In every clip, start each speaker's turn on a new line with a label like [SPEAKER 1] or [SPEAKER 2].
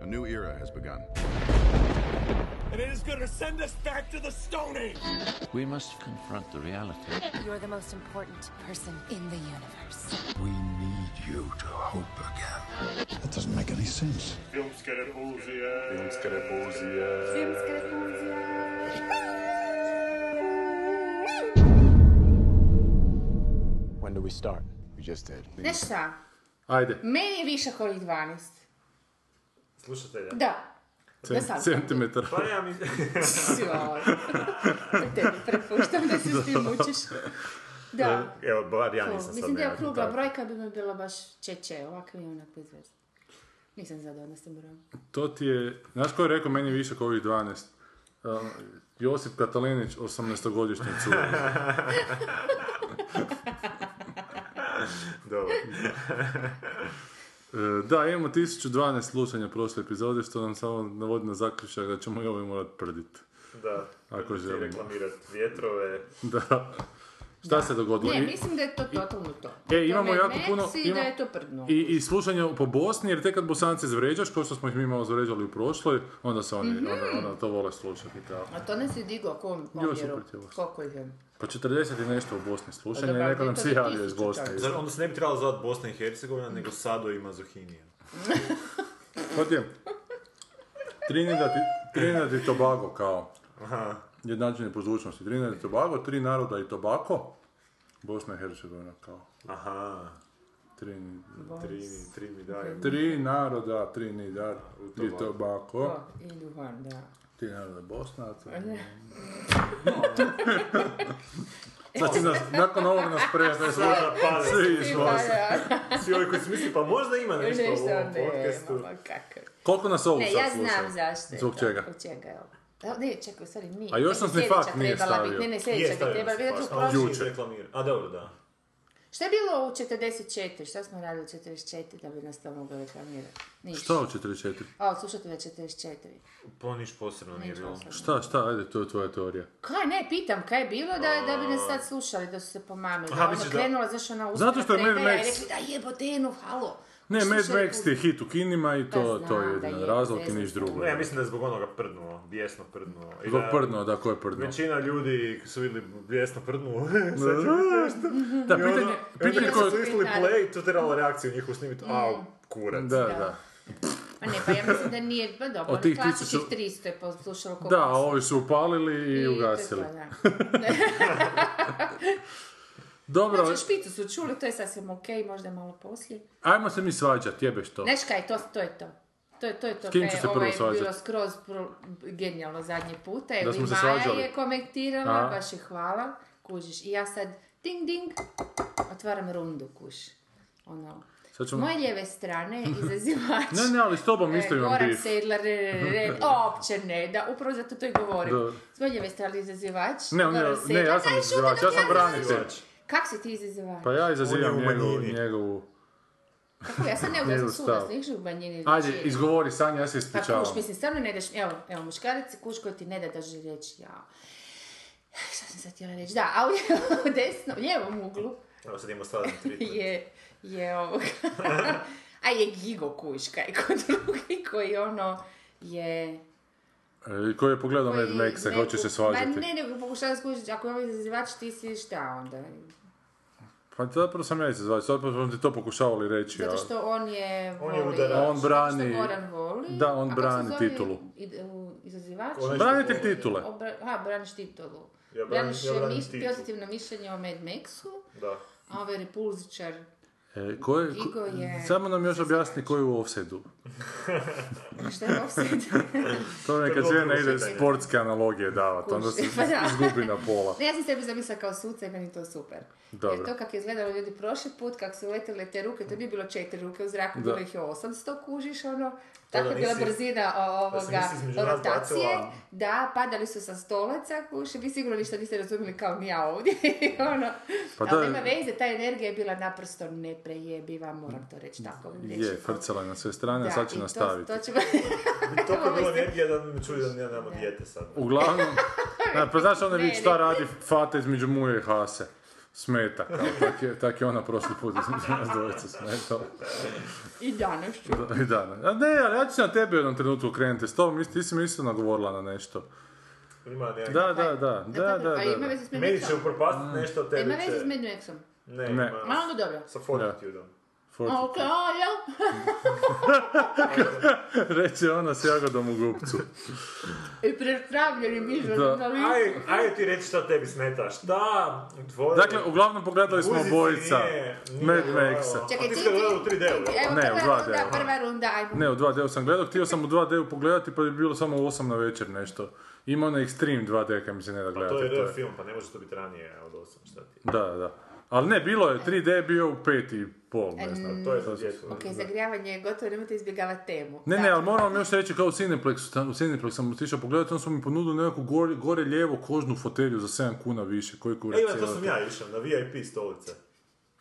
[SPEAKER 1] A new era has begun.
[SPEAKER 2] And it is going to send us back to the Stone Age!
[SPEAKER 3] We must confront the reality.
[SPEAKER 4] You're the most important person in the universe.
[SPEAKER 5] We need you to hope again. That doesn't make any sense.
[SPEAKER 6] Filmskrepozija.
[SPEAKER 7] When do we start?
[SPEAKER 1] We just did.
[SPEAKER 8] Znaš šta?
[SPEAKER 6] Ajde,
[SPEAKER 8] Meni je višak ovih 12.
[SPEAKER 9] Slušatelja.
[SPEAKER 8] Da. Da
[SPEAKER 6] cen-
[SPEAKER 8] sam.
[SPEAKER 6] centimetar.
[SPEAKER 9] Pa ja mislim...
[SPEAKER 8] Sjoj. Tebi prepuštam da se s tim mučiš. Da.
[SPEAKER 9] Evo, bar ja
[SPEAKER 8] to.
[SPEAKER 9] nisam sad
[SPEAKER 8] Mislim da je
[SPEAKER 9] nekako
[SPEAKER 8] okrugla
[SPEAKER 9] tako.
[SPEAKER 8] brojka bi mi bila baš čeče, ovako i onako izvez. Nisam zadovoljna s tim brojem.
[SPEAKER 6] To ti je... Znaš ko je rekao meni više kao ovih 12? Uh, Josip Katalinić, E, 18-godišnji cure.
[SPEAKER 9] Dobro.
[SPEAKER 6] E, Da, imamo 1012 slušanja prošle epizode, što nam samo navodi na zaključak da ćemo i ovaj morat prdit.
[SPEAKER 9] Da.
[SPEAKER 6] Ako
[SPEAKER 9] Ti
[SPEAKER 6] želimo.
[SPEAKER 9] reklamirati vjetrove.
[SPEAKER 6] Da. Šta se dogodilo?
[SPEAKER 8] Ne,
[SPEAKER 6] Pa I-
[SPEAKER 8] mislim da je to totalno to.
[SPEAKER 6] E, imamo
[SPEAKER 8] to me
[SPEAKER 6] jako
[SPEAKER 8] meci
[SPEAKER 6] puno...
[SPEAKER 8] i
[SPEAKER 6] ima-
[SPEAKER 8] da je to prdno.
[SPEAKER 6] I, I slušanje po Bosni, jer tek kad Bosance zvređaš, kao što smo ih mi malo zvređali u prošloj, onda se oni,
[SPEAKER 8] Mhm.
[SPEAKER 6] onda, onda to vole slušati. Kao.
[SPEAKER 8] A to nas je digao kom omjeru.
[SPEAKER 6] pretjelo.
[SPEAKER 8] Koliko ih je?
[SPEAKER 6] Pa 40 i nešto u Bosni slušanje,
[SPEAKER 8] Pa Dobro, ali
[SPEAKER 6] neko nam
[SPEAKER 8] to
[SPEAKER 6] se
[SPEAKER 8] je
[SPEAKER 6] javio iz
[SPEAKER 8] tisuću
[SPEAKER 6] Bosne.
[SPEAKER 8] čak.
[SPEAKER 9] Zar onda se ne bi trebalo zvati Bosna i Hercegovina, nego Sado i Mazohinija?
[SPEAKER 6] Sad je Trinidad i, Trinidad i Tobago kao jednačenje po zvučnosti. Trinidad i Tobago, tri naroda i Tobako, Bosna i Hercegovina kao.
[SPEAKER 9] Aha,
[SPEAKER 6] Tri,
[SPEAKER 9] tri, mi- tri mi daju.
[SPEAKER 6] tri naroda, Trinidad i
[SPEAKER 9] Tobago.
[SPEAKER 6] Tobago,
[SPEAKER 8] Da, I Duhan, da.
[SPEAKER 6] tri naroda Bosna. tri- Znači, nas, nakon ovog nas prestaje
[SPEAKER 9] Da, pale.
[SPEAKER 6] svi iz Bosne.
[SPEAKER 8] da.
[SPEAKER 9] Svi ovi koji su mislili, pa možda ima nešto u
[SPEAKER 8] Nešto
[SPEAKER 9] ovom
[SPEAKER 8] ne,
[SPEAKER 9] podcastu.
[SPEAKER 8] ma kako.
[SPEAKER 6] Koliko nas ovo
[SPEAKER 8] Ne,
[SPEAKER 6] sad
[SPEAKER 8] E, ja
[SPEAKER 6] slušaju?
[SPEAKER 8] znam zašto je
[SPEAKER 6] Zbog
[SPEAKER 8] to.
[SPEAKER 6] čega?
[SPEAKER 8] Od čega je ovo? A, Ne, čekaj, u stvari nije.
[SPEAKER 6] A još nas ni
[SPEAKER 8] Sljedeća
[SPEAKER 6] fakt nije
[SPEAKER 8] trebala
[SPEAKER 6] stavio. pa
[SPEAKER 8] biti- Ne, ne,
[SPEAKER 9] Je,
[SPEAKER 8] sljedeća bi
[SPEAKER 9] stavio
[SPEAKER 8] trebala
[SPEAKER 9] nas
[SPEAKER 8] biti.
[SPEAKER 9] pas,
[SPEAKER 8] zato
[SPEAKER 9] ali
[SPEAKER 8] što-
[SPEAKER 9] još ih reklamira. A dobro, da.
[SPEAKER 8] Šta je bilo u 44? Šta smo radili u 44 da bi nas to mogli reklamirati? Ništa.
[SPEAKER 6] Šta u 44?
[SPEAKER 8] A, od slušatelja 44.
[SPEAKER 9] Pa niš posebno nije bilo.
[SPEAKER 6] Šta, šta, ajde, to je tvoja teorija.
[SPEAKER 8] Kaj, ne, pitam, kaj je bilo da, da bi nas sad slušali, da su se pomamili,
[SPEAKER 9] Aha,
[SPEAKER 8] da ono
[SPEAKER 9] misliš da-
[SPEAKER 8] krenula, znaš ona
[SPEAKER 6] Zato
[SPEAKER 8] usmjera
[SPEAKER 6] što je Mad
[SPEAKER 8] predaja i
[SPEAKER 6] Max-
[SPEAKER 8] rekli da jebote, eno, halo.
[SPEAKER 6] Ne,
[SPEAKER 8] Slušali
[SPEAKER 6] Mad Max
[SPEAKER 8] put-
[SPEAKER 6] ti je hit u kinima i
[SPEAKER 8] Pa
[SPEAKER 6] to,
[SPEAKER 8] znam
[SPEAKER 6] to je
[SPEAKER 8] da
[SPEAKER 6] jedan
[SPEAKER 8] je,
[SPEAKER 6] razlog i
[SPEAKER 8] zvezda
[SPEAKER 6] niš
[SPEAKER 8] sam.
[SPEAKER 6] drugo.
[SPEAKER 9] Ne, ja mislim da je zbog onoga prdnuo, bijesno prdnuo. I
[SPEAKER 6] Zbog
[SPEAKER 9] da
[SPEAKER 6] prdno, da, ko je prdno?
[SPEAKER 9] Većina ljudi su vidjeli bijesno prdnuo.
[SPEAKER 6] Da, pitanje, pitanje
[SPEAKER 8] Nije
[SPEAKER 6] ko
[SPEAKER 8] ko-
[SPEAKER 9] koji
[SPEAKER 8] da
[SPEAKER 9] su
[SPEAKER 8] su
[SPEAKER 9] mislili
[SPEAKER 8] pitali.
[SPEAKER 9] play, to je trebalo reakciju njihovu snimiti,
[SPEAKER 8] Mm.
[SPEAKER 9] a kurac.
[SPEAKER 6] Da, da.
[SPEAKER 8] Ma ne, pa ja mislim da nije, pa dobro,
[SPEAKER 6] Od tih
[SPEAKER 8] klasičnih
[SPEAKER 6] tisuću-
[SPEAKER 8] 300 je poslušalo koliko
[SPEAKER 6] Da, a ovi su upalili i
[SPEAKER 8] to je to,
[SPEAKER 6] ugasili.
[SPEAKER 8] da.
[SPEAKER 6] Dobro,
[SPEAKER 8] Znači, špicu su čuli, to je sasvim okej, možda malo poslije.
[SPEAKER 6] ajmo se mi svađat, jebeš to.
[SPEAKER 8] Znaš kaj, to, to je to. To je to, je to
[SPEAKER 6] kim
[SPEAKER 8] kaj
[SPEAKER 6] ću
[SPEAKER 8] je
[SPEAKER 6] se prvo
[SPEAKER 8] ovaj
[SPEAKER 6] svađat?
[SPEAKER 8] bilo skroz pro- genijalno zadnji puta. Evo
[SPEAKER 6] Da smo
[SPEAKER 8] i
[SPEAKER 6] se
[SPEAKER 8] Maja
[SPEAKER 6] svađali.
[SPEAKER 8] je komentirala,
[SPEAKER 6] A?
[SPEAKER 8] baš je hvala. Kužiš, i ja sad ding ding, otvaram rundu, kuš. Ono,
[SPEAKER 6] Sad
[SPEAKER 8] s
[SPEAKER 6] ćemo...
[SPEAKER 8] moje lijeve strane izazivač.
[SPEAKER 6] Ne, ne, ali s tobom isto
[SPEAKER 8] e,
[SPEAKER 6] imam
[SPEAKER 8] Goran
[SPEAKER 6] bif.
[SPEAKER 8] Sedlar, ne, ne, ne, ne, uopće ne, da, upravo zato to i govorim.
[SPEAKER 6] Da.
[SPEAKER 8] S moje lijeve strane izazivač.
[SPEAKER 6] Ne, on je-
[SPEAKER 8] Goran
[SPEAKER 6] ne,
[SPEAKER 8] Sedlar,
[SPEAKER 6] ja sam
[SPEAKER 8] daj,
[SPEAKER 6] izazivač, ja
[SPEAKER 8] Šumanov,
[SPEAKER 6] sam branitelj.
[SPEAKER 9] Izazivač.
[SPEAKER 8] Kak si ti izazivač?
[SPEAKER 6] Pa ja izazivam
[SPEAKER 9] On je u
[SPEAKER 6] njegovu,
[SPEAKER 9] manjini.
[SPEAKER 6] njegovu...
[SPEAKER 8] Kako, ja sam neuglasno
[SPEAKER 6] Njegov stav.
[SPEAKER 8] suglasna, išli u banjini.
[SPEAKER 6] Ajde,
[SPEAKER 8] većini.
[SPEAKER 6] izgovori, Sanja, ja se
[SPEAKER 8] Znači- Pa kuš,
[SPEAKER 6] ispričavam.
[SPEAKER 8] mislim, stvarno ne daš, evo, evo, muškarac je kuš koji ti ne da daži reći, jao. Šta sam sad htjela reći? Da, a u lijevom, desno, u lijevom uglu
[SPEAKER 9] Evo sad imamo stavljeno tri.
[SPEAKER 8] je, je ovoga. a je Gigo kuš, kaj kod drugi koji ono je...
[SPEAKER 6] E, Ko je pogledao Mad
[SPEAKER 8] koji
[SPEAKER 6] Maxa,
[SPEAKER 8] ne
[SPEAKER 6] hoće se
[SPEAKER 8] kuš- Ma
[SPEAKER 6] svađati.
[SPEAKER 8] ne, nego pokušava skušati, ako je ovo izazivač, ti si šta onda?
[SPEAKER 6] Pa zapravo sam ja izazivač, zapravo smo ti to pokušavali reći,
[SPEAKER 8] Zato
[SPEAKER 6] ali-
[SPEAKER 8] što on je...
[SPEAKER 9] On je
[SPEAKER 8] voli-
[SPEAKER 9] udarač.
[SPEAKER 6] On brani-
[SPEAKER 8] Zato što Goran voli.
[SPEAKER 6] da, on
[SPEAKER 8] a kako se
[SPEAKER 6] brani
[SPEAKER 8] zove
[SPEAKER 6] titulu.
[SPEAKER 8] id- u- Izazivač?
[SPEAKER 9] Onaj
[SPEAKER 6] Branitelj titule.
[SPEAKER 8] Obra- A, braniš titulu.
[SPEAKER 9] Ja branim-
[SPEAKER 8] braniš
[SPEAKER 9] ja branim
[SPEAKER 8] mis-
[SPEAKER 9] titulu.
[SPEAKER 8] pozitivno mišljenje o Mad Maxu,
[SPEAKER 9] Da.
[SPEAKER 8] a ovaj repulzičar...
[SPEAKER 6] E, ko je,
[SPEAKER 8] Gigo je-
[SPEAKER 6] Samo nam još objasni koji je u offsetu.
[SPEAKER 8] Šta je offset?
[SPEAKER 6] To mi je kad
[SPEAKER 9] dobro
[SPEAKER 6] žena ide
[SPEAKER 9] pitanje.
[SPEAKER 6] sportske analogije davati, onda se
[SPEAKER 8] Kuži, pa da.
[SPEAKER 6] izgubi na pola.
[SPEAKER 8] ne, ja sam sebi zamislila kao suca i meni to super.
[SPEAKER 6] Dobro.
[SPEAKER 8] Jer to kako je izgledalo ljudi prošli put, kako su letile te ruke, to nije bilo četiri ruke u zraku,
[SPEAKER 6] Da.
[SPEAKER 8] bilo ih je 800 kužiš, ono. Tako je bila
[SPEAKER 9] nisi-
[SPEAKER 8] brzina o-
[SPEAKER 9] da se nisi
[SPEAKER 8] ovoga,
[SPEAKER 9] između nas
[SPEAKER 8] rotacije.
[SPEAKER 9] bacila.
[SPEAKER 8] Da, padali su sa stolaca, kuši, vi sigurno ništa niste razumjeli kao ni ja ovdje. ono.
[SPEAKER 6] Pa da.
[SPEAKER 8] Ali nema veze, ta energija je bila naprosto neprejebiva, moram to reći tako.
[SPEAKER 6] Je, frcala je na sve strane, a sad će
[SPEAKER 8] i to-
[SPEAKER 6] nastaviti.
[SPEAKER 8] To, ćemo...
[SPEAKER 9] I toliko je bilo
[SPEAKER 8] Mislim-
[SPEAKER 9] energija da me čuli da ja nemamo dijete sad.
[SPEAKER 6] Uglavnom, ne, pa znaš onaj
[SPEAKER 8] Ne,
[SPEAKER 6] lik
[SPEAKER 8] ne.
[SPEAKER 6] šta radi fata između muje i hase. smeta. Kao, tak, je, tak je ona prošli put iz nas dvojica smetala.
[SPEAKER 8] I danas ću.
[SPEAKER 6] Da, I da, ne. A ne, ali ja ću se na tebe u jednom trenutku krenuti s tobom, ti si mi isto nagovorila na nešto.
[SPEAKER 9] Ima nekak...
[SPEAKER 6] Da, da, da, da, da,
[SPEAKER 8] A ima
[SPEAKER 6] da.
[SPEAKER 8] veze s
[SPEAKER 9] Meni će
[SPEAKER 8] Medvexom?
[SPEAKER 9] upropastiti nešto, tebi
[SPEAKER 8] Ima veze s
[SPEAKER 9] će...
[SPEAKER 8] Medvexom?
[SPEAKER 9] Ne,
[SPEAKER 6] Ne.
[SPEAKER 9] ima-
[SPEAKER 8] A onda dobro.
[SPEAKER 9] Sa fortitudom.
[SPEAKER 8] A,
[SPEAKER 6] Forti-
[SPEAKER 8] ok, a, jel?
[SPEAKER 6] Reče ona ono s jagodom u gupcu.
[SPEAKER 8] I predstavljenim izrazom na
[SPEAKER 6] Da.
[SPEAKER 8] licu.
[SPEAKER 9] Aj, aj ti reći šta tebi smeta, šta tvoje...
[SPEAKER 6] Dakle, uglavnom pogledali smo
[SPEAKER 9] Guzici
[SPEAKER 6] obojica
[SPEAKER 9] nije- nije
[SPEAKER 6] Mad
[SPEAKER 9] bilo,
[SPEAKER 6] Maxa.
[SPEAKER 9] evo.
[SPEAKER 8] Čekaj, ti,
[SPEAKER 9] A ti
[SPEAKER 8] ti,
[SPEAKER 9] ste gledali u 3D-u,
[SPEAKER 8] ti-
[SPEAKER 9] jel?
[SPEAKER 8] evo,
[SPEAKER 6] Ne, u
[SPEAKER 8] prva
[SPEAKER 6] 2D-u,
[SPEAKER 8] runda,
[SPEAKER 6] aha.
[SPEAKER 8] prva runda, ajmo.
[SPEAKER 6] Ne, u 2D-u sam gledao, htio sam u 2D-u pogledati pa bi bilo samo u 8 na večer nešto. Ima onaj Extreme 2D kad mi se ne da gledati.
[SPEAKER 9] To je
[SPEAKER 6] Dakle, to je-
[SPEAKER 9] real film, pa ne može to biti ranije od 8, šta ti...
[SPEAKER 6] Da, da, da. Ali ne, bilo je, 3D je bio u pet i pol, ne znam.
[SPEAKER 9] To je za djecu.
[SPEAKER 8] Ok, zagrijavanje je gotovo, nemojte izbjegavati temu. Znači,
[SPEAKER 6] Ne, ne,
[SPEAKER 8] Da.
[SPEAKER 6] ali moram vam još reći, kao u Cineplexu, tam- u Cineplex sam otišao pogledati, onda su mi ponudili nekakvu gore, gore lijevo kožnu fotelju za 7 kuna više, koji kurac
[SPEAKER 9] E, ima,
[SPEAKER 6] je
[SPEAKER 9] to sam
[SPEAKER 6] ovo?
[SPEAKER 9] ja išao, na VIP stolice.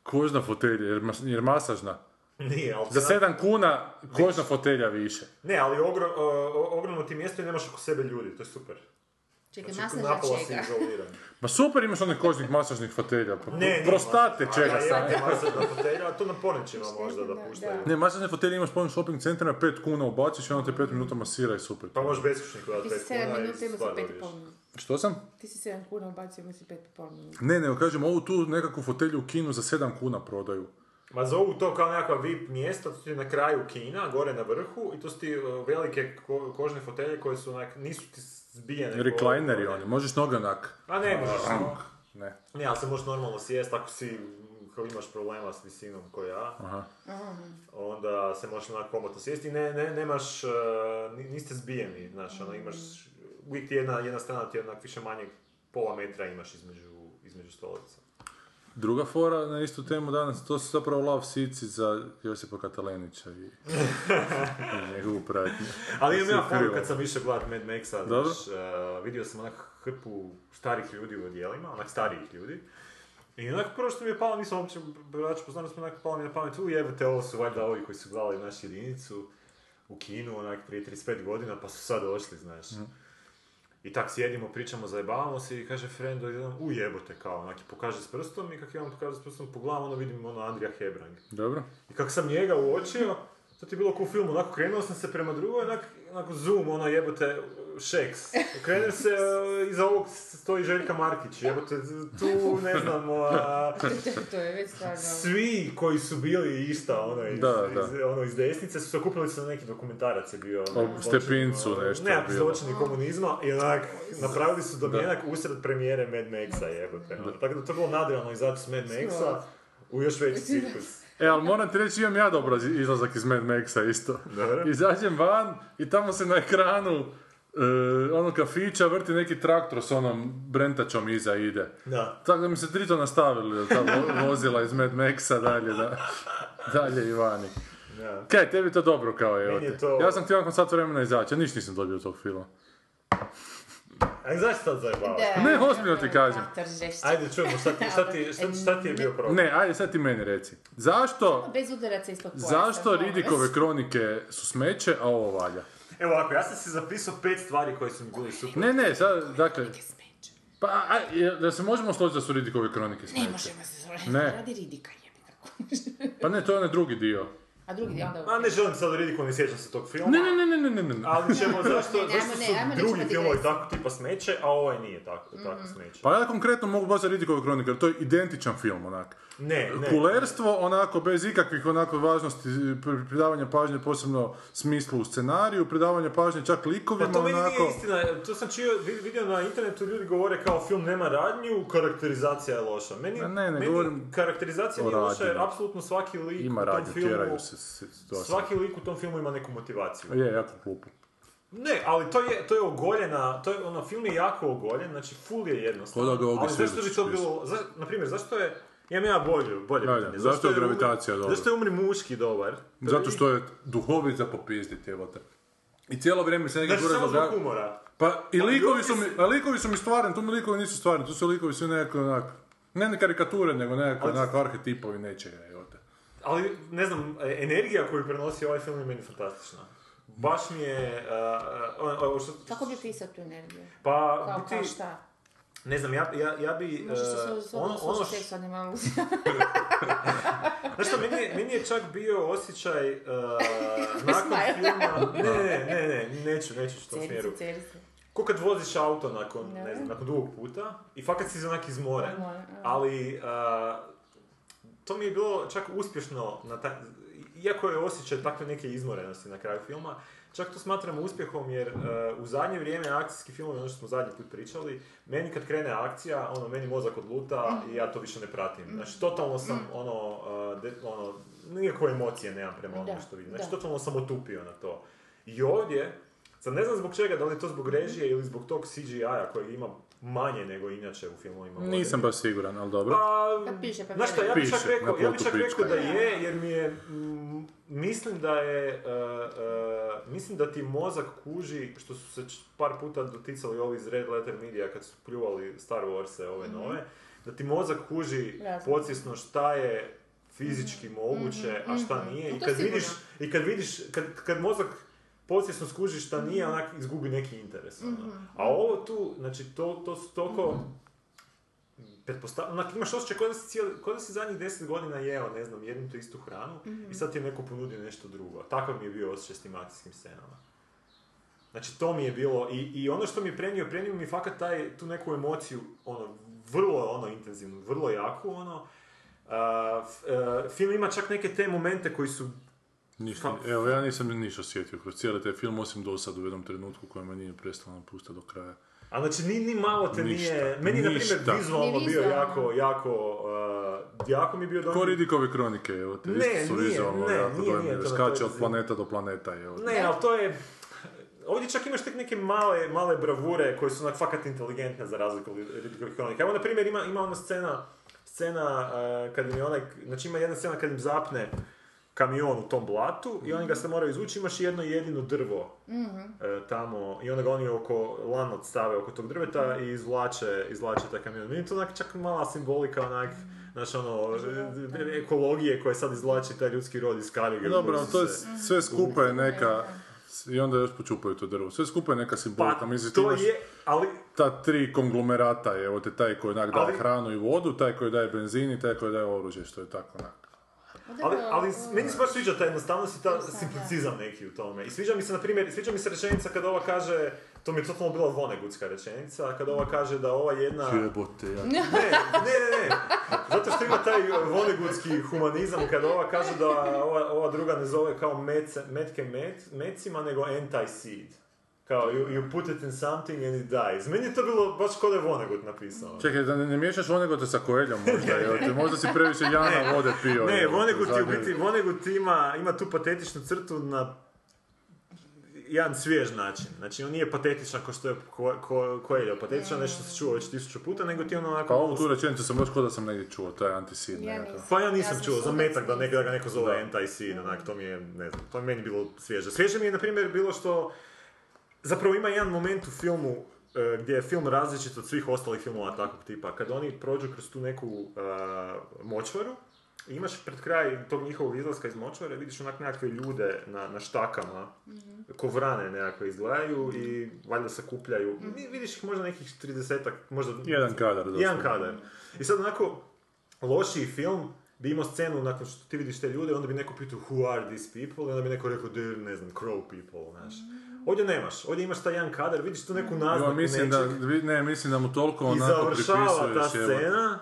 [SPEAKER 6] Kožna fotelja, jer, mas- jer masažna.
[SPEAKER 9] Nije, ali...
[SPEAKER 6] Za
[SPEAKER 9] sam-
[SPEAKER 6] 7 kuna kožna fotelja više.
[SPEAKER 9] Ne, ali ogro, o- o- ogromno ti mjesto i nemaš oko sebe ljudi, to je super.
[SPEAKER 8] Čekaj,
[SPEAKER 9] Znači, tu
[SPEAKER 8] masaža
[SPEAKER 9] napola si
[SPEAKER 8] čega?
[SPEAKER 9] izoliran.
[SPEAKER 6] Ma super imaš onih kožnih masažnih fotelja, pa
[SPEAKER 9] Ne, nije
[SPEAKER 6] prostate
[SPEAKER 9] masaža.
[SPEAKER 6] čega
[SPEAKER 9] A,
[SPEAKER 6] sam.
[SPEAKER 9] jebote, masažna fotelja, a to na porničima možda da puštaju.
[SPEAKER 6] Ne, masažne fotelje imaš po ovim shopping centrima, 5 kuna ubaciš i onda te 5 minuta masira i super.
[SPEAKER 9] Pa možeš beskućniku dati
[SPEAKER 8] Ti
[SPEAKER 9] 5
[SPEAKER 8] si 7
[SPEAKER 9] kuna i
[SPEAKER 8] minuta, ima
[SPEAKER 9] stvar
[SPEAKER 8] si 5 i
[SPEAKER 9] dobiješ.
[SPEAKER 8] pol minuta.
[SPEAKER 6] Što sam?
[SPEAKER 8] Ti si 7 kuna, ubacio ima si 5 i pol minuta.
[SPEAKER 6] Ne, ne, kažem, ovu tu nekakvu fotelju u kinu za 7 kuna prodaju.
[SPEAKER 9] Ma zovu to kao nekakva VIP mjesta, to ti je na kraju kina, gore na vrhu, i to su ti uh, velike ko- kožne fotelje koje su onak, nisu ti zbijene.
[SPEAKER 6] Reclineri
[SPEAKER 9] ko-
[SPEAKER 6] oni, možeš noge onak.
[SPEAKER 9] A ne, možeš samo.
[SPEAKER 6] Ne.
[SPEAKER 9] Ne, ali se možeš normalno sjest ako si, m, ako imaš problema s visinom ko ja,
[SPEAKER 6] Aha.
[SPEAKER 9] onda se možeš onako komotno sjesti i ne, ne, nemaš, uh, ni- niste zbijeni, znaš, ono imaš, uvijek ti jedna, jedna strana ti je onak više manje pola metra imaš između, između stolica.
[SPEAKER 6] Druga fora na istu temu danas, to su zapravo lav sici za Josipa Katalenića i, i njegovu pratnju.
[SPEAKER 9] Ali imam
[SPEAKER 6] Svi
[SPEAKER 9] ja foru
[SPEAKER 6] krivo.
[SPEAKER 9] kad sam išao gledat Mad Maxa,
[SPEAKER 6] Dobro.
[SPEAKER 9] znaš, eh, vidio sam onak hrpu starih ljudi u odjelima, onak starijih ljudi. I onako prvo što mi je palo, nisam uopće braću poznali, smo onako palo mi na pamet, u jebate, ovo su valjda ovi koji su gledali naš jedinicu u kinu, onak prije 35 godina, pa su sad došli, znaš. I tak sjedimo, pričamo, zajebavamo se i kaže frendo, jedan, u jebote, kao, onak, i pokaže s prstom i kak je on pokaže s prstom po glavu, ono vidim, ono, Andrija Hebrang.
[SPEAKER 6] Dobro.
[SPEAKER 9] I kako sam njega uočio, to ti je bilo ko u filmu, onako krenuo sam se prema drugoj, onako, onako zoom, ono jebote, šeks. Okrenem se, e, iza ovog stoji Željka Markić, jebote, tu ne znam, a,
[SPEAKER 8] to je već stvarno...
[SPEAKER 9] svi koji su bili ista, ono iz,
[SPEAKER 6] Da, da.
[SPEAKER 9] iz- ono, iz desnice, su se okupili se na neki dokumentarac je bio. ono,
[SPEAKER 6] O
[SPEAKER 9] zločin,
[SPEAKER 6] Stepincu
[SPEAKER 9] ono,
[SPEAKER 6] nešto je
[SPEAKER 9] Nekakvi
[SPEAKER 6] bilo.
[SPEAKER 9] zločini komunizma i onak, napravili su domjenak usred premijere Mad Maxa, jebote. ono. Tako da to je bilo nadrealno izaći s Mad Maxa u još veći cirkus.
[SPEAKER 6] E, ali moram ti reći, imam ja dobar izlazak iz Mad Maxa isto.
[SPEAKER 9] Dobro.
[SPEAKER 6] Izađem van i tamo se na ekranu e, ono kafića vrti neki traktor s onom brentačom iza ide.
[SPEAKER 9] Da.
[SPEAKER 6] Tako da mi se trito nastavili ta vo- vozila iz Mad Maxa dalje, da, dalje i vani.
[SPEAKER 9] Da.
[SPEAKER 6] Kaj, tebi to dobro kao je.
[SPEAKER 9] Meni je
[SPEAKER 6] ote.
[SPEAKER 9] to-
[SPEAKER 6] Ja sam htio nakon sat vremena izaći, a ništa nisam dobio od tog filma.
[SPEAKER 9] A zašto sad zajebavaš?
[SPEAKER 8] E,
[SPEAKER 6] Ne, ozbiljno ti kažem.
[SPEAKER 8] Mater, žešće.
[SPEAKER 9] Ajde, čujemo, šta ti, šta ti, šta, šta ti je bio problem?
[SPEAKER 6] Ne, ajde sad ti meni reci. Zašto,
[SPEAKER 8] Bez udaraca ispod pojasa.
[SPEAKER 6] zašto
[SPEAKER 8] molim vas.
[SPEAKER 6] Ridikove kronike su smeće, a ovo valja?
[SPEAKER 9] Evo ovako, ja sam si zapisao pet stvari koje su mi bili super.
[SPEAKER 6] Ne, ne, sad, dakle,
[SPEAKER 8] Smeće.
[SPEAKER 6] pa, a, je- da se možemo složiti da su Ridikove kronike
[SPEAKER 8] Ne
[SPEAKER 6] smeće.
[SPEAKER 8] možemo se zoveti.
[SPEAKER 6] Ne.
[SPEAKER 8] Radi Ridika jebika.
[SPEAKER 6] Pa ne, to je onaj drugi dio.
[SPEAKER 8] A drugi dio onda...
[SPEAKER 9] Ma ne želim sad ridiko, ne sjećam se tog filma.
[SPEAKER 6] Ne, ne, ne, ne, ne, ne, ne, ne.
[SPEAKER 9] Ali ćemo, zašto,
[SPEAKER 8] Ne, ne,
[SPEAKER 9] zašto
[SPEAKER 8] ajmo ne,
[SPEAKER 9] su
[SPEAKER 8] ajmo ne
[SPEAKER 9] drugi
[SPEAKER 8] čuvati
[SPEAKER 9] filmovi
[SPEAKER 8] greške.
[SPEAKER 9] tako tipa smeće, a ovaj nije tako,
[SPEAKER 8] Mhm.
[SPEAKER 9] tako smeće.
[SPEAKER 6] Pa ja konkretno mogu baš za Ridikove kronike, jer to je identičan film, onak.
[SPEAKER 9] Ne, ne.
[SPEAKER 6] Kulerstvo, onako, bez ikakvih onako važnosti, pri- pridavanja pažnje posebno smislu u scenariju, pridavanja pažnje čak likovima,
[SPEAKER 9] Pa to meni
[SPEAKER 6] onako...
[SPEAKER 9] nije istina, to sam čio, vi- vidio na internetu, ljudi govore kao film nema radnju, karakterizacija je loša. Meni,
[SPEAKER 6] Ma ne, ne
[SPEAKER 9] meni
[SPEAKER 6] govorim
[SPEAKER 9] karakterizacija
[SPEAKER 6] o
[SPEAKER 9] nije loša jer
[SPEAKER 6] radnji.
[SPEAKER 9] apsolutno svaki lik
[SPEAKER 6] Ima
[SPEAKER 9] u tom
[SPEAKER 6] radnje,
[SPEAKER 9] filmu,
[SPEAKER 6] tjeraju se, se, se
[SPEAKER 9] svaki lik u tom filmu ima neku motivaciju.
[SPEAKER 6] Je, jako klupo.
[SPEAKER 9] Ne, ali to je, to je ogoljena, to je, ono, film je jako ogoljen, znači full je jednostavno.
[SPEAKER 6] Ko da ga obi
[SPEAKER 9] ali zašto bi
[SPEAKER 6] svjedoči
[SPEAKER 9] to
[SPEAKER 6] pisao?
[SPEAKER 9] bilo, za, na primjer, zašto je, ja imam ja bolju, bolje
[SPEAKER 6] Ajde,
[SPEAKER 9] pitanje.
[SPEAKER 6] zašto je
[SPEAKER 9] Umri-
[SPEAKER 6] gravitacija dobra?
[SPEAKER 9] Zašto je umri muški dobar?
[SPEAKER 6] Zato što je duhovit za popizditi, evo te. I cijelo vrijeme se neki
[SPEAKER 9] Znači,
[SPEAKER 6] gore
[SPEAKER 9] samo zbog
[SPEAKER 6] događa...
[SPEAKER 9] humora.
[SPEAKER 6] Pa i
[SPEAKER 9] Pa,
[SPEAKER 6] likovi
[SPEAKER 9] ljudi
[SPEAKER 6] su mi,
[SPEAKER 9] su-
[SPEAKER 6] a likovi su mi stvarni, tu mi likovi nisu stvarni, tu su likovi svi nekako onak... Ne ne karikature, nego nekako
[SPEAKER 9] Ali-
[SPEAKER 6] onako arhetipovi nečega, evo te.
[SPEAKER 9] Ali, ne znam, e, energija koju prenosi ovaj film je meni fantastična. Baš e, mi je, uh, uh, ono, ovo što-
[SPEAKER 8] Kako bi pisao tu energiju?
[SPEAKER 9] pa,
[SPEAKER 8] Kao,
[SPEAKER 9] ti,
[SPEAKER 8] kao šta?
[SPEAKER 9] Ne znam, ja, ja, ja bi...
[SPEAKER 8] Možda
[SPEAKER 9] eh,
[SPEAKER 8] što su
[SPEAKER 9] ono,
[SPEAKER 8] ono,
[SPEAKER 9] ono š-
[SPEAKER 8] seksualnim
[SPEAKER 9] Znaš što, meni, je- meni je čak bio osjećaj eh, nakon
[SPEAKER 8] Smile.
[SPEAKER 9] filma... Ne, ne, ne, ne, neću, neću što smjeru.
[SPEAKER 8] Cerice, cerice.
[SPEAKER 9] Ko kad voziš auto nakon,
[SPEAKER 8] Da.
[SPEAKER 9] ne znam, nakon dugog puta i fakat si onak izmoren.
[SPEAKER 8] Izmoren, a.
[SPEAKER 9] Ali a, to mi je bilo čak uspješno, na ta, iako je osjećaj takve neke izmorenosti na kraju filma, čak to smatram uspjehom jer a, u zadnje vrijeme akcijski filmovi, ono što smo zadnji put pričali, meni kad krene akcija, ono, meni mozak odluta i ja to više ne pratim.
[SPEAKER 8] Mhm.
[SPEAKER 9] Znači, totalno sam, ono, a, de- ono, nikakve emocije nemam prema onome
[SPEAKER 8] Da,
[SPEAKER 9] što vidim. Znači,
[SPEAKER 8] da.
[SPEAKER 9] totalno sam otupio na to. I ovdje, sad ne znam zbog čega, da li je to zbog režije ili zbog tog CGI-a kojeg ima manje nego inače u filmovima.
[SPEAKER 6] Nisam baš siguran, ali dobro.
[SPEAKER 9] Pa,
[SPEAKER 8] Pa piše, pa
[SPEAKER 9] znaš šta, ja bi čak
[SPEAKER 6] Piše, na
[SPEAKER 9] rekao, ja bi
[SPEAKER 6] plotu
[SPEAKER 9] čak rekao
[SPEAKER 6] pička.
[SPEAKER 9] da je, jer mi je, mm, mislim da je, e, e, mislim da ti mozak kuži, što su se č- par puta doticali ovi iz Red Letter Media kad su pljuvali Star Wars-e, ove nove, da ti mozak kuži
[SPEAKER 8] Razum.
[SPEAKER 9] podsvjesno šta je fizički moguće, a šta nije.
[SPEAKER 8] No
[SPEAKER 9] I
[SPEAKER 8] to
[SPEAKER 9] kad
[SPEAKER 8] sigurno.
[SPEAKER 9] vidiš, i kad vidiš, kad, kad mozak podsvjesno skuži šta nije,
[SPEAKER 8] Mhm.
[SPEAKER 9] onak izgubi neki interes. ono. A ovo tu, znači to, to su toliko pretpostavljam, onak imaš osjećaj kao da si, cijeli, kao da si zadnjih deset godina jeo, ne znam, jednu tu istu hranu
[SPEAKER 8] Mhm.
[SPEAKER 9] i sad ti je neko ponudio nešto drugo. Takav mi je bio osjećaj s tim akcijskim scenama. Znači to mi je bilo i, i ono što mi je prenio, prenio mi je fakat taj, tu neku emociju, ono, vrlo ono intenzivnu, vrlo jaku, ono. A, f- e, film ima čak neke te momente koji su
[SPEAKER 6] Ništa, evo, ja nisam ništa osjetio kroz cijeli taj film, osim dosad u jednom trenutku koja me nije prestala napusta do kraja.
[SPEAKER 9] A znači ni, ni malo te
[SPEAKER 6] Ništa,
[SPEAKER 9] nije, meni je na
[SPEAKER 6] ništa.
[SPEAKER 9] primjer vizualno
[SPEAKER 8] Ni
[SPEAKER 9] bio
[SPEAKER 8] vizualno.
[SPEAKER 9] jako, jako, uh, jako mi je bio dojam.
[SPEAKER 6] Ko Ridikove kronike, evo, te
[SPEAKER 9] Ne,
[SPEAKER 6] isto su
[SPEAKER 9] nije,
[SPEAKER 6] vizualno
[SPEAKER 9] ne,
[SPEAKER 6] jako
[SPEAKER 9] nije, nije
[SPEAKER 6] dojemljive.
[SPEAKER 9] to na toj
[SPEAKER 6] Skače od
[SPEAKER 9] razini.
[SPEAKER 6] planeta do planeta, evo.
[SPEAKER 9] Ne, ali to je, ovdje čak imaš tek neke male, male bravure koje su onak fakat inteligentne za razliku od Ridiculous Chronica. Evo na primjer ima, ima ona scena, scena eh, kad im je onaj, znači ima jedna scena kad im zapne kamion u tom blatu i oni ga se moraju izvući, imaš jedno jedino drvo
[SPEAKER 6] Mhm.
[SPEAKER 9] eh, tamo i onda ga oni oko lanot stave oko tog
[SPEAKER 6] Mhm.
[SPEAKER 9] drveta i izvlače, izvlače taj kamion. Meni je to onak čak mala simbolika onak,
[SPEAKER 6] Mhm.
[SPEAKER 9] znaš ono, eh, ekologije koje sad izvlači taj ljudski rod iz Karige.
[SPEAKER 6] Dobro,
[SPEAKER 9] koji
[SPEAKER 6] ali
[SPEAKER 9] su
[SPEAKER 6] to je
[SPEAKER 9] se-
[SPEAKER 6] sve skupa je neka... I onda još počupaju to drvo. Sve skupa je neka simbolika.
[SPEAKER 9] Pa,
[SPEAKER 6] Mislim, ti
[SPEAKER 9] to
[SPEAKER 6] imaš
[SPEAKER 9] je, ali
[SPEAKER 6] ta tri konglomerata, evo te taj koji onak daje
[SPEAKER 9] Ali-
[SPEAKER 6] hranu i vodu, taj koji daje benzin i taj koji daje oružje, što je tako onak.
[SPEAKER 9] Ali, ali s- meni se baš sviđa ta jednostavnost i ta simplicizam neki u tome. I sviđa mi se, na primjer, sviđa mi se rečenica kada ova kaže, to mi je totalno bila vonegutska rečenica, kada ova kaže da ova jedna... Ne,
[SPEAKER 6] Jebote, ja.
[SPEAKER 9] ne, ne, ne. Zato što ima taj vonegutski humanizam kada ova kaže da ova, ova druga ne zove kao mece, metke met, mecima, nego anti-seed. Kao, you, you put it in something and it dies. Meni je to bilo baš kao da je Vonnegut napisao.
[SPEAKER 6] Čekaj, da ne, ne miješaš onegote sa koeljom možda, evo te, možda si previše Jana vode pio.
[SPEAKER 9] Ne,
[SPEAKER 6] evo te,
[SPEAKER 9] Vonnegut je ono, u
[SPEAKER 6] zadnje-
[SPEAKER 9] biti, Vonnegut ima, ima tu patetičnu crtu na jedan svjež način. Znači, on nije patetičan kao što je ko, ko, Coelho patetičan, nešto se čuo već tisuću puta, nego ti je ono onako...
[SPEAKER 6] Pa ovu tu rečenicu sam baš k'o da sam negdje čuo, taj antisid
[SPEAKER 8] Ja
[SPEAKER 6] nekakav.
[SPEAKER 8] nisam.
[SPEAKER 9] Pa ja nisam
[SPEAKER 8] Ja sam
[SPEAKER 9] čuo za
[SPEAKER 8] sudac,
[SPEAKER 9] metak da,
[SPEAKER 8] nisam.
[SPEAKER 9] neka, da ga neko zove anti-sin, onak, to mi je, ne znam, to je meni bilo svježe. Svježe mi je, na primjer, bilo što, zapravo ima jedan moment u filmu e, gdje je film različit od svih ostalih filmova takvog tipa. Kad oni prođu kroz tu neku e, močvaru, i imaš pred kraj tog njihovog izlaska iz močvare, vidiš onak nekakve ljude na, na štakama,
[SPEAKER 8] Mhm.
[SPEAKER 9] kovrane nekakve izgledaju i valjda se kupljaju.
[SPEAKER 8] Mhm.
[SPEAKER 9] I Vidiš ih možda nekih 30 možda...
[SPEAKER 6] Jedan kadar, doslovno.
[SPEAKER 9] Jedan kadar. I sad onako, lošiji film bi imao scenu nakon što ti vidiš te ljude, onda bi neko pitao who are these people, i onda bi neko rekao they're, ne znam, crow people, znaš. Ovdje nemaš, ovdje imaš taj jedan kadar, vidiš tu neku naznaku
[SPEAKER 6] Jo, mislim da,
[SPEAKER 9] nečeg
[SPEAKER 6] vi- ne, mislim da mu toliko
[SPEAKER 9] i
[SPEAKER 6] onako
[SPEAKER 9] završava ta
[SPEAKER 6] pripisuješ, evo.
[SPEAKER 9] scena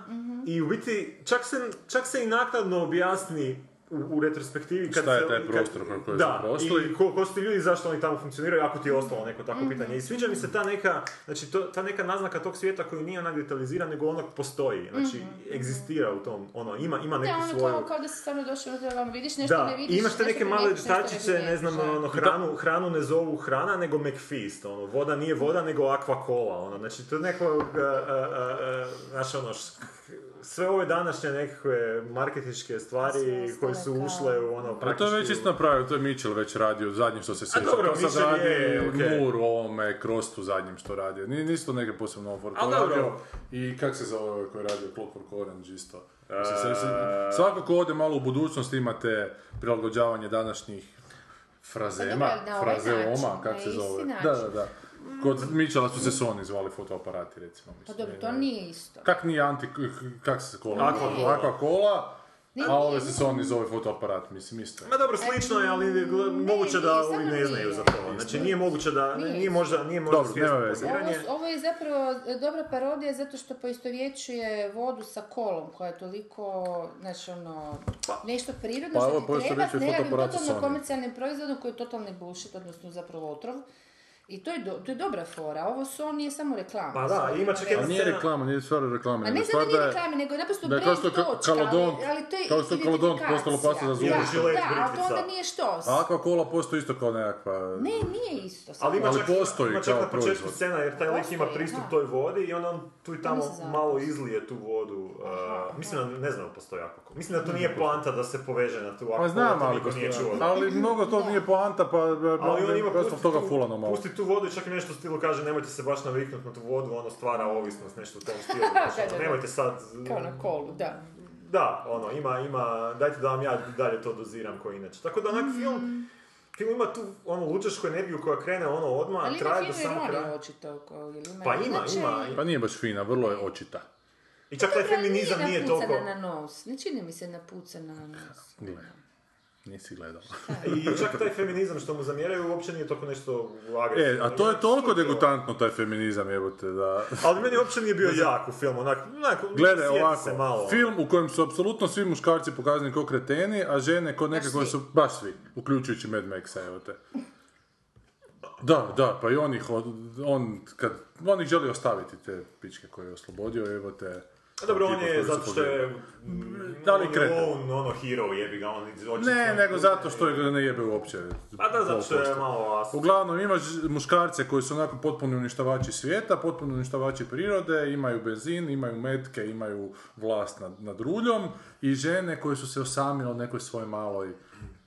[SPEAKER 9] i u biti čak se, čak se i naknadno objasni u, u retrospektivi kad
[SPEAKER 6] Šta je
[SPEAKER 9] se-
[SPEAKER 6] taj
[SPEAKER 9] kad-
[SPEAKER 6] prostor kroz koji su
[SPEAKER 9] da,
[SPEAKER 6] prošli.
[SPEAKER 9] i ko, ko su ti ljudi zašto oni tamo funkcioniraju ako ti je ostalo neko
[SPEAKER 8] Mhm.
[SPEAKER 9] takvo pitanje i sviđa mi se ta neka znači to, ta neka naznaka tog svijeta koji nije onak detaliziran nego onak postoji znači egzistira u tom ono ima, ima
[SPEAKER 8] Mhm. Ne,
[SPEAKER 9] neku
[SPEAKER 8] ono
[SPEAKER 9] svoju
[SPEAKER 8] kao, kao da si samo došao da vam vidiš nešto
[SPEAKER 9] da,
[SPEAKER 8] ne vidiš.
[SPEAKER 9] i imaš te
[SPEAKER 8] nešto
[SPEAKER 9] neke male
[SPEAKER 8] primijetiš, nešto
[SPEAKER 9] detačiće, ne znam,
[SPEAKER 8] primijetiš,
[SPEAKER 9] ono, hranu, hranu ne zovu hrana, nego McFeast, ono, voda nije voda, nego aqua cola, ono, znači, to je neko, uh, uh, uh, uh, znaš, ono, š- sve ove današnje nekakve marketičke stvari
[SPEAKER 8] Sve
[SPEAKER 9] koje
[SPEAKER 8] ostale,
[SPEAKER 9] su
[SPEAKER 8] kao-
[SPEAKER 9] ušle u ono
[SPEAKER 6] Pa to
[SPEAKER 9] praktički...
[SPEAKER 6] je već isto napravio, to je Mitchell već radio, zadnje što se sjeća.
[SPEAKER 9] dobro,
[SPEAKER 6] to sad
[SPEAKER 9] Mitchell
[SPEAKER 6] radi
[SPEAKER 9] je, okej.
[SPEAKER 6] Moore u ovome Krostu zadnjem što radio. Ni- Nisu to neke posebno ofor.
[SPEAKER 9] A
[SPEAKER 6] To je
[SPEAKER 9] dobro.
[SPEAKER 6] radio I kak se zove ovaj koji je radio Clockwork Orange isto. Mislim, sve
[SPEAKER 9] E.
[SPEAKER 6] se- Svako ko ode malo u budućnost imate prilagođavanje današnjih frazema,
[SPEAKER 8] Pa dobro, na ovaj
[SPEAKER 6] frazeoma,
[SPEAKER 8] način,
[SPEAKER 6] kak
[SPEAKER 8] na
[SPEAKER 6] se
[SPEAKER 8] isti
[SPEAKER 6] zove.
[SPEAKER 8] način. Mm.
[SPEAKER 6] Da, da, da. Kod Mičela su se Sony zvali fotoaparati, recimo.
[SPEAKER 8] Pa
[SPEAKER 6] mislim.
[SPEAKER 8] dobro, to nije isto.
[SPEAKER 6] Kak nije anti... Kak se kola?
[SPEAKER 9] Aqua cola.
[SPEAKER 6] Aqua cola.
[SPEAKER 8] Nije,
[SPEAKER 6] A ove
[SPEAKER 8] nije.
[SPEAKER 6] se Sony zove fotoaparat, mislim, isto je.
[SPEAKER 9] Ma dobro, slično je, ali gle- moguće da
[SPEAKER 8] nije,
[SPEAKER 9] ovi
[SPEAKER 8] stvarno
[SPEAKER 9] ne znaju
[SPEAKER 8] nije.
[SPEAKER 9] za to. Znači nije moguće da,
[SPEAKER 8] Nije.
[SPEAKER 9] nije možda, nije možda
[SPEAKER 6] Dobro,
[SPEAKER 9] svjesno
[SPEAKER 6] nema veze.
[SPEAKER 8] Ovo,
[SPEAKER 9] planiranje.
[SPEAKER 8] ovo je zapravo e, dobra parodija zato što poistovjećuje vodu sa kolom koja je toliko, znači ono, nešto prirodno
[SPEAKER 6] Pa
[SPEAKER 8] što
[SPEAKER 6] ovo
[SPEAKER 8] ti treba s
[SPEAKER 6] poistovjećuje
[SPEAKER 8] nekakvim
[SPEAKER 6] fotoaparatu
[SPEAKER 8] totalno
[SPEAKER 6] Sony.
[SPEAKER 8] komercijalnim proizvodom koji je totalni bullshit, odnosno zapravo otrov. I to je, do- to je dobra fora. Ovo Sony je samo reklama.
[SPEAKER 9] Pa da,
[SPEAKER 8] Sony
[SPEAKER 9] ima čak
[SPEAKER 8] je
[SPEAKER 9] jedna
[SPEAKER 6] A nije
[SPEAKER 9] scena-
[SPEAKER 6] reklama, nije stvar
[SPEAKER 8] A
[SPEAKER 6] reklama.
[SPEAKER 8] Pa ne
[SPEAKER 6] Pa nego
[SPEAKER 8] znam
[SPEAKER 6] stvar
[SPEAKER 8] da nije
[SPEAKER 6] je-
[SPEAKER 8] reklame, nego je naprosto
[SPEAKER 6] da je
[SPEAKER 8] brand
[SPEAKER 6] kao što je ka-
[SPEAKER 8] točka, ali-
[SPEAKER 6] kalodont,
[SPEAKER 8] ali to je
[SPEAKER 6] kao što je kalodont
[SPEAKER 8] identifikacija.
[SPEAKER 6] postalo pasta za zubi.
[SPEAKER 8] Da,
[SPEAKER 9] Ili Gillette
[SPEAKER 8] Da, ali to
[SPEAKER 9] britvica.
[SPEAKER 8] onda nije štos.
[SPEAKER 6] A Aqua cola postoji isto kao nekakva...
[SPEAKER 8] Ne, nije isto.
[SPEAKER 9] Ali ima
[SPEAKER 6] Ali
[SPEAKER 9] čak,
[SPEAKER 6] postoji
[SPEAKER 9] ima čak
[SPEAKER 6] kao
[SPEAKER 9] na početku
[SPEAKER 6] proizvod.
[SPEAKER 9] scena jer taj lik ima
[SPEAKER 8] Postoji,
[SPEAKER 9] pristup
[SPEAKER 8] aha.
[SPEAKER 9] toj vodi i onda on tu i tamo
[SPEAKER 8] nisam znala.
[SPEAKER 9] malo izlije tu vodu. Uh, mislim da ne znam da postoji alkohol. Mislim da to nije poanta da se poveže na tu alkohol.
[SPEAKER 6] Pa znam,
[SPEAKER 9] to
[SPEAKER 6] ali,
[SPEAKER 9] niko nije čuo.
[SPEAKER 6] ali mnogo to nije poanta, pa
[SPEAKER 9] Ali on ima
[SPEAKER 6] prosto
[SPEAKER 9] pusti
[SPEAKER 6] toga
[SPEAKER 9] tu-
[SPEAKER 6] fulano malo.
[SPEAKER 9] Pusti tu vodu i čak nešto u stilu kaže nemojte se baš naviknuti na tu vodu, ono stvara ovisnost, nešto u tom stilu. znaš, ono,
[SPEAKER 8] Da, da, da.
[SPEAKER 9] Nemojte sad...
[SPEAKER 8] Kao ono. na kolu, da.
[SPEAKER 9] Da, ono, ima, ima, dajte da vam ja dalje to doziram koji inače. Tako da onak
[SPEAKER 8] Mm.
[SPEAKER 9] film, film ima tu onu lučašku energiju koja krene ono odmah,
[SPEAKER 8] Ali ima
[SPEAKER 9] traje do
[SPEAKER 8] film
[SPEAKER 9] samog kraja.
[SPEAKER 8] ironije očito. ko- Ili ima,
[SPEAKER 9] Pa ima,
[SPEAKER 8] inače-
[SPEAKER 9] ima.
[SPEAKER 6] Pa nije baš fina, vrlo je očita.
[SPEAKER 9] I čak taj
[SPEAKER 8] Zapravo
[SPEAKER 9] feminizam nije
[SPEAKER 8] napucana
[SPEAKER 9] toliko...
[SPEAKER 8] na nos. Ne čini mi se napucana na nos.
[SPEAKER 6] Gle, nisi gledala.
[SPEAKER 9] I čak taj feminizam što mu zamjeraju uopće nije toliko nešto
[SPEAKER 6] E,
[SPEAKER 9] agresivno.
[SPEAKER 6] a to je toliko degutantno taj feminizam jebote da...
[SPEAKER 9] Ali meni uopće nije bio jak u filmu, onak, onak,
[SPEAKER 6] Gledaj
[SPEAKER 9] sjeti
[SPEAKER 6] ovako,
[SPEAKER 9] se malo.
[SPEAKER 6] film u kojem su apsolutno svi muškarci pokazani kao kreteni, a žene kao neke koje su, baš svi, uključujući Mad Maxa, evo te. Da, da, pa i on ih, od, on, kad, on ih želi ostaviti, te pičke koje je oslobodio, evo te.
[SPEAKER 9] A dobro, on
[SPEAKER 6] tipa
[SPEAKER 9] je,
[SPEAKER 6] koji su
[SPEAKER 9] zato što je...
[SPEAKER 6] Da li
[SPEAKER 9] on je
[SPEAKER 6] kreten?
[SPEAKER 9] on, ono, hero jebi ga, on očito...
[SPEAKER 6] Ne, nego zato što ga ne jebe uopće.
[SPEAKER 9] Pa da, zato što je malo as.
[SPEAKER 6] Uglavnom, imaš muškarce koji su onako potpuno uništavači svijeta, potpuno uništavači prirode, imaju benzin, imaju metke, imaju vlast nad, nad ruljom i žene koje su se osamile u nekoj svojoj maloj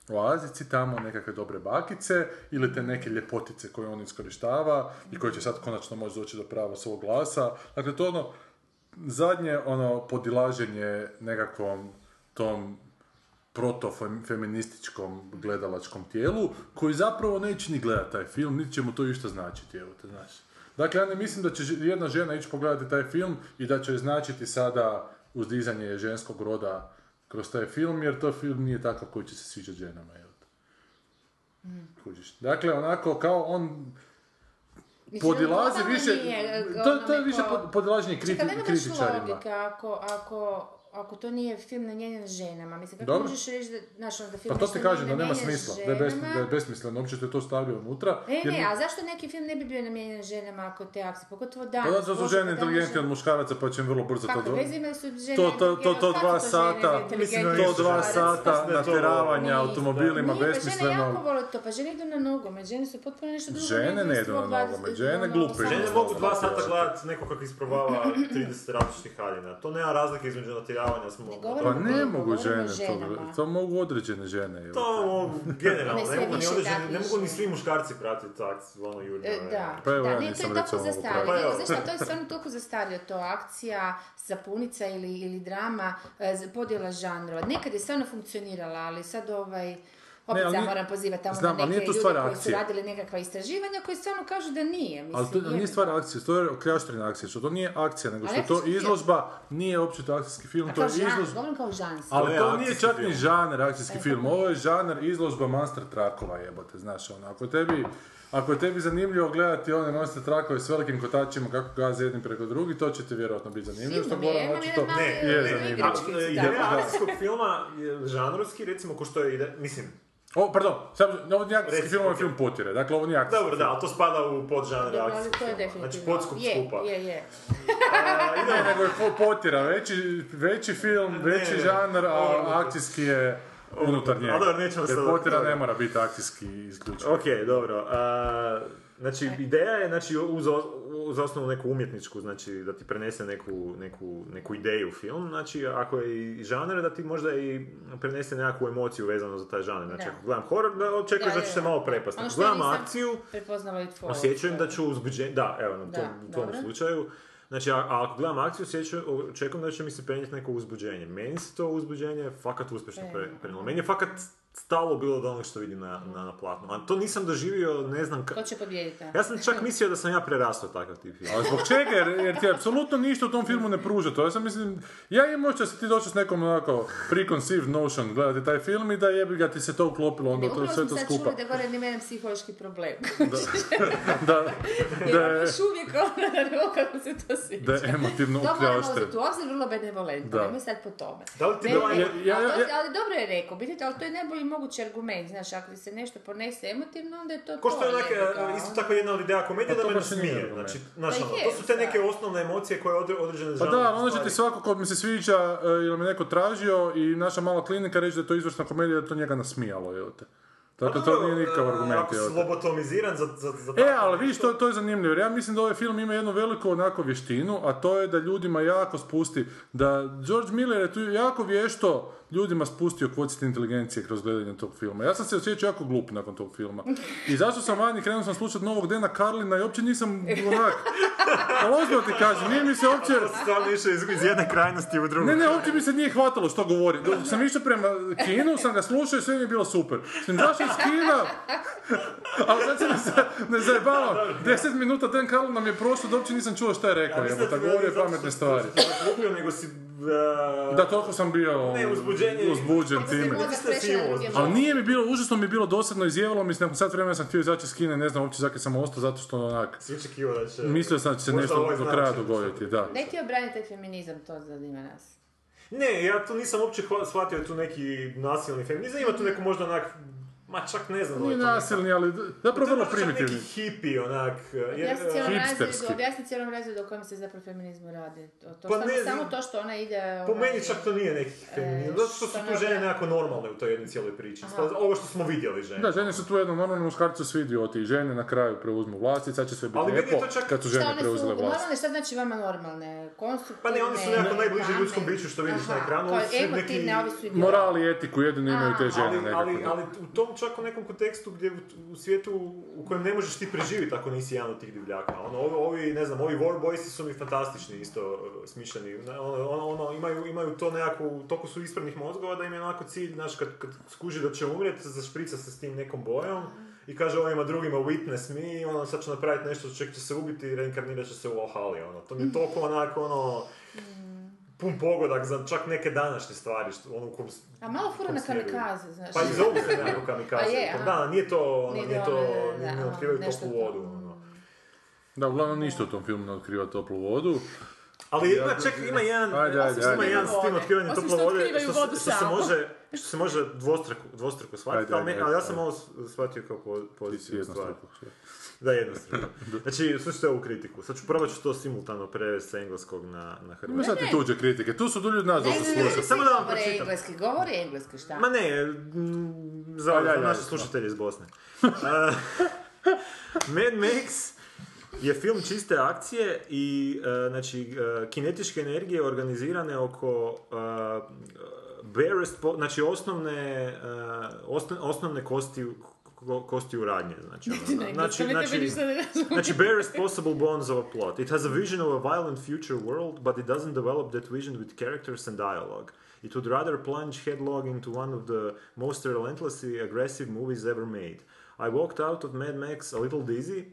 [SPEAKER 6] oazici tamo, nekakve dobre bakice ili te neke ljepotice koje on iskorištava i koje će sad konačno moći doći do prava svog glasa. Dakle, to je ono zadnje ono podilaženje nekakvom tom protofeminističkom gledalačkom tijelu, koji zapravo neće ni gledati taj film, niti će mu to išta značiti, evo te, znaš. Dakle, ja ne mislim da će ž- jedna žena ići pogledati taj film i da će joj značiti sada uzdizanje ženskog roda kroz taj film, jer to film nije takav koji će se sviđati ženama, evo te.
[SPEAKER 8] Mm.
[SPEAKER 6] Kužiš. Dakle, onako, kao on
[SPEAKER 8] Mislim,
[SPEAKER 6] podilazi
[SPEAKER 8] totalno
[SPEAKER 6] više...
[SPEAKER 8] nije, e,
[SPEAKER 6] To, to je
[SPEAKER 8] ono,
[SPEAKER 6] više
[SPEAKER 8] neko-
[SPEAKER 6] pod- podilaženje kriti,
[SPEAKER 8] Čekaj, nema baš
[SPEAKER 6] kritičarima.
[SPEAKER 8] logike ako, ako, ako to nije film namijenjen ženama. Mislim, kako
[SPEAKER 6] Dobro.
[SPEAKER 8] možeš reći da, znaš, ono, da film
[SPEAKER 6] Pa to
[SPEAKER 8] nešto
[SPEAKER 6] ti kažem da
[SPEAKER 8] nije
[SPEAKER 6] nema
[SPEAKER 8] namijenjen
[SPEAKER 6] smisla, da je, bes,
[SPEAKER 8] ženama?
[SPEAKER 6] da je besmisleno, uopće te to stavio unutra.
[SPEAKER 8] E,
[SPEAKER 6] jer-
[SPEAKER 8] ne, a zašto neki film ne bi bio namijenjen ženama ako te akcije, pogotovo danas.
[SPEAKER 6] Pa zato su
[SPEAKER 8] pogotovo
[SPEAKER 6] žene inteligentni od
[SPEAKER 8] današnje-
[SPEAKER 6] muškaraca pa će im vrlo brzo to
[SPEAKER 8] Kakve
[SPEAKER 6] do...
[SPEAKER 8] veze imaju su žene
[SPEAKER 6] To, to, to, to
[SPEAKER 8] inteligentne,
[SPEAKER 6] dva
[SPEAKER 8] kako žene
[SPEAKER 6] sata,
[SPEAKER 8] inteligentne
[SPEAKER 9] Mislim da
[SPEAKER 8] muškarac?
[SPEAKER 6] to dva
[SPEAKER 9] muškarac,
[SPEAKER 6] sata
[SPEAKER 9] mislim da je to-
[SPEAKER 6] natjeravanja
[SPEAKER 8] Nije.
[SPEAKER 6] automobilima
[SPEAKER 8] Nije, Pa žene jako
[SPEAKER 6] besmisleno.
[SPEAKER 8] vole to, pa žene idu na nogomet, žene su potpuno nešto drugo.
[SPEAKER 6] Žene
[SPEAKER 8] nego
[SPEAKER 6] ne
[SPEAKER 8] iz
[SPEAKER 6] idu
[SPEAKER 8] svog
[SPEAKER 6] na nogomet,
[SPEAKER 8] 20
[SPEAKER 6] žene
[SPEAKER 8] ono,
[SPEAKER 6] glupe idu.
[SPEAKER 9] Žene
[SPEAKER 8] samo-
[SPEAKER 9] mogu dva sata gledat neko kako isprobava 30 različitih haljina. To nema razlike između natjeravanja smo...
[SPEAKER 8] Ne govorim
[SPEAKER 6] Pa
[SPEAKER 8] o
[SPEAKER 6] ne
[SPEAKER 8] njima,
[SPEAKER 6] mogu
[SPEAKER 8] govorim o
[SPEAKER 6] žene to,
[SPEAKER 8] ženama.
[SPEAKER 6] to mogu određene žene. jebote.
[SPEAKER 9] Pa To mogu generalno,
[SPEAKER 8] Ne, sve
[SPEAKER 9] ne mogu, ni
[SPEAKER 8] više
[SPEAKER 9] određeni-
[SPEAKER 8] takvih
[SPEAKER 9] ne mogu ni
[SPEAKER 8] žena.
[SPEAKER 9] svi muškarci pratiti tak, ono jurnjave.
[SPEAKER 8] E, Da,
[SPEAKER 6] Pa evo,
[SPEAKER 8] da,
[SPEAKER 6] ja
[SPEAKER 8] ne, to
[SPEAKER 6] nisam
[SPEAKER 8] je
[SPEAKER 6] recimo
[SPEAKER 8] tako
[SPEAKER 6] mogu
[SPEAKER 8] zastarjelo.
[SPEAKER 9] pratiti. Pa evo.
[SPEAKER 8] Nego, znaš šta, to je stvarno toliko zastarjelo, to akcija, sapunica ili, ili drama, e, z- podjela žanrova. Nekad je stvarno funkcionirala, ali sad ovaj... Opet
[SPEAKER 6] Ne, ali
[SPEAKER 8] ja
[SPEAKER 6] nije-
[SPEAKER 8] moram pozivati tamo
[SPEAKER 6] znam,
[SPEAKER 8] na
[SPEAKER 6] ali
[SPEAKER 8] neke
[SPEAKER 6] nije to
[SPEAKER 8] ljude
[SPEAKER 6] stvar
[SPEAKER 8] koji su
[SPEAKER 6] akcije.
[SPEAKER 8] radili nekakva istraživanja koji stvarno kažu da nije. Mislim,
[SPEAKER 6] Ali to
[SPEAKER 8] jer-
[SPEAKER 6] nije stvar akcije, to je okljaštrena akcija, što to nije akcija, nego
[SPEAKER 8] Ali
[SPEAKER 6] što je to
[SPEAKER 8] akcijski film.
[SPEAKER 6] izložba, nije uopće to akcijski film,
[SPEAKER 8] A
[SPEAKER 6] to
[SPEAKER 8] kao
[SPEAKER 6] je
[SPEAKER 8] žan-
[SPEAKER 6] izložba.
[SPEAKER 8] Govorim kao žanski.
[SPEAKER 9] To
[SPEAKER 6] Ali
[SPEAKER 9] je
[SPEAKER 6] to nije
[SPEAKER 9] akcijski
[SPEAKER 6] čak ni
[SPEAKER 9] film.
[SPEAKER 6] žaner akcijski film, ovo je žaner izložba Monster Trakova jebote, znaš ono, ako tebi, ako je tebi zanimljivo gledati one Monster Trakove s velikim kotačima kako gaze jedni preko drugi, to će ti vjerojatno biti zanimljivo, što
[SPEAKER 8] Sigurno je,
[SPEAKER 6] Goran
[SPEAKER 8] imam
[SPEAKER 6] očito
[SPEAKER 8] jedan mali-
[SPEAKER 9] Ne,
[SPEAKER 6] je
[SPEAKER 9] ne,
[SPEAKER 8] ne,
[SPEAKER 6] zanimljivo.
[SPEAKER 9] a, e,
[SPEAKER 8] da.
[SPEAKER 9] Ideja akcijskog filma je žanrovski, recimo, ko što je, ide- mislim,
[SPEAKER 6] O, pardon, sam, ovo nije akcijski
[SPEAKER 9] Reci,
[SPEAKER 6] film, ovo je
[SPEAKER 9] ok.
[SPEAKER 6] film potire, dakle ovo nije akcijski
[SPEAKER 9] dobro, da, ali to spada u podžanre
[SPEAKER 8] Dobro, ali
[SPEAKER 9] akcijskog
[SPEAKER 8] to je
[SPEAKER 9] filma.
[SPEAKER 8] definitivno.
[SPEAKER 9] Znači, podskup
[SPEAKER 8] je,
[SPEAKER 9] skupa.
[SPEAKER 8] Je, je.
[SPEAKER 9] A, idemo-
[SPEAKER 6] Ne, nego je ko potira, veći, veći film, veći
[SPEAKER 9] ne,
[SPEAKER 6] žanar, a
[SPEAKER 9] ovo-
[SPEAKER 6] akcijski je unutar njega.
[SPEAKER 9] A dobro, nećemo
[SPEAKER 6] Jer
[SPEAKER 9] sada-
[SPEAKER 6] potira
[SPEAKER 9] dobro.
[SPEAKER 6] ne mora biti akcijski isključivo.
[SPEAKER 9] Ok, dobro. A, znači, ideja je znači, uz, uz osnovu neku umjetničku, znači da ti prenese neku, neku, neku ideju u film, znači ako je i žanar, da ti možda i prenese nekakvu emociju vezano za taj žanar. Znači,
[SPEAKER 8] Da.
[SPEAKER 9] ako gledam horor, da očekujem da, ću se malo prepasti.
[SPEAKER 8] Ono
[SPEAKER 9] Ako
[SPEAKER 8] što ja
[SPEAKER 9] gledam
[SPEAKER 8] nisam
[SPEAKER 9] akciju,
[SPEAKER 8] Prepoznala i tvoje.
[SPEAKER 9] Pa osjećujem da ću uzbuđen... Da, evo, na
[SPEAKER 8] Da,
[SPEAKER 9] tom, u tom
[SPEAKER 8] dobro.
[SPEAKER 9] slučaju. Znači, a, a ako gledam akciju, osjećujem,
[SPEAKER 8] E.
[SPEAKER 9] očekujem da će mi se prenijeti neko uzbuđenje. Meni se to uzbuđenje fakat uspješno pre, prenijelo. Meni je fakat stalo bilo do onog što vidim na, na platnu. A to nisam doživio, ne znam
[SPEAKER 8] Ko
[SPEAKER 9] kako.
[SPEAKER 8] će pobijediti? E,
[SPEAKER 9] Ja sam čak mislio da sam ja prerastao takav tip film.
[SPEAKER 6] A Pa zbog čega? Jer, jer ti apsolutno ništa u tom filmu ne pruža to. Ja sam mislim, ja imam možda si ti došao s nekom onako preconceived notion gledati taj film i da jebi ga ti se to uklopilo onda to,
[SPEAKER 8] Upravo
[SPEAKER 6] sve
[SPEAKER 8] sam
[SPEAKER 6] to
[SPEAKER 8] sad
[SPEAKER 6] skupa.
[SPEAKER 8] čula da gore ni mene psihološki problem.
[SPEAKER 6] Da, da,
[SPEAKER 8] Ja
[SPEAKER 6] je-
[SPEAKER 8] baš uvijek ono na ruku kako se to sviđa.
[SPEAKER 6] da je emotivno
[SPEAKER 8] To moramo
[SPEAKER 6] ukljaštren.
[SPEAKER 8] uzeti u obzir, vrlo benevolentno,
[SPEAKER 6] Da.
[SPEAKER 8] nemoj sad po tome.
[SPEAKER 9] Da li ti
[SPEAKER 8] Ne,
[SPEAKER 9] bila-
[SPEAKER 8] ne,
[SPEAKER 9] ja-
[SPEAKER 8] ali
[SPEAKER 6] ja-
[SPEAKER 8] to
[SPEAKER 6] ja-
[SPEAKER 8] se- Ali dobro je rekao, vidite, ali to je najbolji mogući argument, znaš, ako ti se nešto ponese emotivno, onda je to
[SPEAKER 9] Ko
[SPEAKER 8] to.
[SPEAKER 9] što je onak,
[SPEAKER 8] jebi ga,
[SPEAKER 9] e, isto
[SPEAKER 8] ono.
[SPEAKER 9] tako jedna od ideja komedije
[SPEAKER 6] Pa
[SPEAKER 9] da
[SPEAKER 6] to
[SPEAKER 9] me
[SPEAKER 6] baš nije
[SPEAKER 9] nasmije.
[SPEAKER 6] argument.
[SPEAKER 9] Znači, znaš,
[SPEAKER 8] Pa
[SPEAKER 9] ono,
[SPEAKER 8] je,
[SPEAKER 9] to su te
[SPEAKER 8] da.
[SPEAKER 9] neke osnovne emocije koje odre- određene
[SPEAKER 6] Pa da, onda će ti
[SPEAKER 9] stvari-
[SPEAKER 6] svako kod mi se sviđa e, ili me neko tražio i naša mala klinika reći da je to izvrsna komedija, da je to njega nasmijalo, jel te. Dakle, to nije nikakav argument,
[SPEAKER 9] Pa e, Ako
[SPEAKER 6] jel te.
[SPEAKER 9] slobotomiziran za, za, za
[SPEAKER 6] E, ali vidiš, to, to je zanimljivo, jer ja mislim da ovaj film ima jednu veliku onako vještinu, a to je da ljudima jako spusti, da George Miller je tu jako vješto ljudima spustio kvocijent inteligencije kroz gledanje tog filma. Ja sam se osjećao jako glup nakon tog filma. I zašto sam vani, krenuo sam slušati Novog Dena Karlina i uopće nisam onak... Ali ozbiljno ti kažem, nije mi se uopće...
[SPEAKER 9] Stvarno išao iz, iz jedne krajnosti u drugu.
[SPEAKER 6] Ne, ne, uopće mi se nije hvatalo što govori. Dok sam išao prema kinu, sam ga slušao i sve mi je bilo super. Sam zašao iz kina, ali sad se ne, za- ne zajebavam. Deset minuta Dan Carlin nam je prošlo, da uopće nisam čuo šta je rekao. Ja,
[SPEAKER 9] Mislim
[SPEAKER 6] da
[SPEAKER 9] ti
[SPEAKER 6] govorio
[SPEAKER 9] zato
[SPEAKER 6] je
[SPEAKER 9] što
[SPEAKER 6] pametne
[SPEAKER 9] si-
[SPEAKER 6] stvari.
[SPEAKER 9] zato što si kupio, nego si... e,
[SPEAKER 6] Da, toliko sam bio um,
[SPEAKER 9] Ne, uzbuđenje. Pa
[SPEAKER 6] uzbuđen
[SPEAKER 8] Onda se
[SPEAKER 6] time.
[SPEAKER 8] mozak
[SPEAKER 9] Mislim da si
[SPEAKER 8] prešao na
[SPEAKER 9] imao
[SPEAKER 8] druge
[SPEAKER 6] Ali
[SPEAKER 8] emocije.
[SPEAKER 6] nije mi bilo, užasno mi je bilo dosadno, izjevalo mi se, nakon sat vremena sam htio izaći iz Kine, ne znam uopće zakaj sam ostao, zato što onak,
[SPEAKER 9] Si očekivao da će...
[SPEAKER 6] mislio sam da će se
[SPEAKER 9] Možda
[SPEAKER 6] nešto
[SPEAKER 9] ovaj
[SPEAKER 6] do
[SPEAKER 9] znak
[SPEAKER 6] kraja
[SPEAKER 9] će-
[SPEAKER 6] dogoditi, da.
[SPEAKER 8] Neki obranite feminizam, to zanima nas.
[SPEAKER 9] Ne, ja tu nisam uopće hva- shvatio tu neki nasilni feminizam, ima tu neko možda onak... Ma čak ne znam. da li
[SPEAKER 6] Nije
[SPEAKER 9] je to neka-
[SPEAKER 6] nasilni, ali zapravo vrlo primitivni.
[SPEAKER 9] To je možda čak neki hippie, onak... eh, je-
[SPEAKER 8] Objasni cijelom
[SPEAKER 6] Hipsterski.
[SPEAKER 8] razredu, objasni cijelom razredu o kojem se zapravo feminizmu radi. To, to
[SPEAKER 9] Pa
[SPEAKER 8] samo,
[SPEAKER 9] ne znam.
[SPEAKER 8] samo to što ona ide...
[SPEAKER 9] Po
[SPEAKER 8] ovaj,
[SPEAKER 9] meni čak to nije neki feminizam, zato što su
[SPEAKER 8] što
[SPEAKER 9] tu žene
[SPEAKER 8] ne-
[SPEAKER 9] nekako normalne u toj jednoj cijeloj priči.
[SPEAKER 8] Aha.
[SPEAKER 9] Ovo što smo vidjeli žene.
[SPEAKER 6] Da, žene su tu jedno normalno muškarci su svi idioti i žene na kraju preuzmu vlast i sad će sve biti
[SPEAKER 9] Ali meni je
[SPEAKER 6] lijepo
[SPEAKER 9] to čak-
[SPEAKER 6] kad su
[SPEAKER 8] Šta
[SPEAKER 6] žene
[SPEAKER 8] one su
[SPEAKER 6] preuzele vlast.
[SPEAKER 8] normalne, šta znači vama normalne?
[SPEAKER 9] Pa
[SPEAKER 8] Konstruktivne?
[SPEAKER 9] ne, one su nekako najbliže
[SPEAKER 8] pametne.
[SPEAKER 9] ljudskom biću što vidiš na ekranu,
[SPEAKER 8] Aha,
[SPEAKER 9] ovi su
[SPEAKER 8] kao emotivne,
[SPEAKER 9] neki-
[SPEAKER 8] ovi su idioti.
[SPEAKER 6] Moral i etiku jedino imaju te
[SPEAKER 8] A,
[SPEAKER 6] žene
[SPEAKER 9] ali, ali,
[SPEAKER 6] nekako.
[SPEAKER 9] ali u tom čak u nekom kontekstu gdje u, u svijetu u kojem ne možeš ti preživjeti ako nisi jedan od tih divljaka. Ono, ovi, ovi, ne znam, ovi war boysi su mi fantastični isto e, smišljeni. Na- Ono, ono, ono, imaju, imaju to nekako, toliko su ispravnih mozgova da im je onako cilj, znaš, kad, kad skuži da će umrijet, zašprica se s tim nekom bojom i kaže ovima drugima witness me, ono sad će napraviti nešto čak će se ubiti i reinkarnirat će se u Valhalla, ono. To mi je toliko onako, ono,
[SPEAKER 8] Mm.
[SPEAKER 9] pun pogodak za čak neke današnje stvari, što, ono u kom s-
[SPEAKER 8] A malo fura
[SPEAKER 9] u kom
[SPEAKER 8] na
[SPEAKER 9] smjeru idu.
[SPEAKER 8] kamikaze, znaš.
[SPEAKER 9] Pa i zovu se nekako kamikaze.
[SPEAKER 8] A je,
[SPEAKER 9] Pa
[SPEAKER 8] aha.
[SPEAKER 9] da, nije to, ono,
[SPEAKER 8] Nije
[SPEAKER 9] nije
[SPEAKER 8] to,
[SPEAKER 9] to,
[SPEAKER 8] da, da,
[SPEAKER 9] ne
[SPEAKER 8] da,
[SPEAKER 9] otkrivaju
[SPEAKER 8] nešto
[SPEAKER 9] toplu
[SPEAKER 8] to.
[SPEAKER 9] vodu. Ono.
[SPEAKER 6] Da, uglavnom ništa u tom filmu ne otkriva toplu vodu.
[SPEAKER 9] Ali ima, ček, ima jedan,
[SPEAKER 6] Ajde, ajde,
[SPEAKER 9] ima
[SPEAKER 6] ajde.
[SPEAKER 9] jedan s tim
[SPEAKER 8] Vode.
[SPEAKER 9] otkrivanjem
[SPEAKER 4] Osim
[SPEAKER 9] tople
[SPEAKER 4] što
[SPEAKER 9] vode,
[SPEAKER 4] otkrivaju
[SPEAKER 9] što, se-
[SPEAKER 4] vodu
[SPEAKER 9] što se
[SPEAKER 4] samu.
[SPEAKER 9] može, što se može dvostruko, dvostruko shvatiti, ali,
[SPEAKER 6] Ajde, ajde,
[SPEAKER 9] meni- ali ja
[SPEAKER 6] ajde.
[SPEAKER 9] sam ovo shvatio kao po- pozitivnu
[SPEAKER 6] Jedno
[SPEAKER 9] stvar.
[SPEAKER 6] struko.
[SPEAKER 9] Da, jednostavno. Znači, slušajte ovu kritiku. Sad ću probat ću to simultano prevesti sa engleskog na, na
[SPEAKER 6] Ima
[SPEAKER 9] hrvatski.
[SPEAKER 6] sad i tuđe kritike, tu su ljudi od nas da
[SPEAKER 8] Ne, ne, ne,
[SPEAKER 6] slušaju.
[SPEAKER 8] ne,
[SPEAKER 9] Samo da vam
[SPEAKER 8] govore
[SPEAKER 9] pročitam.
[SPEAKER 8] engleski, govori engleski, šta?
[SPEAKER 9] Ma ne, m, za,
[SPEAKER 6] Ajde, ajde,
[SPEAKER 9] za naše
[SPEAKER 6] ajde.
[SPEAKER 9] slušatelje iz Bosne. A, Mad Max je film čiste akcije i e, znači e, kinetičke energije organizirane oko e, barest, po- znači osnovne, e, osno- osnovne kosti, u- ko- kosti uradnje. Znači, ono,
[SPEAKER 8] Na engleskom, vidite, vidiš da ne razumiješ.
[SPEAKER 9] Znači, barest possible bones of a plot. It has a vision of a violent future world, but it doesn't develop that vision with characters and dialogue. It would rather plunge headlong into one of the most relentlessly aggressive movies ever made. I walked out of Mad Max a little dizzy,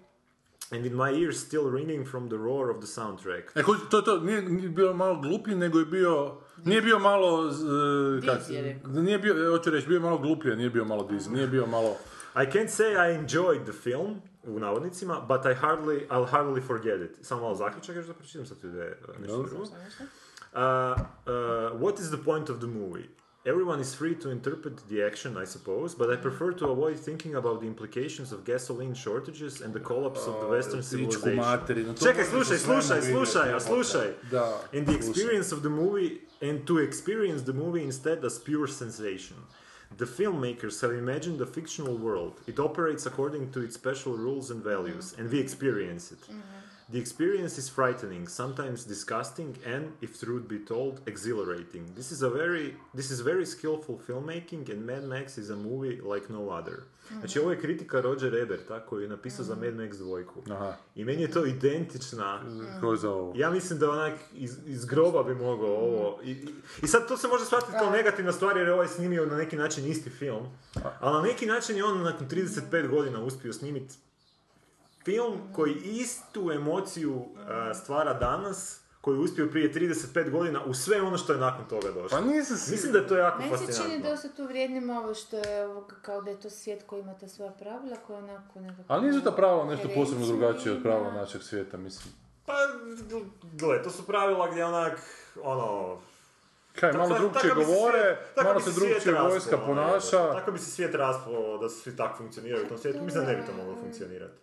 [SPEAKER 9] and with my ears still ringing from the roar of the soundtrack.
[SPEAKER 6] E, ko- to, to nije, nije bio malo gluplji, nego je bio... Nije bio malo... z- kak-
[SPEAKER 8] Dizi je rekao.
[SPEAKER 6] nije bio, e, hoću reći, bio je malo gluplji, nije bio malo dizi, nije bio malo...
[SPEAKER 9] I can't say I enjoyed the film, u navodnicima, but I hardly, I'll hardly forget it. Samo malo zaključak još da pročitam sad tu ide uh, nešto
[SPEAKER 6] Dobro.
[SPEAKER 9] drugo. Uh, uh, what is the point of the movie? Everyone is free to interpret the action, I suppose, but I prefer to avoid thinking about the implications of gasoline shortages and the collapse of the Western
[SPEAKER 6] Pičku
[SPEAKER 9] civilization.
[SPEAKER 6] materinu, to
[SPEAKER 9] Čekaj,
[SPEAKER 6] možete
[SPEAKER 9] slušaj,
[SPEAKER 6] sa
[SPEAKER 9] slušaj,
[SPEAKER 6] svema vidjeti,
[SPEAKER 9] slušaj, a
[SPEAKER 6] jebote.
[SPEAKER 9] slušaj.
[SPEAKER 6] Da,
[SPEAKER 9] And the
[SPEAKER 6] slušaj.
[SPEAKER 9] experience of the movie, and to experience the movie instead as pure sensation. The filmmakers have imagined a fictional world. It operates according to its special rules and values, and we experience it. The experience is frightening, sometimes disgusting, and if truth be told, exhilarating. This is a very, this is very skillful filmmaking, and Mad Max is a movie like no other. Znači, ovo je kritika Roger Eberta koji je napisao za Mad Max dvojku.
[SPEAKER 6] Aha.
[SPEAKER 9] I meni je to identična.
[SPEAKER 6] Ko je za ovo?
[SPEAKER 9] Ja mislim da onak iz, iz groba bi mogao ovo. I, i- I sad to se može shvatiti kao negativna stvar jer je ovaj snimio na neki način isti film. Ali na neki način je on nakon 35 godina uspio snimiti film koji istu emociju a, stvara danas koji je uspio prije 35 godina u sve ono što je nakon toga došlo.
[SPEAKER 6] Pa nisam si...
[SPEAKER 9] Mislim da je to jako
[SPEAKER 8] Meni se čini
[SPEAKER 9] fascinantno.
[SPEAKER 8] da su tu vrijednim ovo što je ovog, kao da je to svijet koji ima ta svoja pravila koja onako nekako...
[SPEAKER 6] Ali nisu ta prava nešto posebno
[SPEAKER 8] referencu
[SPEAKER 6] drugačije od
[SPEAKER 8] ima.
[SPEAKER 6] prava našeg svijeta, mislim.
[SPEAKER 9] Pa, gl- gle, to su pravila gdje onak, ono,
[SPEAKER 6] Kaj,
[SPEAKER 9] Tako-
[SPEAKER 6] E, malo
[SPEAKER 9] tako
[SPEAKER 6] drugčije
[SPEAKER 9] bi se svijet-
[SPEAKER 6] govore,
[SPEAKER 9] tako
[SPEAKER 6] malo
[SPEAKER 9] bi
[SPEAKER 6] se
[SPEAKER 9] svijet
[SPEAKER 6] drugčije
[SPEAKER 9] raspao,
[SPEAKER 6] vojska
[SPEAKER 9] ono, jebote.
[SPEAKER 6] ponaša.
[SPEAKER 9] Tako bi se svijet raspao da svi tako funkcioniraju u tom svijetu, mislim da ne bi to moglo funkcionirati.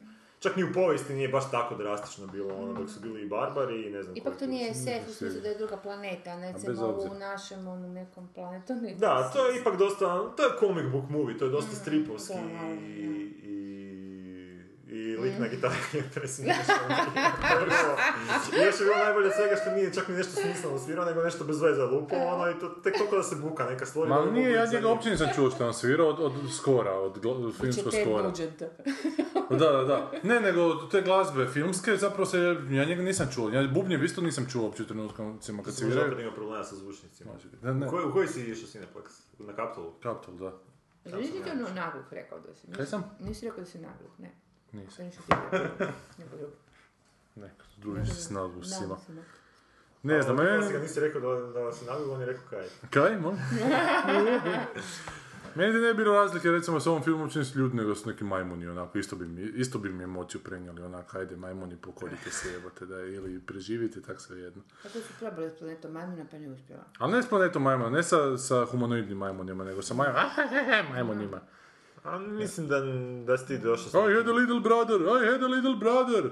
[SPEAKER 9] Čak ni u povijesti nije baš tako drastično bilo, ono, dok su bili i barbari i ne znam
[SPEAKER 8] Ipak to
[SPEAKER 9] koji
[SPEAKER 8] nije
[SPEAKER 9] put.
[SPEAKER 8] SF u smislu da je druga planeta, ne
[SPEAKER 6] bez
[SPEAKER 8] recimo ovo u
[SPEAKER 6] obzira.
[SPEAKER 8] našem onom nekom planetu. ne-
[SPEAKER 9] Da, to je ipak dosta, to je comic book movie, to je dosta stripovski
[SPEAKER 8] Mm, da, da, Mm. da.
[SPEAKER 9] i, i, i lik na gitari je presmiješan. Prvo, I još je bilo najbolje od svega što nije čak ni nešto smisleno svirao, nego nešto bez veze lupo, ono, i to tek toliko da se buka neka stvori. da
[SPEAKER 6] Ma
[SPEAKER 9] bi
[SPEAKER 6] nije,
[SPEAKER 9] mogli
[SPEAKER 6] ja
[SPEAKER 9] za
[SPEAKER 6] njega
[SPEAKER 9] njim.
[SPEAKER 6] uopće nisam čuo što je on svirao od, od skora, od, gla- od filmskog
[SPEAKER 8] Ted
[SPEAKER 6] skora.
[SPEAKER 8] Nugent.
[SPEAKER 6] Da, da, da. Ne, nego od te glazbe filmske zapravo se, ja njega nisam čuo. Ja bubnjev isto nisam čuo uopće u trenutcima kad
[SPEAKER 9] Možda
[SPEAKER 6] sviraju.
[SPEAKER 9] opet ima problema sa zvučnicima.
[SPEAKER 6] Da, ne,
[SPEAKER 9] U koji, u koji si išao Cineplex? Na Kaptolu?
[SPEAKER 6] Capital, da.
[SPEAKER 8] Jel nisi ti ono nagluh rekao da si?
[SPEAKER 6] Kaj sam?
[SPEAKER 8] Nisi rekao da si nagluh, ne.
[SPEAKER 6] Nisam.
[SPEAKER 8] To nisi ti rekao. Nego drugi.
[SPEAKER 6] Neko, druži se s nadlusima.
[SPEAKER 8] Naglusima.
[SPEAKER 6] Ne znam,
[SPEAKER 9] meni... ga
[SPEAKER 6] meni...
[SPEAKER 9] nisi rekao da, da si nabio, on je rekao kaj.
[SPEAKER 6] Kaj, molim? Meni ne bi bilo razlike, recimo, s ovom filmom čini se ljudi nego s nekim majmuni, onako, isto bi mi, isto bi mi emociju prenijeli, onako, ajde, majmuni, pokorite se, jebote, da, ili preživite, tak sve jedno.
[SPEAKER 8] Pa to su probali s planetom Majmuna pa nije uspjela.
[SPEAKER 6] Ali ne s planetom majmuna, ne sa, sa humanoidnim majmunima, nego sa majmun, majmunima.
[SPEAKER 9] A mislim da, da si ti došao sa...
[SPEAKER 6] I had a little brother, I had a little brother.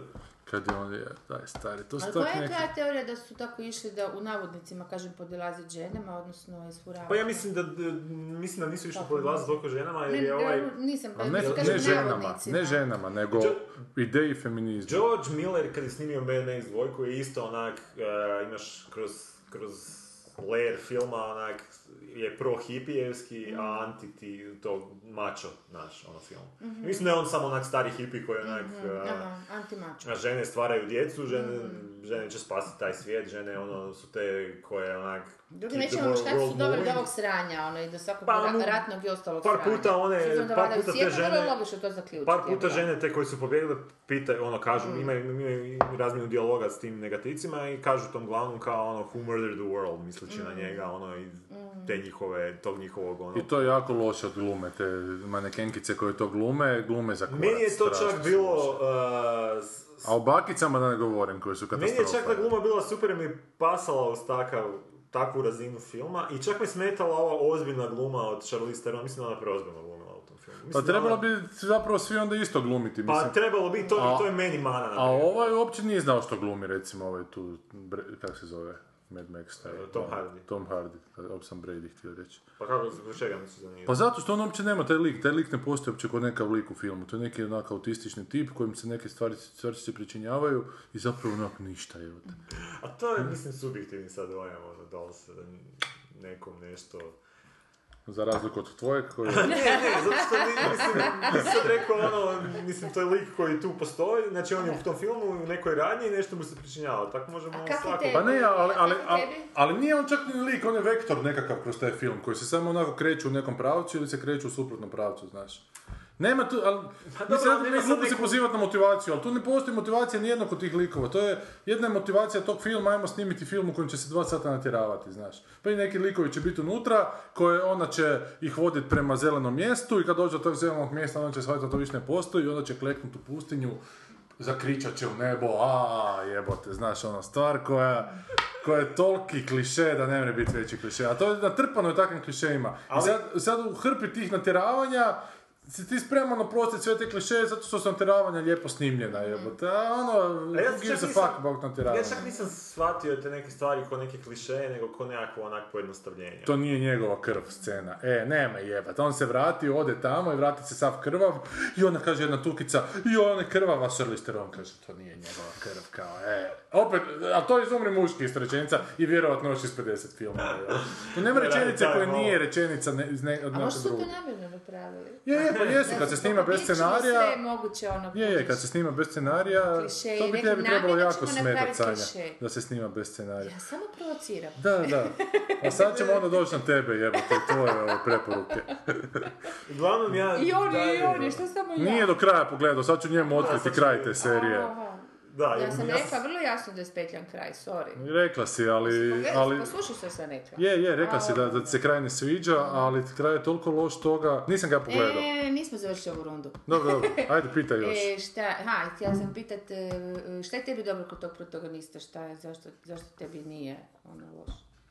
[SPEAKER 6] Kad je on, je, daj stari, to su
[SPEAKER 8] Ali
[SPEAKER 6] tak
[SPEAKER 8] koja je
[SPEAKER 6] neki...
[SPEAKER 8] tvoja teorija da su tako išli da u navodnicima, kažem, podilazi ženama, odnosno isfuravaju?
[SPEAKER 9] Pa ja mislim da, da- mislim da nisu išli podlaziti toliko ženama jer
[SPEAKER 8] Ne,
[SPEAKER 9] je ovaj...
[SPEAKER 8] ne, nisam, pa
[SPEAKER 6] Ali ne,
[SPEAKER 8] mislim,
[SPEAKER 6] ne
[SPEAKER 8] kažem
[SPEAKER 6] ženama,
[SPEAKER 8] navodnicima.
[SPEAKER 6] ne ženama, nego ideji feminizma.
[SPEAKER 9] George Miller kad je snimio Mad Max dvojku je isto onak, e, imaš kroz, kroz layer filma onak, je pro hipijevski,
[SPEAKER 8] Mhm.
[SPEAKER 9] a anti ti to mačo, naš, ono film. Mislim da je on samo onak stari hipi koji je onak... e,
[SPEAKER 8] Mhm. Aha, antimačo.
[SPEAKER 9] A žene stvaraju djecu, žene,
[SPEAKER 8] Mm-hmm.
[SPEAKER 9] žene će spasiti taj svijet, žene ono su te koje onak...
[SPEAKER 8] Drugim
[SPEAKER 9] keep the
[SPEAKER 8] rečima, muškarci
[SPEAKER 9] world
[SPEAKER 8] ono su doveli do
[SPEAKER 9] moving.
[SPEAKER 8] ovog sranja, ono, i do svakog
[SPEAKER 9] Pa,
[SPEAKER 8] ra-
[SPEAKER 9] mu-
[SPEAKER 8] ratnog i ostalog
[SPEAKER 9] par
[SPEAKER 8] sranja.
[SPEAKER 9] puta one-
[SPEAKER 8] S obzirom da
[SPEAKER 9] par
[SPEAKER 8] vladaju
[SPEAKER 9] puta te
[SPEAKER 8] svijetom, vrlo
[SPEAKER 9] žene-
[SPEAKER 8] logično to zaključiti.
[SPEAKER 9] Par
[SPEAKER 8] jel
[SPEAKER 9] puta
[SPEAKER 8] da?
[SPEAKER 9] žene te koje su pobjegle pitaju, ono kažu,
[SPEAKER 8] Mm.
[SPEAKER 9] imaju, imaju razmjenu dijaloga s tim negativcima i kažu tom glavnom kao ono who murdered the world, misleći
[SPEAKER 8] Mm.
[SPEAKER 9] na njega, ono i te njihove, tog njihovog ono...
[SPEAKER 6] I to je jako loše od glume, te manekenkice koje to glume, glume za kurac.
[SPEAKER 9] Meni je to
[SPEAKER 6] strašno
[SPEAKER 9] čak
[SPEAKER 6] su
[SPEAKER 9] bilo...
[SPEAKER 6] loše.
[SPEAKER 9] uh, s- s-
[SPEAKER 6] A o bakicama da ne govorim, koje su
[SPEAKER 9] Meni
[SPEAKER 6] katastrofa.
[SPEAKER 9] je čak ta gluma bila super, jer mi je pasala uz takav, takvu razinu filma i čak me smetala ova ozbiljna gluma od Charlize Theron, mislim da ona preozbiljno glumila u tom filmu.
[SPEAKER 6] Pa
[SPEAKER 9] Mislim da
[SPEAKER 6] trebalo
[SPEAKER 9] ona-
[SPEAKER 6] bi zapravo svi onda isto glumiti,
[SPEAKER 9] Pa
[SPEAKER 6] mislim.
[SPEAKER 9] trebalo bi, to,
[SPEAKER 6] A-
[SPEAKER 9] to je meni mana. na
[SPEAKER 6] A
[SPEAKER 9] primjer.
[SPEAKER 6] ovaj uopće nije znao što glumi, recimo, ovaj tu, Bre- kak se zove, Mad Max, taj.
[SPEAKER 9] E, Tom Hardy.
[SPEAKER 6] Tom Hardy, ovo sam Brady htio reći.
[SPEAKER 9] Pa kako, zbog čega misliš da nije?
[SPEAKER 6] Pa zato što on uopće nema taj lik, taj lik ne postoji uopće kod nekav lik u filmu, to je neki onak autistični tip kojem se neke stvari, stvari se pričinjavaju i zapravo onak ništa je.
[SPEAKER 9] A to je, mislim, subjektivni sad dojam, ono, da li se nekom nešto...
[SPEAKER 6] Za razliku od tvojeg koji...
[SPEAKER 9] Ne, ne, zato što ni- mislim, nisam sad rekao ono, mislim, to je lik koji tu postoji, znači on je u tom filmu u nekoj radnji i nešto mu se pričinjava, tako možemo
[SPEAKER 8] A kako
[SPEAKER 9] svako...
[SPEAKER 8] te-
[SPEAKER 6] Pa ne, ali, ali,
[SPEAKER 8] Kako
[SPEAKER 6] ali,
[SPEAKER 8] tebi?
[SPEAKER 6] ali nije on čak ni lik, on je vektor nekakav kroz taj film koji se samo onako kreće u nekom pravcu ili se kreće u suprotnom pravcu, znaš. Nema tu, ali,
[SPEAKER 9] Pa dobro,
[SPEAKER 6] mislim,
[SPEAKER 9] ali
[SPEAKER 6] ja,
[SPEAKER 9] nema sad
[SPEAKER 6] glupo se
[SPEAKER 9] neku-
[SPEAKER 6] pozivati na motivaciju, ali tu ne postoji motivacija nijednog od tih likova. To je jedna je motivacija tog filma, ajmo snimiti film u kojem će se dva sata natjeravati, znaš. Pa i neki likovi će biti unutra, koje ona će ih voditi prema zelenom mjestu i kad dođe do tog zelenog mjesta, ona će shvatiti da to više ne postoji i onda će kleknuti u pustinju, zakričat će u nebo, a jebote, znaš, ona stvar koja, koja je toliki kliše da ne mre biti veći kliše. A to je natrpano je takvim klišejima. I sad, sad u hrpi tih natjeravanja si ti spreman oprostiti sve te kliše zato što su natjeravanja lijepo snimljena, jebote. A ono,
[SPEAKER 9] A ja
[SPEAKER 6] who gives a
[SPEAKER 9] čak
[SPEAKER 6] fuck
[SPEAKER 9] nisam-
[SPEAKER 6] about natjeravanja.
[SPEAKER 9] Ja čak nisam shvatio te neke stvari ko neke klišeje, nego ko nekakvo onak pojednostavljenje.
[SPEAKER 6] To nije njegova krv scena. E, nema jebat. On se vrati, ode tamo i vrati se sav krvav. I onda kaže jedna tukica, i ona je krvava srlister. On kaže, to nije njegova krv, kao, e. Opet, a to izumri muški iz rečenica i vjerojatno još iz 50 filmova. jel? Tu nema
[SPEAKER 9] Radi
[SPEAKER 6] rečenice
[SPEAKER 9] taj
[SPEAKER 6] koja
[SPEAKER 9] malo.
[SPEAKER 6] nije rečenica ne, iz ne, od
[SPEAKER 8] A možda
[SPEAKER 6] nečeg
[SPEAKER 8] su to
[SPEAKER 6] drugog.
[SPEAKER 8] namjerno napravili.
[SPEAKER 6] Je, je, pa jesu, kad se snima bez scenarija,
[SPEAKER 8] Sve moguće ono.
[SPEAKER 6] je, je, kad se snima bez scenarija,
[SPEAKER 8] Klišeji,
[SPEAKER 6] to bi
[SPEAKER 8] neki
[SPEAKER 6] tebi trebalo
[SPEAKER 8] namjerno
[SPEAKER 6] jako
[SPEAKER 8] ćemo
[SPEAKER 6] smetat,
[SPEAKER 8] napraviti
[SPEAKER 6] Sanja,
[SPEAKER 8] klišej.
[SPEAKER 6] da se snima bez scenarija.
[SPEAKER 8] Ja samo provociram.
[SPEAKER 6] Da, da. A sad ćemo onda doći na tebe, jebote, i tvoje ove preporuke.
[SPEAKER 9] Uglavnom ja...
[SPEAKER 8] I oni, i
[SPEAKER 9] dalje-
[SPEAKER 8] oni, što samo ja.
[SPEAKER 6] Nije do kraja pogledao, sad ću njemu otkriti
[SPEAKER 9] sad ću-
[SPEAKER 6] kraj te serije.
[SPEAKER 8] Aha.
[SPEAKER 9] Da,
[SPEAKER 8] Ja sam
[SPEAKER 9] s-
[SPEAKER 8] rekla vrlo jasno da je spetljan kraj, sorry.
[SPEAKER 6] Rekla si, ali...
[SPEAKER 8] Pogledaj,
[SPEAKER 6] ali...
[SPEAKER 8] Poslušaj što sam rekla.
[SPEAKER 6] Je, je, rekla
[SPEAKER 8] A,
[SPEAKER 6] si da, da ti se kraj ne sviđa, ali ti kraj je toliko loš toga... Nisam ga ja pogledao.
[SPEAKER 8] E, nismo završili ovu rundu.
[SPEAKER 6] Dobro, dobro, ajde pitaj još.
[SPEAKER 8] E, šta, ha, htjela sam pitat, e, šta je tebi dobro kod tog protagonista, šta je, zašto, zašto tebi nije ono loš?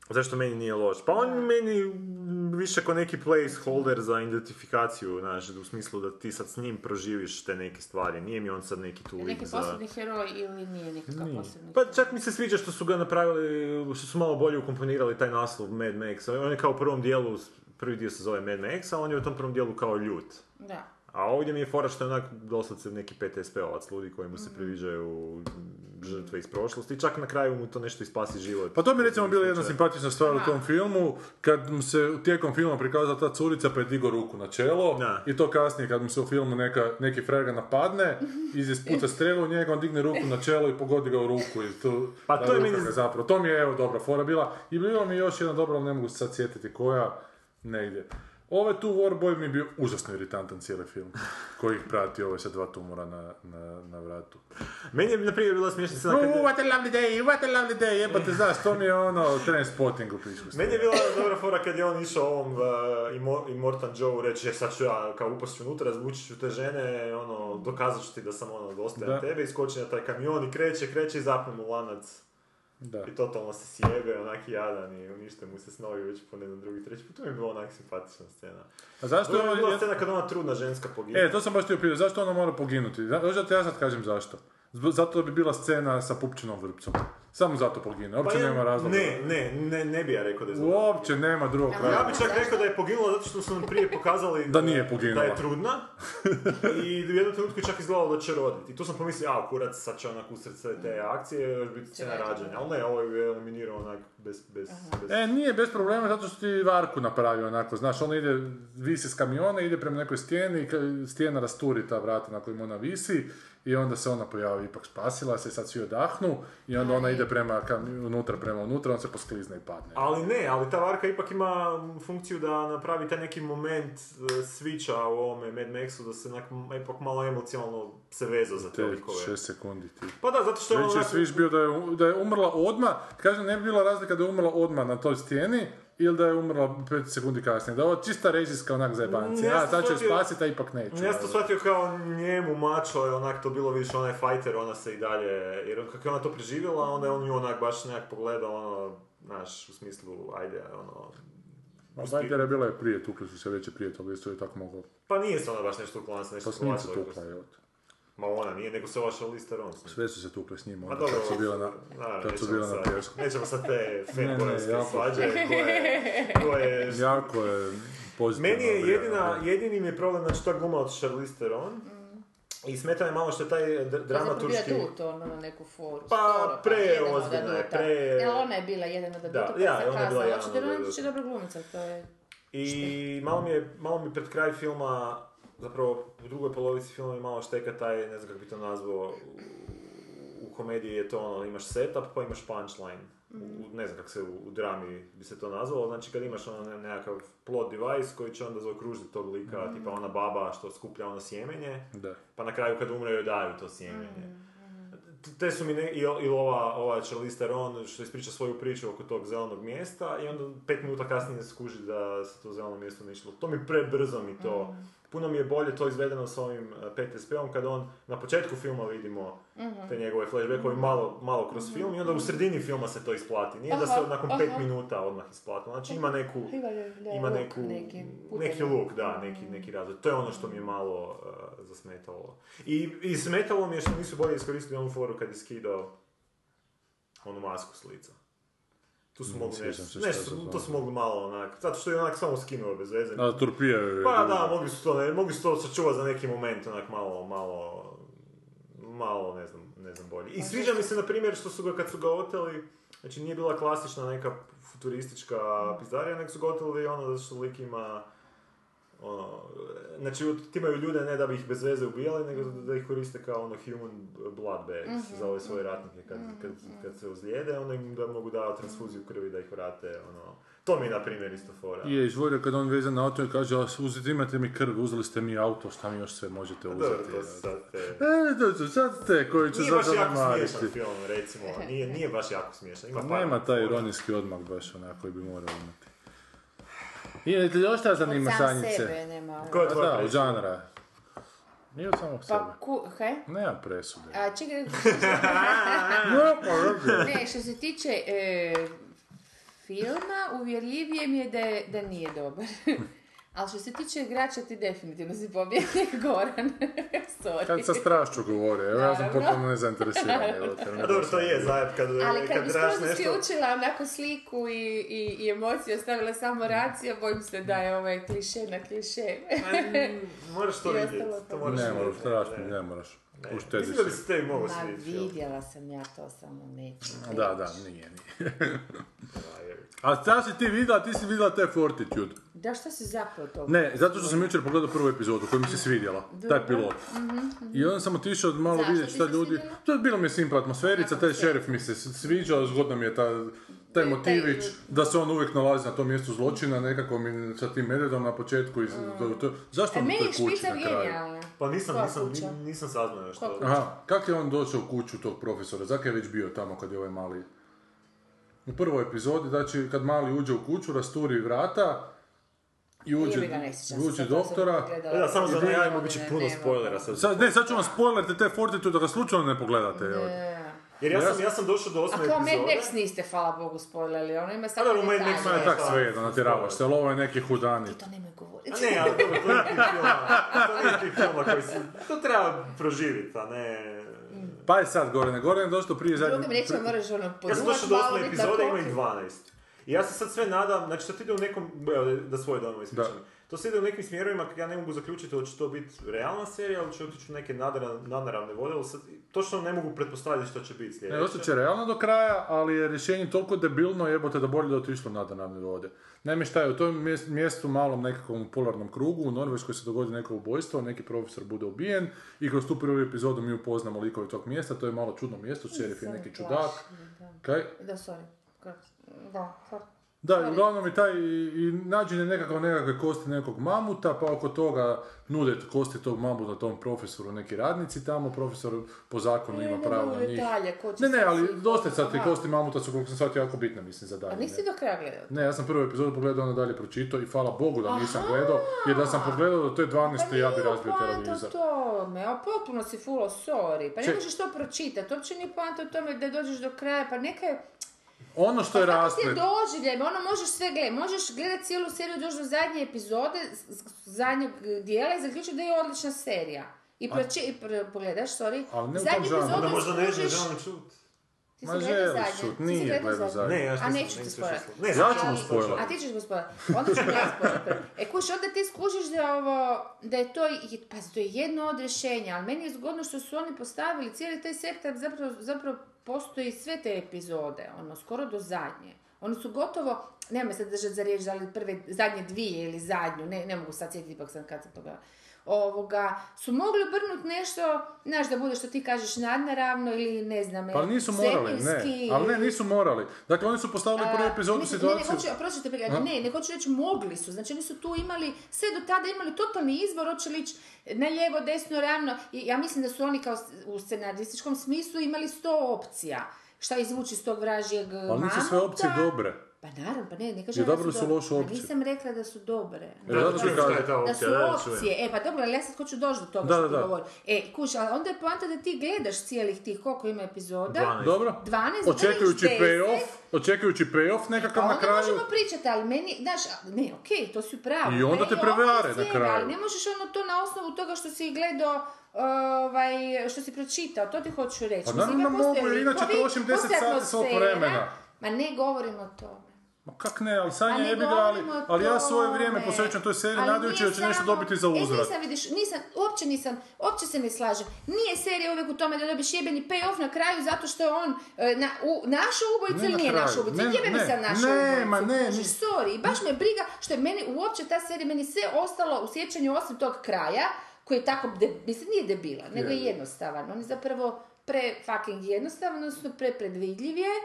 [SPEAKER 9] Zašto meni nije loš? Pa on meni mm, više kao neki placeholder za identifikaciju, znaš, u smislu da ti sad s njim proživiš te neke stvari. Nije mi on sad neki tu
[SPEAKER 8] Je
[SPEAKER 9] lik
[SPEAKER 8] neki
[SPEAKER 9] za...
[SPEAKER 8] posebni heroj ili nije nikakav posebni
[SPEAKER 9] Pa čak mi se sviđa što su ga napravili, što su malo bolje ukomponirali taj naslov Mad Max. On je kao u prvom dijelu, prvi dio se zove Mad Max, a on je u tom prvom dijelu kao ljut.
[SPEAKER 8] Da.
[SPEAKER 9] A ovdje mi je fora što je onak doslovce neki PTSP-ovac ljudi koji mu se priviđaju žrtve iz prošlosti. Čak na kraju mu to nešto ispasi život.
[SPEAKER 6] Pa to mi je recimo bila jedna
[SPEAKER 9] Slučaj.
[SPEAKER 6] simpatična stvar u tom filmu, kad mu se tijekom filma prikazala ta curica pa je digo ruku na čelo
[SPEAKER 9] Da.
[SPEAKER 6] i to kasnije kad mu se u filmu neka, neki frega napadne, iz ispuca strelu u njega, on digne ruku na čelo i pogodi ga u ruku i tu
[SPEAKER 9] Pa
[SPEAKER 6] ta
[SPEAKER 9] to je
[SPEAKER 6] ruka
[SPEAKER 9] meni-
[SPEAKER 6] ga zapravo. To mi je evo dobra fora bila i bila mi je još jedna dobra, ali ne mogu se sad sjetiti koja, negdje. Ove tu Warboy mi je bio užasno iritantan cijeli film, koji ih prati ovaj sa dva tumora na, na, na vratu.
[SPEAKER 9] Meni je na primjer bila smiješna scena kad
[SPEAKER 6] Uh,
[SPEAKER 9] je...
[SPEAKER 6] what a lovely day, what a lovely day, jebate, znaš, to mi je ono, tren spotting u pičku.
[SPEAKER 9] Meni je bila dobra fora kad je on išao ovom uh, Immo- Immortan Joe reći, jer sad ću ja kao upast ću unutra, razvući ću te žene, ono, dokazat ću ti da sam ono dostajan
[SPEAKER 6] Da.
[SPEAKER 9] tebe, iskoči na taj kamion i kreće, kreće i zapne mu lanac.
[SPEAKER 6] Da.
[SPEAKER 9] I totalno se sjebe, onaki jadan i unište mu se snovi već po ne znam drugi, treći put. To mi je bila onak simpatična scena.
[SPEAKER 6] A zašto ono
[SPEAKER 9] Što
[SPEAKER 6] je
[SPEAKER 9] je
[SPEAKER 6] ovo...
[SPEAKER 9] bila scena kad ona trudna ženska pogine.
[SPEAKER 6] E, to sam baš htio pitati, zašto ona mora poginuti? Zna- Znaš da ti ja sad kažem zašto? Zb- Zato bi bila scena sa pupčinom vrpcom. Samo zato pogine, uopće
[SPEAKER 9] ja-
[SPEAKER 6] nema razloga.
[SPEAKER 9] Pa Ne, ne, ne, ne bi ja rekao da je zbog-
[SPEAKER 6] Uopće nema drugog
[SPEAKER 9] Ja
[SPEAKER 6] kraja.
[SPEAKER 9] bi čak rekao da je poginula zato što su nam prije pokazali
[SPEAKER 6] Da nije poginula.
[SPEAKER 9] da je trudna i u jednom trenutku je čak izgledalo da će roditi. I tu sam pomislio, a kurac, sad će onak usred sve
[SPEAKER 6] Mhm.
[SPEAKER 9] te akcije još biti scena
[SPEAKER 8] roditi.
[SPEAKER 9] rađanja. Ali ne, ovo je eliminirao onak bez... bez, bez...
[SPEAKER 6] E, nije bez problema zato što ti varku napravio onako, znaš, ona ide, visi s kamiona, ide prema nekoj stijeni, i ka- stijena rasturi ta vrata na kojima ona visi i onda se ona pojavi, ipak spasila se, sad svi odahnu i onda ona ide prema, kam- unutra, prema unutra, on se posklizne i padne.
[SPEAKER 9] Ali ne, ali ta varka ipak ima funkciju da napravi taj neki moment e, switcha u ovome Mad Maxu da se onak, m- ipak malo emocionalno se vezao za te
[SPEAKER 6] Te
[SPEAKER 9] likove.
[SPEAKER 6] šest sekundi ti.
[SPEAKER 9] Pa da, zato što je
[SPEAKER 6] Već je
[SPEAKER 9] onak-
[SPEAKER 6] sviš bio da je, da je umrla odma, kažem ne bi bila razlika da je umrla odma na toj stijeni ili da je umrla 5 sekundi kasnije. Da je ovo čista režijska onak zajebanci.
[SPEAKER 9] Ja
[SPEAKER 6] Ja,
[SPEAKER 9] sam
[SPEAKER 6] sad ću je
[SPEAKER 9] shvatio-
[SPEAKER 6] spasiti, a ipak neću.
[SPEAKER 9] Ja sam to shvatio kao njemu mačo je onak to bilo više onaj fighter, ona se i dalje, jer on- kako je ona to preživjela, onda je on nju onak baš nekak pogledao ono, znaš, u smislu, ajde, ono...
[SPEAKER 6] Ma, Bajtera je bila je prije, tukli su se već i prije toga, isto je tako moglo.
[SPEAKER 9] Pa nije se ona baš nešto uklonila se nešto
[SPEAKER 6] Pa s njim se
[SPEAKER 9] povlačila.
[SPEAKER 6] tukla, evo. te.
[SPEAKER 9] Ma ona nije, nego se vaša lister on.
[SPEAKER 6] Sve su se tukle s njim,
[SPEAKER 9] Pa
[SPEAKER 6] onda
[SPEAKER 9] dobro,
[SPEAKER 6] kad su bila na,
[SPEAKER 9] naravno,
[SPEAKER 6] kad su
[SPEAKER 9] nećemo
[SPEAKER 6] bila na
[SPEAKER 9] sad-
[SPEAKER 6] pjesku.
[SPEAKER 9] Nećemo sad te
[SPEAKER 6] Ne,
[SPEAKER 9] fanboyske
[SPEAKER 6] ne, jako.
[SPEAKER 9] svađe koje, koje
[SPEAKER 6] Jako je ono. pozitivno.
[SPEAKER 9] Meni je jedina, jedini mi je problem, znači ta gluma od Charlize Theron. I smeta me malo što je taj dr- dramaturški...
[SPEAKER 8] Zapravo bila tu ono na neku foru.
[SPEAKER 9] Pa,
[SPEAKER 8] skoro,
[SPEAKER 9] pre
[SPEAKER 8] jedan od
[SPEAKER 9] ozbiljna je,
[SPEAKER 8] aduta.
[SPEAKER 9] pre-
[SPEAKER 8] E, ona je bila jedan od aduta, pa
[SPEAKER 9] ja,
[SPEAKER 8] se
[SPEAKER 9] ona je bila
[SPEAKER 8] kasnila.
[SPEAKER 9] jedan
[SPEAKER 8] Očito
[SPEAKER 9] od
[SPEAKER 8] da
[SPEAKER 9] aduta.
[SPEAKER 8] ona će dobra glumica, to je...
[SPEAKER 9] I malo mi je, malo mi pred kraj filma, zapravo u drugoj polovici filma mi malo šteka taj, ne znam kako bi to nazvao, u- u komediji je to ono, imaš setup pa imaš punchline. U, ne znam kako se u, u drami bi se to nazvalo, znači kad imaš ono ne- nekakav plot device koji će onda zaokružiti tog lika, tipa ona baba što skuplja ono sjemenje,
[SPEAKER 6] Da.
[SPEAKER 9] pa na kraju kad umre joj daju to sjemenje.
[SPEAKER 8] Mm,
[SPEAKER 9] T- Te su mi ne, i, i ova, ova Charlize Theron što ispriča svoju priču oko tog zelenog
[SPEAKER 8] Mm.
[SPEAKER 9] mjesta i onda pet minuta kasnije skuži da se to zeleno mjesto ne išlo. To mi prebrzo mi to puno mi je bolje to izvedeno s ovim e, PTSP-om kada on na početku filma vidimo
[SPEAKER 8] Mhm.
[SPEAKER 9] te njegove flashbackove malo, malo kroz film i onda u sredini filma se to isplati. Nije da se
[SPEAKER 8] Aha,
[SPEAKER 9] nakon pet
[SPEAKER 8] aha.
[SPEAKER 9] minuta odmah isplatilo. Znači ima neku,
[SPEAKER 8] Ima da,
[SPEAKER 9] ima
[SPEAKER 8] look
[SPEAKER 9] neku,
[SPEAKER 8] neki,
[SPEAKER 9] neki
[SPEAKER 8] putevi.
[SPEAKER 9] look, da, neki, neki razvoj. To je ono što mi je malo e, zasmetalo. I, I smetalo mi je što nisu bolje iskoristili onu foru kad je skidao onu masku s lica. Tu su mogli
[SPEAKER 6] Mm, sjećam
[SPEAKER 9] nešto,
[SPEAKER 6] se šta
[SPEAKER 9] nešto
[SPEAKER 6] se zove.
[SPEAKER 9] to su mogli malo onak, zato što je onak samo skinuo bez veze.
[SPEAKER 6] A, turpijao je.
[SPEAKER 9] Pa da, mogli su to, ne, mogli su to sačuvati za neki moment, onak malo, malo, malo, ne znam, ne znam bolje. I sviđa mi se, na primjer, što su ga, kad su ga oteli, znači nije bila klasična neka futuristička pizdarija, nego su ga oteli ono, zato što lik ima, ono, znači otimaju ljude ne da bi ih bez veze ubijali, nego da, da ih koriste kao ono human blood bags za ove svoje ratnike kad, kad, kad se ozlijede, onda im da mogu davati transfuziju krvi da ih vrate, ono, to mi je na primjer isto fora.
[SPEAKER 6] Je izvodio kad on veze na auto i kaže, a uzeti imate mi krv, uzeli ste mi auto, šta mi još sve možete
[SPEAKER 9] Pa Dobro,
[SPEAKER 6] uzeti.
[SPEAKER 9] to su sad te-
[SPEAKER 6] E, dođu, sad ste koji će
[SPEAKER 9] Nije baš jako
[SPEAKER 6] zadomariti.
[SPEAKER 9] smiješan film, recimo. Nije, nije baš jako smiješan. Ima par
[SPEAKER 6] Nema taj
[SPEAKER 9] fora.
[SPEAKER 6] ironijski odmak baš onako koji bi morao imati. I ti još šta zanima
[SPEAKER 8] Sam
[SPEAKER 6] sanjice?
[SPEAKER 8] sebe nema. ono.
[SPEAKER 9] Ko
[SPEAKER 6] Pa
[SPEAKER 9] je tvoj
[SPEAKER 6] da, od
[SPEAKER 9] predsjednik?
[SPEAKER 6] žanra. Nije od samog sebe.
[SPEAKER 8] Pa ku, he?
[SPEAKER 6] Nema presude.
[SPEAKER 8] A čekaj,
[SPEAKER 6] No, pa dobro.
[SPEAKER 8] ne, što se tiče e, filma, uvjerljivije mi je da, je, da nije dobar. Ali što se tiče igrača, ti definitivno si pobjednik Goran. Sorry.
[SPEAKER 6] Kad sa strašću govore, evo ja sam
[SPEAKER 8] Naravno.
[SPEAKER 6] potpuno nezainteresiran. evo te, ne
[SPEAKER 9] A Pa Dobro, to je zajeb kad,
[SPEAKER 8] Ali kad,
[SPEAKER 9] kad
[SPEAKER 8] bi
[SPEAKER 9] trebaš
[SPEAKER 8] skroz
[SPEAKER 9] nešto...
[SPEAKER 8] isključila onako sliku i, i, i emocije, ostavila samo racija, bojim se da je ovaj kliše na kliše.
[SPEAKER 9] Mm, Moraš to
[SPEAKER 8] I
[SPEAKER 9] vidjeti.
[SPEAKER 8] ostalo to.
[SPEAKER 9] To moraš
[SPEAKER 6] Ne moraš,
[SPEAKER 9] vidjeti,
[SPEAKER 6] strašno,
[SPEAKER 9] ne.
[SPEAKER 6] ne moraš.
[SPEAKER 9] Ne.
[SPEAKER 6] Uštediš
[SPEAKER 9] Mislim da bi
[SPEAKER 6] se.
[SPEAKER 9] se tebi mogao
[SPEAKER 8] Ma
[SPEAKER 9] svidjeti. film.
[SPEAKER 8] vidjela sam ja to samo neću.
[SPEAKER 6] Da, da, nije, nije.
[SPEAKER 9] Da, je.
[SPEAKER 6] A šta si ti vidjela? Ti si vidjela te Fortitude.
[SPEAKER 8] Da, šta si zapao to?
[SPEAKER 6] Ne, zato što sam jučer pogledao prvu epizodu koja mi se svidjela, taj pilot. I onda sam otišao malo
[SPEAKER 8] Mhm, Zašto
[SPEAKER 6] vidjeti
[SPEAKER 8] ti
[SPEAKER 6] šta
[SPEAKER 8] se
[SPEAKER 6] ljudi...
[SPEAKER 8] svidjelo?
[SPEAKER 6] To je bilo mi je simpla atmosferica, taj šerif mi se s- sviđao, zgodno mi je ta, taj motivić, da se on uvijek nalazi na tom mjestu zločina, nekako mi sa tim medvedom na početku i s- to, to- Zašto
[SPEAKER 8] E,
[SPEAKER 6] on u
[SPEAKER 8] meni
[SPEAKER 6] toj
[SPEAKER 8] je
[SPEAKER 6] kući
[SPEAKER 8] špica
[SPEAKER 6] na kraju?
[SPEAKER 8] genijalna.
[SPEAKER 9] Pa nisam,
[SPEAKER 8] Koja
[SPEAKER 9] nisam,
[SPEAKER 8] kuća?
[SPEAKER 9] ni- nisam saznao još
[SPEAKER 8] Koja
[SPEAKER 9] to.
[SPEAKER 8] kuća?
[SPEAKER 6] Aha, kako je on došao u kuću tog profesora? Zakaj je već bio tamo kad je ovaj mali... U prvoj epizodi, znači kad mali uđe u kuću, rasturi vrata i uđe,
[SPEAKER 8] Jebi ga, ne sjećam se
[SPEAKER 6] uđe
[SPEAKER 8] sad, to sam
[SPEAKER 6] doktora.
[SPEAKER 8] gledala.
[SPEAKER 9] E Da, samo za najavimo bit će
[SPEAKER 8] Ne,
[SPEAKER 9] puno
[SPEAKER 8] nema.
[SPEAKER 9] spoilera sad.
[SPEAKER 6] Sad, ne, sad ću vam spoilerte te Fortitude da ga slučajno ne pogledate. evo.
[SPEAKER 9] Jer ja sam, ja sam došao do
[SPEAKER 8] A
[SPEAKER 9] osme
[SPEAKER 8] kao Mad Max
[SPEAKER 9] epizode.
[SPEAKER 8] niste, hvala Bogu, spoilerili, ono ima samo
[SPEAKER 9] A dobro, Mad Max
[SPEAKER 6] Ma
[SPEAKER 8] detalje.
[SPEAKER 6] je tak sve jedno, natjeravaš se, ali ovo je neki hudani.
[SPEAKER 8] To nemoj govoriti.
[SPEAKER 9] A ne, ali dobro, to je tih filma. To je tih filma koji se... To treba proživjeti, a ne...
[SPEAKER 6] Pa je sad Goran, Goran je došao prije zadnje...
[SPEAKER 8] Drugim riječima moraš ono
[SPEAKER 9] Ja sam
[SPEAKER 8] poduvat
[SPEAKER 9] došao do
[SPEAKER 8] malo,
[SPEAKER 9] osme
[SPEAKER 8] bit na
[SPEAKER 9] epizode, ima
[SPEAKER 8] kopi.
[SPEAKER 9] ih 12. I ja se sad sve nadam, znači to ide u nekom, evo, da svoje dojmove ispričam.
[SPEAKER 6] Da.
[SPEAKER 9] To se ide u nekim smjerovima, ja ne mogu zaključiti da će to biti realna serija, ali će otići u neke nadara- nadnaravne vode, ali sad točno ne mogu pretpostaviti što će biti
[SPEAKER 6] Ne,
[SPEAKER 9] sljedeće.
[SPEAKER 6] ostat će realno do kraja, ali je rješenje toliko debilno jebote da bolje da je otišlo na danavne vode. Naime šta je, u tom mjes- mjestu malom nekakvom polarnom krugu u Norveškoj se dogodi neko ubojstvo, neki profesor bude ubijen i kroz tu prvu epizodu mi upoznamo likove tog mjesta, to je malo čudno mjesto, šerif je
[SPEAKER 8] Samo
[SPEAKER 6] neki
[SPEAKER 8] plaši,
[SPEAKER 6] čudak. Kaj?
[SPEAKER 8] Da, sorry. Kako- Da, sorry.
[SPEAKER 6] Da, i uglavnom i taj, i i nađene nekako nekakve kosti nekog mamuta, pa oko toga nude kosti tog mamuta tom profesoru neki radnici tamo, profesor po zakonu ima
[SPEAKER 8] Ne,
[SPEAKER 6] pravo
[SPEAKER 8] ne,
[SPEAKER 6] na njih.
[SPEAKER 8] detalje, ko će
[SPEAKER 6] Ne, ne,
[SPEAKER 8] sad
[SPEAKER 6] ali
[SPEAKER 8] svih-
[SPEAKER 6] dosta je sad ti
[SPEAKER 8] Aha.
[SPEAKER 6] kosti mamuta su koliko sam shvatio jako bitne, mislim, za
[SPEAKER 8] A
[SPEAKER 6] dalje.
[SPEAKER 8] Pa nisi
[SPEAKER 6] Ne,
[SPEAKER 8] do kraja gledao?
[SPEAKER 6] Ne, ja sam prvu epizodu pogledao, onda dalje pročitao i hvala Bogu da nisam gledao, jer da sam pogledao do te 12. ja bi
[SPEAKER 8] Pa nije
[SPEAKER 6] razbio
[SPEAKER 8] poanta
[SPEAKER 6] televizor.
[SPEAKER 8] u tome, a potpuno si fulo sorry. Pa ne
[SPEAKER 6] Ček.
[SPEAKER 8] možeš to pročitati, uopće nije poanta u tome da dođeš do kraja, pa neka je...
[SPEAKER 6] Ono što je
[SPEAKER 8] Pa kako ti je
[SPEAKER 6] rasplet,
[SPEAKER 8] doživljaj, ono možeš sve gledati, možeš gledati cijelu seriju doći do zadnje epizode, s- s- zadnjeg dijela i zaključiti da je odlična serija. I, proči, i pro- pogledaš, sorry,
[SPEAKER 6] Ali ne u tom
[SPEAKER 8] zadnju
[SPEAKER 6] žanru.
[SPEAKER 8] epizodu
[SPEAKER 9] Onda Pa možda ne
[SPEAKER 8] skužiš-
[SPEAKER 9] želim čut.
[SPEAKER 8] Ti si
[SPEAKER 6] Ma
[SPEAKER 8] gledao
[SPEAKER 6] želiš
[SPEAKER 8] zadnje?
[SPEAKER 6] čut,
[SPEAKER 8] Ti si
[SPEAKER 6] nije gledao zadnje.
[SPEAKER 9] Ne, ja
[SPEAKER 8] A
[SPEAKER 9] nisam-
[SPEAKER 8] neću ti
[SPEAKER 9] nisam
[SPEAKER 8] spoilat.
[SPEAKER 9] slušao. Ne,
[SPEAKER 6] Ja ću mu
[SPEAKER 8] Ali-
[SPEAKER 6] spoilat.
[SPEAKER 8] A ti ćeš gospoda. Onda ću ja spoilat prvi. E kuš, onda ti skužiš da je ovo, da je to, i- pazi, to je jedno od rješenja, ali meni je zgodno što su oni postavili cijeli taj sektor, zapravo, zapravo postoji sve te epizode, ono, skoro do zadnje. Oni su gotovo, nema sad držati za riječ, da li prve, zadnje dvije ili zadnju, ne, ne mogu sad sjetiti ipak sam kad sam pogledala. Ovoga, su mogli obrnuti nešto, znaš, da bude što ti kažeš nadnaravno ili ne znam, e,
[SPEAKER 6] pa nisu morali, ne,
[SPEAKER 8] svemirski
[SPEAKER 6] ali ne,
[SPEAKER 8] ili-
[SPEAKER 6] nisu morali. Dakle, oni su postavili prvu
[SPEAKER 8] a,
[SPEAKER 6] epizodu
[SPEAKER 8] mislim, Ne, ne,
[SPEAKER 6] situaciju...
[SPEAKER 8] hoću, oprostite, Pega, ne, ne hoću reći mogli su, znači oni su tu imali, sve do tada imali totalni izbor, hoće li ići na lijevo, desno, ravno, i ja mislim da su oni kao s- u scenarističkom smislu imali sto opcija, šta izvući iz tog vražijeg
[SPEAKER 6] Ali Pa nisu sve opcije
[SPEAKER 8] mamuta.
[SPEAKER 6] dobre.
[SPEAKER 8] Pa naravno, pa ne, ne kažem
[SPEAKER 6] Jer
[SPEAKER 8] da
[SPEAKER 6] dobro su
[SPEAKER 8] dobre.
[SPEAKER 6] loše
[SPEAKER 8] Pa
[SPEAKER 6] opcije.
[SPEAKER 8] Nisam rekla da su dobre.
[SPEAKER 6] E, zato ti
[SPEAKER 9] čujem
[SPEAKER 6] kažem-
[SPEAKER 9] šta je
[SPEAKER 8] Da
[SPEAKER 9] ta
[SPEAKER 8] su
[SPEAKER 9] opcija, da, čujem.
[SPEAKER 8] opcije, e pa dobro, ali ja sad hoću doći do toga
[SPEAKER 6] Da,
[SPEAKER 8] što
[SPEAKER 6] da,
[SPEAKER 8] ti
[SPEAKER 6] da.
[SPEAKER 8] govorim. E, kuš, ali onda je poanta da ti gledaš cijelih tih, koliko ima epizoda.
[SPEAKER 9] 12.
[SPEAKER 6] Dobro?
[SPEAKER 8] 12,
[SPEAKER 6] Očekujući
[SPEAKER 8] gledaš 10.
[SPEAKER 6] payoff, očekujući payoff nekakav
[SPEAKER 8] Pa
[SPEAKER 6] na
[SPEAKER 8] onda
[SPEAKER 6] kraju.
[SPEAKER 8] možemo pričati, ali meni, znaš, a- ne, okej, to si u pravu.
[SPEAKER 6] I onda
[SPEAKER 8] Meni
[SPEAKER 6] te
[SPEAKER 8] je
[SPEAKER 6] prevare
[SPEAKER 8] opcija
[SPEAKER 6] na
[SPEAKER 8] cijena,
[SPEAKER 6] kraju.
[SPEAKER 8] Ali ne možeš ono to na osnovu toga što si gledao, e, ovaj, što si pročitao, to ti hoću reći.
[SPEAKER 6] Pa
[SPEAKER 8] Mislim,
[SPEAKER 6] naravno
[SPEAKER 8] ima
[SPEAKER 6] da
[SPEAKER 8] postoje
[SPEAKER 6] mogu, jer inače
[SPEAKER 8] likovi,
[SPEAKER 6] trošim 10
[SPEAKER 8] postoji
[SPEAKER 6] sati svog
[SPEAKER 8] atmosfera.
[SPEAKER 6] vremena.
[SPEAKER 8] Ma ne govorim o tome.
[SPEAKER 6] Ma kak ne, ali
[SPEAKER 8] A
[SPEAKER 6] sanje
[SPEAKER 8] ne
[SPEAKER 6] jebi ga, ali,
[SPEAKER 8] govorimo o
[SPEAKER 6] ali ja svoje vrijeme
[SPEAKER 8] tome.
[SPEAKER 6] posvećam toj seriji
[SPEAKER 8] Ali
[SPEAKER 6] nadajući
[SPEAKER 8] nije
[SPEAKER 6] da će nešto
[SPEAKER 8] samo-
[SPEAKER 6] dobiti za uzvrat.
[SPEAKER 8] E, nisam, vidiš, nisam, uopće nisam, uopće se ne slažem. Nije serija uvijek u tome da dobiješ jebeni payoff na kraju zato što je on e, na, u, našo ubojicu
[SPEAKER 6] Ne
[SPEAKER 8] ili
[SPEAKER 6] na
[SPEAKER 8] nije
[SPEAKER 6] kraju.
[SPEAKER 8] našo ubojicu.
[SPEAKER 6] Ne,
[SPEAKER 8] Jebe mi
[SPEAKER 6] ne,
[SPEAKER 8] sad našo
[SPEAKER 6] ne,
[SPEAKER 8] ubojicu.
[SPEAKER 6] ma ne,
[SPEAKER 8] Kužiš,
[SPEAKER 6] nis-
[SPEAKER 8] Sorry, i baš me briga što je meni uopće ta serija, meni sve ostalo u sjećanju osim tog kraja koji je tako, de, mislim nije debila, nego je
[SPEAKER 6] Je.
[SPEAKER 8] jednostavan. On je zapravo pre fucking jednostavan, odnosno pre predvidljiv je.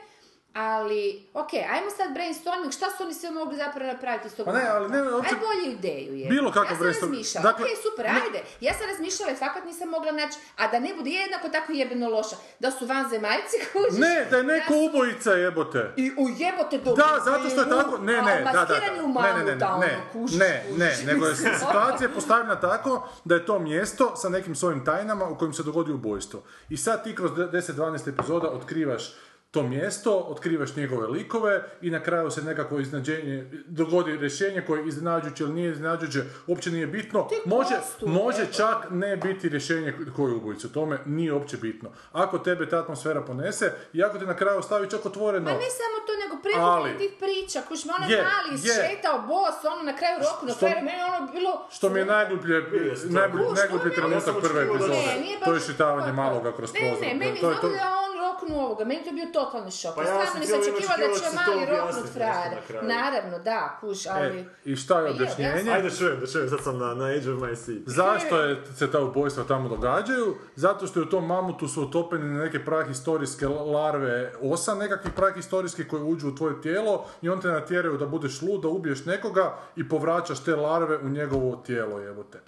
[SPEAKER 8] Ali, ok, ajmo sad brainstorming, šta su oni sve mogli zapravo napraviti iz tog
[SPEAKER 6] Pa ne, ali ne,
[SPEAKER 8] momenta?
[SPEAKER 6] uopće-
[SPEAKER 8] Aj bolju ideju je.
[SPEAKER 6] Bilo kakav
[SPEAKER 8] ja sam
[SPEAKER 6] brainstorming.
[SPEAKER 8] razmišljala,
[SPEAKER 6] Dakle,
[SPEAKER 8] ok, super, ajde. Ja sam razmišljala i fakat nisam mogla naći, a da ne bude jednako tako jebeno loša. Da su vanzemaljci kužiš.
[SPEAKER 6] Ne, da je neko
[SPEAKER 8] su-
[SPEAKER 6] ubojica jebote.
[SPEAKER 8] I ujebote do...
[SPEAKER 6] Da, zato što je tako, ne, ne, da, da, da.
[SPEAKER 8] Maskirani u
[SPEAKER 6] Ne, ne, ne,
[SPEAKER 8] mamuta,
[SPEAKER 6] ne,
[SPEAKER 8] ono, kužiš, Ono,
[SPEAKER 6] ne, ne,
[SPEAKER 8] kužiš.
[SPEAKER 6] nego je situacija postavljena tako da je to mjesto sa nekim svojim tajnama u kojem se dogodi ubojstvo. I sad ti kroz 10-12 epizoda otkrivaš to mjesto, otkrivaš njegove likove i na kraju se nekako iznađenje, dogodi rješenje koje je iznenađujuće ili nije iznenađujuće, uopće nije bitno.
[SPEAKER 8] je
[SPEAKER 6] Može,
[SPEAKER 8] kostur,
[SPEAKER 6] može
[SPEAKER 8] evo.
[SPEAKER 6] čak ne biti rješenje koji je ubojica, tome nije uopće bitno. Ako tebe ta atmosfera ponese i ako te na kraju ostavi čak otvoreno,
[SPEAKER 8] Ma ne samo to, nego previđenje
[SPEAKER 6] Ali-
[SPEAKER 8] tih priča, kuš, ma onaj
[SPEAKER 6] Je,
[SPEAKER 8] mali
[SPEAKER 6] je.
[SPEAKER 8] šetao bos, ono na kraju roku, na
[SPEAKER 6] Što-
[SPEAKER 8] kraju meni je ono bilo...
[SPEAKER 6] Što mi je najgluplje,
[SPEAKER 9] Vidio sam to.
[SPEAKER 6] najgluplji,
[SPEAKER 8] Kuš,
[SPEAKER 6] najgluplji
[SPEAKER 8] ono je-
[SPEAKER 6] trenutak prve
[SPEAKER 9] Ne,
[SPEAKER 6] epizode.
[SPEAKER 8] nije baš-
[SPEAKER 6] To je šitavanje
[SPEAKER 8] to-
[SPEAKER 6] maloga kroz prozor.
[SPEAKER 8] Ne, ne, meni
[SPEAKER 6] to, je- to,
[SPEAKER 8] znamo da je on roknu ovoga, meni je to bio totalni šok.
[SPEAKER 9] Pa
[SPEAKER 8] Pa
[SPEAKER 9] ja
[SPEAKER 8] ja
[SPEAKER 9] sam
[SPEAKER 8] Stvarno nisam
[SPEAKER 9] cijelo vrijeme
[SPEAKER 8] očekivala da
[SPEAKER 9] očekivala
[SPEAKER 8] će
[SPEAKER 9] da će to
[SPEAKER 8] mali roknut
[SPEAKER 9] objasniti nešto
[SPEAKER 8] frajer.
[SPEAKER 9] na kraju.
[SPEAKER 8] Naravno, da, kuš, ali...
[SPEAKER 6] E, I šta je
[SPEAKER 8] Pa je,
[SPEAKER 6] objašnjenje?
[SPEAKER 9] Ajde, čujem, da čujem, sad sam na, na edge of my seat.
[SPEAKER 6] Zašto je, se ta ubojstva tamo događaju? Zato što je u tom mamutu su otopljene neke prahistorijske larve osa, nekakvih prahistorijskih koje uđu u tvoje tijelo i on te natjeraju da budeš lud, da ubiješ nekoga i povraćaš te larve u njegovo tijelo, jebote.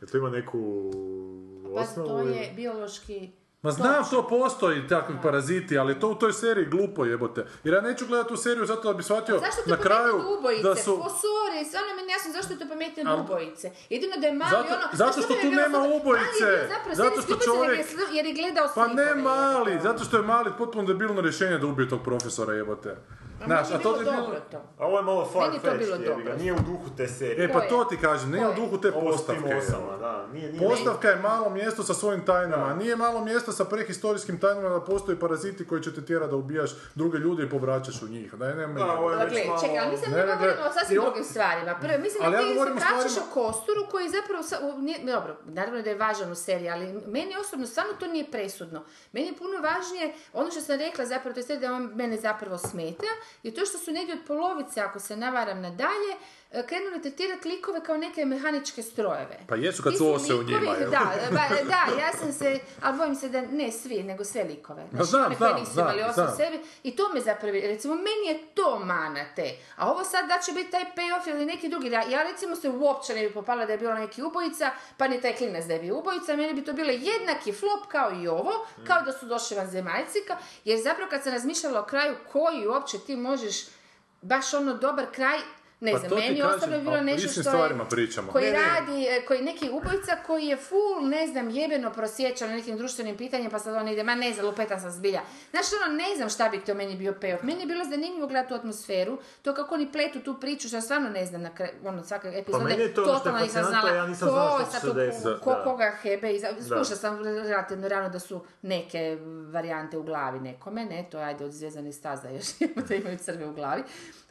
[SPEAKER 9] Jel to ima neku
[SPEAKER 8] Pa
[SPEAKER 9] osnovu?
[SPEAKER 8] to
[SPEAKER 9] ili-
[SPEAKER 8] je biološki...
[SPEAKER 6] Ma znam, to postoji takvi paraziti, ali to u toj seriji glupo jebote. Jer ja neću gledati tu seriju zato da bi shvatio
[SPEAKER 8] Zašto to
[SPEAKER 6] na kraju
[SPEAKER 8] ubojice?
[SPEAKER 6] da su...
[SPEAKER 8] Po sorry, stvarno mi je jasno zašto je to pametnije
[SPEAKER 6] Ali-
[SPEAKER 8] od ubojice. Jedino da je mali
[SPEAKER 6] Zato-
[SPEAKER 8] ono...
[SPEAKER 6] zato
[SPEAKER 8] znaš
[SPEAKER 6] što
[SPEAKER 8] mi je
[SPEAKER 6] tu
[SPEAKER 8] bilo
[SPEAKER 6] nema
[SPEAKER 8] sad-
[SPEAKER 6] ubojice.
[SPEAKER 8] Mali je bio zapravo
[SPEAKER 6] Zato
[SPEAKER 8] serijski
[SPEAKER 6] što
[SPEAKER 8] ubojica jer je
[SPEAKER 6] čovjek-
[SPEAKER 8] sl- jer je gledao
[SPEAKER 6] Pa
[SPEAKER 8] slike,
[SPEAKER 6] ne mali,
[SPEAKER 8] jebote.
[SPEAKER 6] zato što je mali potpuno debilno rješenje da ubije tog profesora jebote. Znaš,
[SPEAKER 8] Meni je
[SPEAKER 6] a to
[SPEAKER 8] Znači, bilo
[SPEAKER 6] bi bilo...
[SPEAKER 8] dobro to.
[SPEAKER 9] A ovo je malo
[SPEAKER 8] Meni je to bilo
[SPEAKER 9] far-fetched, jebi ga,
[SPEAKER 8] dobro.
[SPEAKER 9] nije u duhu te serije.
[SPEAKER 6] E pa
[SPEAKER 8] To je.
[SPEAKER 6] to ti kažem, nije
[SPEAKER 8] To
[SPEAKER 6] u
[SPEAKER 8] je.
[SPEAKER 6] duhu te
[SPEAKER 9] Ovo s tim
[SPEAKER 6] postavke.
[SPEAKER 9] osama, da, nije, nije.
[SPEAKER 6] Postavka je malo mjesto sa svojim tajnama, nije malo mjesto sa prehistorijskim tajnama da postoji paraziti koji će te tjera da ubijaš druge ljude i povraćaš u njih. Da, nema
[SPEAKER 9] Da, ovo je
[SPEAKER 8] Dakle,
[SPEAKER 9] već malo...
[SPEAKER 8] čekaj, ali mislim
[SPEAKER 6] Ne,
[SPEAKER 8] da
[SPEAKER 6] ne,
[SPEAKER 8] govorimo
[SPEAKER 6] ne.
[SPEAKER 8] o sasvim
[SPEAKER 6] I on-
[SPEAKER 8] drugim stvarima. Prvo, mislim
[SPEAKER 6] Ali
[SPEAKER 8] da
[SPEAKER 6] ja
[SPEAKER 8] ti
[SPEAKER 6] govorim o
[SPEAKER 8] se vraćaš
[SPEAKER 6] stvarima-
[SPEAKER 8] o kosturu koji zapravo, sa, u- nije, dobro, naravno da je važan u seriji, ali meni osobno stvarno to nije presudno. Meni je puno važnije, ono što sam rekla zapravo, to je sve da on mene zapravo smeta, je to što su negdje od polovice, ako se navaram nadalje, e, krenuli tretirati likove kao neke mehaničke strojeve.
[SPEAKER 6] Pa jesu kad
[SPEAKER 8] Ti
[SPEAKER 6] su ose u
[SPEAKER 8] likovi-
[SPEAKER 6] njima, jel?
[SPEAKER 8] Da, ba- da, ja sam se, ali bojim se da ne svi, nego sve likove.
[SPEAKER 6] Ma znam,
[SPEAKER 8] one koji
[SPEAKER 6] znam,
[SPEAKER 8] nisu
[SPEAKER 6] znam,
[SPEAKER 8] imali osim
[SPEAKER 6] znam.
[SPEAKER 8] sebi i to me zapravo, recimo, meni je to mana te. A ovo sad da će biti taj payoff ili neki drugi, da ja recimo se uopće ne bi popala da je bilo neki ubojica, pa ni taj klinac da je bio ubojica, meni bi to bilo jednaki flop kao i ovo, kao da su došli vanzemaljci, ka- jer zapravo kad sam razmišljala o kraju koji uopće ti možeš baš ono dobar kraj, ne
[SPEAKER 6] Pa to
[SPEAKER 8] znam,
[SPEAKER 6] ti
[SPEAKER 8] meni
[SPEAKER 6] kažem,
[SPEAKER 8] osobno je
[SPEAKER 6] a
[SPEAKER 8] bilo
[SPEAKER 6] o
[SPEAKER 8] nešto što
[SPEAKER 6] istim
[SPEAKER 8] je...
[SPEAKER 6] stvarima pričamo.
[SPEAKER 8] Koji
[SPEAKER 6] Ne, ne.
[SPEAKER 8] radi, e, koji neki ubojica koji je full, ne znam, jebeno prosječan na nekim društvenim pitanjima, pa sad on ide, ma ne znam, lupetan sam zbilja. Znaš, ono, ne znam šta bi to meni bio payoff. Meni je bilo zanimljivo gledati tu atmosferu, to kako oni pletu tu priču, što ja stvarno ne znam, na kraju, ono, svake epizode,
[SPEAKER 9] meni je to ono što je
[SPEAKER 8] totalno nisam
[SPEAKER 9] fascinantno,
[SPEAKER 8] znala
[SPEAKER 9] ja nisam
[SPEAKER 8] ko
[SPEAKER 9] znala
[SPEAKER 8] je
[SPEAKER 9] što će
[SPEAKER 8] sad
[SPEAKER 9] se
[SPEAKER 8] tu-
[SPEAKER 9] desiti,
[SPEAKER 8] ko,
[SPEAKER 9] da.
[SPEAKER 8] koga hebe, i za-
[SPEAKER 9] Da.
[SPEAKER 8] slušala sam relativno rano da su neke varijante u glavi nekome, ne, to je, ajde od zvezanih staza još, da imaju crve u glavi.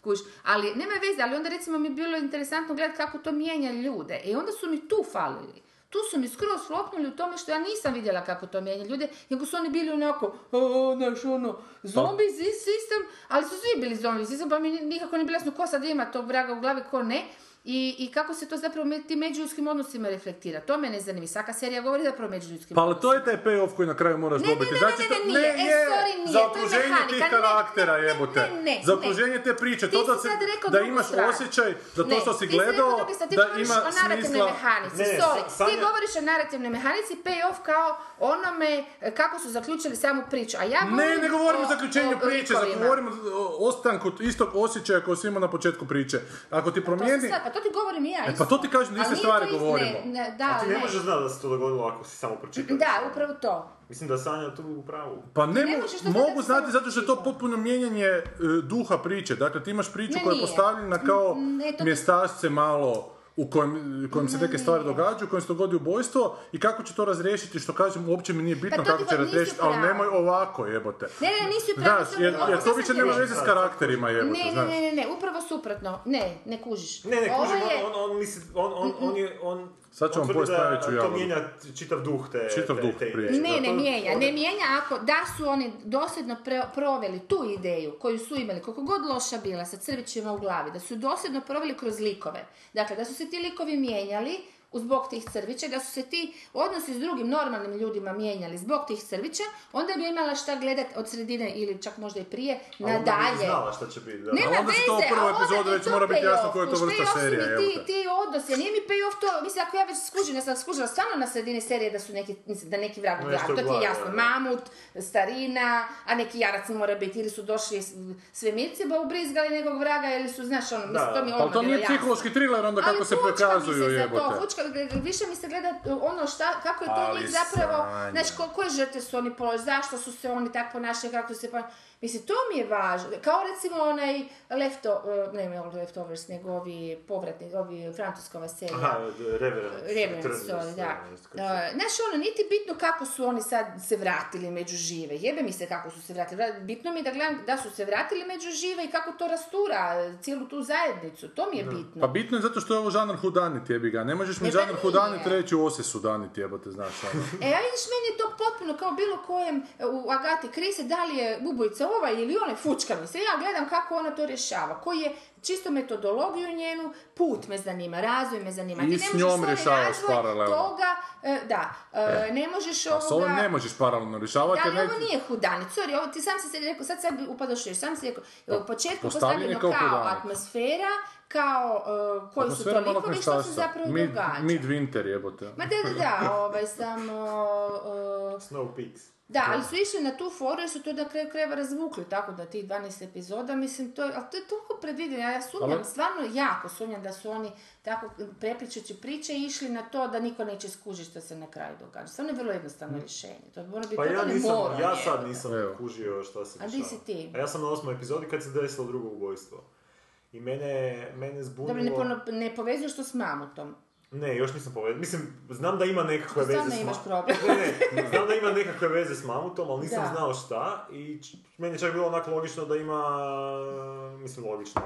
[SPEAKER 8] Kuš. Ali nema veze, ali onda recimo mi je bilo interesantno gledati kako to mijenja ljude. I onda su mi tu falili. Tu su mi skroz flopnuli u tome što ja nisam vidjela kako to mijenja ljude, nego su oni bili onako, "O, znaš ono, zombi zi- sistem, ali su svi bili zombi sistem, pa mi nikako ne bilo jasno ko sad ima tog vraga u glavi, ko ne. I, I kako se to zapravo me, tim međuljudskim odnosima reflektira? To mene zanima. Svaka serija govori zapravo o međuljudskim
[SPEAKER 6] Pa ali to je taj payoff koji na kraju moraš
[SPEAKER 8] Ne, ne,
[SPEAKER 6] dobiti.
[SPEAKER 8] ne,
[SPEAKER 6] Znači,
[SPEAKER 8] ne,
[SPEAKER 6] to-
[SPEAKER 8] ne, nije. E, sorry, nije. To je
[SPEAKER 6] Za okruženje
[SPEAKER 8] mehanika.
[SPEAKER 6] tih
[SPEAKER 8] Ne, ne,
[SPEAKER 6] karaktera
[SPEAKER 8] ne, ne,
[SPEAKER 6] jebote.
[SPEAKER 8] ne, ne,
[SPEAKER 6] Za
[SPEAKER 8] ne.
[SPEAKER 6] okruženje te priče.
[SPEAKER 8] Ti
[SPEAKER 6] To
[SPEAKER 8] si
[SPEAKER 6] da, se,
[SPEAKER 8] sad rekao
[SPEAKER 6] da
[SPEAKER 8] drugu
[SPEAKER 6] imaš
[SPEAKER 8] stranu.
[SPEAKER 6] osjećaj da to
[SPEAKER 8] Ne,
[SPEAKER 6] što si
[SPEAKER 8] ti rekao
[SPEAKER 6] gledao,
[SPEAKER 8] drugi sad, ti
[SPEAKER 6] da
[SPEAKER 8] govoriš
[SPEAKER 6] ima
[SPEAKER 8] o narativnoj
[SPEAKER 6] smisla.
[SPEAKER 8] mehanici,
[SPEAKER 9] Ne,
[SPEAKER 8] sorry.
[SPEAKER 9] Sa- Sanja-
[SPEAKER 8] Ti govoriš o narativnoj mehanici, payoff kao onome e, kako su zaključili samu priču. A ja
[SPEAKER 6] Ne,
[SPEAKER 8] govorim
[SPEAKER 6] ne govorimo
[SPEAKER 8] o-
[SPEAKER 6] o zaključenju
[SPEAKER 8] o
[SPEAKER 6] priče,
[SPEAKER 8] likovima.
[SPEAKER 6] govorimo o ostanku istog osjećaja koji si imao na početku priče. Ako ti
[SPEAKER 8] To sam
[SPEAKER 6] promijeni...
[SPEAKER 8] sad, pa to ti govorim i ja.
[SPEAKER 6] E, pa to ti kažem,
[SPEAKER 8] Ali
[SPEAKER 6] iste
[SPEAKER 8] nije
[SPEAKER 6] stvari
[SPEAKER 8] to iz-
[SPEAKER 6] govorimo.
[SPEAKER 8] Ne, ne, da,
[SPEAKER 9] A ti ne
[SPEAKER 8] ne.
[SPEAKER 9] možeš znati da se to dogodilo ako si samo pročitao.
[SPEAKER 8] Da, upravo to.
[SPEAKER 9] Mislim da je Sanja tu u pravu.
[SPEAKER 6] Pa ne,
[SPEAKER 8] ne
[SPEAKER 6] mo-
[SPEAKER 8] možeš to
[SPEAKER 6] mogu
[SPEAKER 8] gledati
[SPEAKER 6] znati
[SPEAKER 8] samo
[SPEAKER 6] zato što je to
[SPEAKER 8] priču.
[SPEAKER 6] potpuno mijenjanje e, duha priče. Dakle, ti imaš priču
[SPEAKER 8] Ne,
[SPEAKER 6] koja je
[SPEAKER 8] nije. Mm,
[SPEAKER 6] postavljena kao
[SPEAKER 8] ne, to ti-
[SPEAKER 6] mjestašce malo u kojem, u kojem se neke stvari događaju, u kojem se dogodi ubojstvo i kako će to razriješiti, što kažem, uopće mi nije bitno
[SPEAKER 8] to ti
[SPEAKER 6] kako će
[SPEAKER 8] pa nisi
[SPEAKER 6] razriješiti,
[SPEAKER 8] u pravu.
[SPEAKER 6] ali nemoj ovako jebote.
[SPEAKER 8] Ne, ne, nisi u pravu,
[SPEAKER 6] Znaš,
[SPEAKER 8] samo
[SPEAKER 6] jer,
[SPEAKER 8] ovo
[SPEAKER 6] jer
[SPEAKER 8] što
[SPEAKER 6] to
[SPEAKER 8] sam
[SPEAKER 6] više
[SPEAKER 8] ti
[SPEAKER 6] nema
[SPEAKER 8] rekla.
[SPEAKER 6] veze s karakterima jebote,
[SPEAKER 8] Ne, ne,
[SPEAKER 6] znaš.
[SPEAKER 8] ne, ne, ne, upravo suprotno. Ne, ne kužiš.
[SPEAKER 9] Ne, ne, ono,
[SPEAKER 8] Ovo
[SPEAKER 9] kužim,
[SPEAKER 8] je-
[SPEAKER 9] on, on, on misli, on, on, on je, on...
[SPEAKER 6] Sad ću
[SPEAKER 9] on
[SPEAKER 6] vam
[SPEAKER 9] tvrdi
[SPEAKER 6] pojesti
[SPEAKER 9] da
[SPEAKER 6] najveću
[SPEAKER 9] To
[SPEAKER 6] jagodu.
[SPEAKER 9] mijenja čitav duh te...
[SPEAKER 6] Čitav
[SPEAKER 9] te-
[SPEAKER 6] duh
[SPEAKER 9] te
[SPEAKER 6] priče.
[SPEAKER 9] ideje.
[SPEAKER 8] Ne, ne
[SPEAKER 9] ono, To-
[SPEAKER 8] mijenja,
[SPEAKER 9] to-
[SPEAKER 8] ne mijenja ako da su oni dosljedno pre- proveli tu ideju koju su imali, koliko god loša bila sa crvićima u glavi, da su dosljedno proveli kroz likove. Dakle, da su se ti likovi mijenjali zbog tih crvića, da su se ti odnosi s drugim normalnim ljudima mijenjali zbog tih crvića, onda bi imala šta gledat od sredine ili čak možda i prije
[SPEAKER 9] A onda bi
[SPEAKER 8] nadalje.
[SPEAKER 9] znala šta će biti, da.
[SPEAKER 8] Nema
[SPEAKER 6] A Да. onda
[SPEAKER 8] veze,
[SPEAKER 6] se to u prvoj
[SPEAKER 8] a onda
[SPEAKER 6] epizodi
[SPEAKER 8] ti
[SPEAKER 6] već
[SPEAKER 8] to
[SPEAKER 6] mora biti jasno
[SPEAKER 8] payoff,
[SPEAKER 6] koja je to
[SPEAKER 8] kuš,
[SPEAKER 6] vrsta
[SPEAKER 8] payoff su mi
[SPEAKER 6] serije, evo
[SPEAKER 8] Ti,
[SPEAKER 6] te.
[SPEAKER 8] ti odnosi, a nije mi payoff to, mislim ako ja već skužim, ja sam skužila stvarno na sredini serije da su neki, mislim, da neki vrag u
[SPEAKER 9] Nešto
[SPEAKER 8] glavi, to ti je
[SPEAKER 9] glavi,
[SPEAKER 8] jasno,
[SPEAKER 9] da, da.
[SPEAKER 8] mamut, starina, a neki jarac mora biti, ili su došli s- svemirci ba ubrizgali nekog vraga, ili su, znaš, ono, mislim,
[SPEAKER 9] Da,
[SPEAKER 8] to mi je
[SPEAKER 6] Ali
[SPEAKER 8] ono
[SPEAKER 6] to
[SPEAKER 8] bilo
[SPEAKER 6] nije
[SPEAKER 8] jasno.
[SPEAKER 6] psihološki thriller onda Pa kako
[SPEAKER 8] Ali
[SPEAKER 6] se
[SPEAKER 8] fučka mi se
[SPEAKER 6] prikazuju
[SPEAKER 8] za to,
[SPEAKER 6] jebote.
[SPEAKER 8] fučka, više mi se gleda ono šta, kako je to
[SPEAKER 6] Ali
[SPEAKER 8] njih zapravo,
[SPEAKER 6] Sanja.
[SPEAKER 8] znaš, ko, koje žrtve su oni položili, zašto su se oni tako ponašali, kako su se ponašali. Mislim, to mi je važno. Kao recimo onaj lefto, e, ne, ne leftovers, nego ovi povratni, ovi francuskova serija.
[SPEAKER 9] Aha, Reverend.
[SPEAKER 8] Reverend
[SPEAKER 9] Turnus,
[SPEAKER 8] Story, da.
[SPEAKER 9] nešto kao-
[SPEAKER 8] E, Znaš, ono, niti bitno kako su oni sad se vratili među žive. Jebe mi se kako su se vratili. Vra- Bitno mi je da gledam da su se vratili među žive i kako to rastura e, cijelu tu zajednicu. To mi je bitno.
[SPEAKER 6] Pa bitno je zato što je ovo žanar hudanit jebi ga. Ne možeš mi
[SPEAKER 8] Ne, pa
[SPEAKER 6] žanar
[SPEAKER 8] nije.
[SPEAKER 6] hudanit reći u osesu danit jebote, znaš ono.
[SPEAKER 8] E, a vidiš, meni je to potpuno kao bilo kojem e, u Agati Krise, da li je bubojica ovaj ili onaj, fučka mi se. Ja gledam kako ona to rješava, koji je čisto metodologiju njenu, put me zanima, razvoj me zanima.
[SPEAKER 6] I
[SPEAKER 8] Ti ne
[SPEAKER 6] s
[SPEAKER 8] možeš
[SPEAKER 6] njom
[SPEAKER 8] svoj
[SPEAKER 6] rješavaš
[SPEAKER 8] razvoj
[SPEAKER 6] paralelno.
[SPEAKER 8] Toga, e, da, e, ne možeš
[SPEAKER 6] A s ovim
[SPEAKER 8] ovoga-
[SPEAKER 6] ne možeš paralelno rješavati.
[SPEAKER 8] da,
[SPEAKER 6] jer
[SPEAKER 8] ali ovo
[SPEAKER 6] ne-
[SPEAKER 8] nije hudanit, sorry, ovo ti sam si se rekao, sad sad upadaš još, sam si rekao, e, u početku
[SPEAKER 6] postavljen je
[SPEAKER 8] postavljeno kao,
[SPEAKER 6] e, kao hudanit.
[SPEAKER 8] atmosfera, kao e, koji su to
[SPEAKER 6] Atmosfera malog
[SPEAKER 8] likovi, što se
[SPEAKER 6] meštašca.
[SPEAKER 8] zapravo
[SPEAKER 6] Mid,
[SPEAKER 8] događa.
[SPEAKER 6] midwinter jebote.
[SPEAKER 8] Ma da, da, da, ovaj, samo... e,
[SPEAKER 9] Snow Peaks.
[SPEAKER 8] da, ali su išli na tu foru jer su to na kraju krajeva razvukli, tako da tih 12 epizoda, mislim, to, je- ali to je toliko predvidjeno, ja sumnjam,
[SPEAKER 6] Ali-
[SPEAKER 8] stvarno jako sumnjam da su oni tako prepričajući priče išli na to da niko neće skužiti što se na kraju događa. Stvarno je vrlo jednostavno rješenje, to mora biti
[SPEAKER 9] Mm. Pa ja
[SPEAKER 8] totalni
[SPEAKER 9] nisam,
[SPEAKER 8] moral,
[SPEAKER 9] ja
[SPEAKER 8] je.
[SPEAKER 9] sad nisam
[SPEAKER 6] Evo.
[SPEAKER 9] kužio šta se
[SPEAKER 8] A di
[SPEAKER 9] dešava.
[SPEAKER 8] si ti?
[SPEAKER 9] A ja sam na osmoj epizodi kad se desilo drugo ubojstvo. I mene, mene zbunilo...
[SPEAKER 8] Dobro, ne, pono, ne povezuješ to s mamutom.
[SPEAKER 9] Ne, još nisam povedao. Mislim, znam da ima nekakve
[SPEAKER 8] Stvarno
[SPEAKER 9] veze s
[SPEAKER 8] imaš
[SPEAKER 9] ma-
[SPEAKER 8] problem.
[SPEAKER 9] Ne, ne, znam da ima nekakve veze s mamutom, ali nisam
[SPEAKER 8] Da.
[SPEAKER 9] znao šta. I č- meni je čak bilo onako logično da ima... Mislim, logično.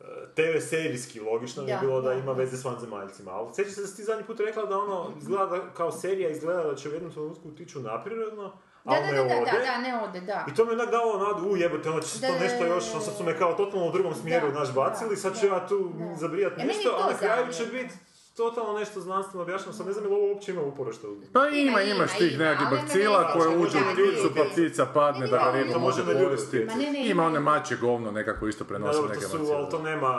[SPEAKER 9] e, TV serijski logično mi je
[SPEAKER 8] Da,
[SPEAKER 9] bilo da
[SPEAKER 8] da,
[SPEAKER 9] ima
[SPEAKER 8] da.
[SPEAKER 9] veze s vanzemaljcima. Ali sjećam se da si ti zadnji put rekla da ono izgleda da- kao serija izgleda da će u jednom trenutku utiču naprirodno,
[SPEAKER 8] Da,
[SPEAKER 9] ali
[SPEAKER 8] da,
[SPEAKER 9] ne
[SPEAKER 8] da, da,
[SPEAKER 9] ode.
[SPEAKER 8] da, da, ne ode, da.
[SPEAKER 9] I to mi je onak dalo nadu, u jebote, onda će se
[SPEAKER 8] Da,
[SPEAKER 9] to
[SPEAKER 8] da,
[SPEAKER 9] nešto
[SPEAKER 8] da,
[SPEAKER 9] još, ono,
[SPEAKER 8] da,
[SPEAKER 9] sad su me kao totalno u drugom smjeru
[SPEAKER 8] Da,
[SPEAKER 9] naš bacili, sad ću
[SPEAKER 8] da,
[SPEAKER 9] ja tu
[SPEAKER 8] da.
[SPEAKER 9] zabrijat
[SPEAKER 8] E, meni je
[SPEAKER 9] nešto,
[SPEAKER 8] to
[SPEAKER 9] a na kraju će
[SPEAKER 8] zanimljivo.
[SPEAKER 9] biti totalno nešto znanstveno objašnjeno, sad ne znam je li ovo uopće ima uporište. u-
[SPEAKER 6] Pa ima,
[SPEAKER 8] ima,
[SPEAKER 6] imaš tih
[SPEAKER 8] ima,
[SPEAKER 6] nekakvih
[SPEAKER 8] ali ne
[SPEAKER 6] bakcila
[SPEAKER 8] može
[SPEAKER 6] koje
[SPEAKER 8] biti
[SPEAKER 6] uđu
[SPEAKER 8] tako.
[SPEAKER 6] u pticu, pa
[SPEAKER 8] Ne, ne,
[SPEAKER 6] ptice padne
[SPEAKER 8] ne,
[SPEAKER 6] da
[SPEAKER 8] ne,
[SPEAKER 6] ga
[SPEAKER 8] ne,
[SPEAKER 6] riba
[SPEAKER 8] ne,
[SPEAKER 6] može
[SPEAKER 9] ne, ne,
[SPEAKER 6] pojesti.
[SPEAKER 8] Ma ne, ne,
[SPEAKER 6] Ima
[SPEAKER 8] ima.
[SPEAKER 6] one mače govno nekako isto
[SPEAKER 9] Da,
[SPEAKER 6] prenose
[SPEAKER 9] dobro,
[SPEAKER 6] neke
[SPEAKER 9] to su, ali to
[SPEAKER 6] bakcile.
[SPEAKER 9] nema...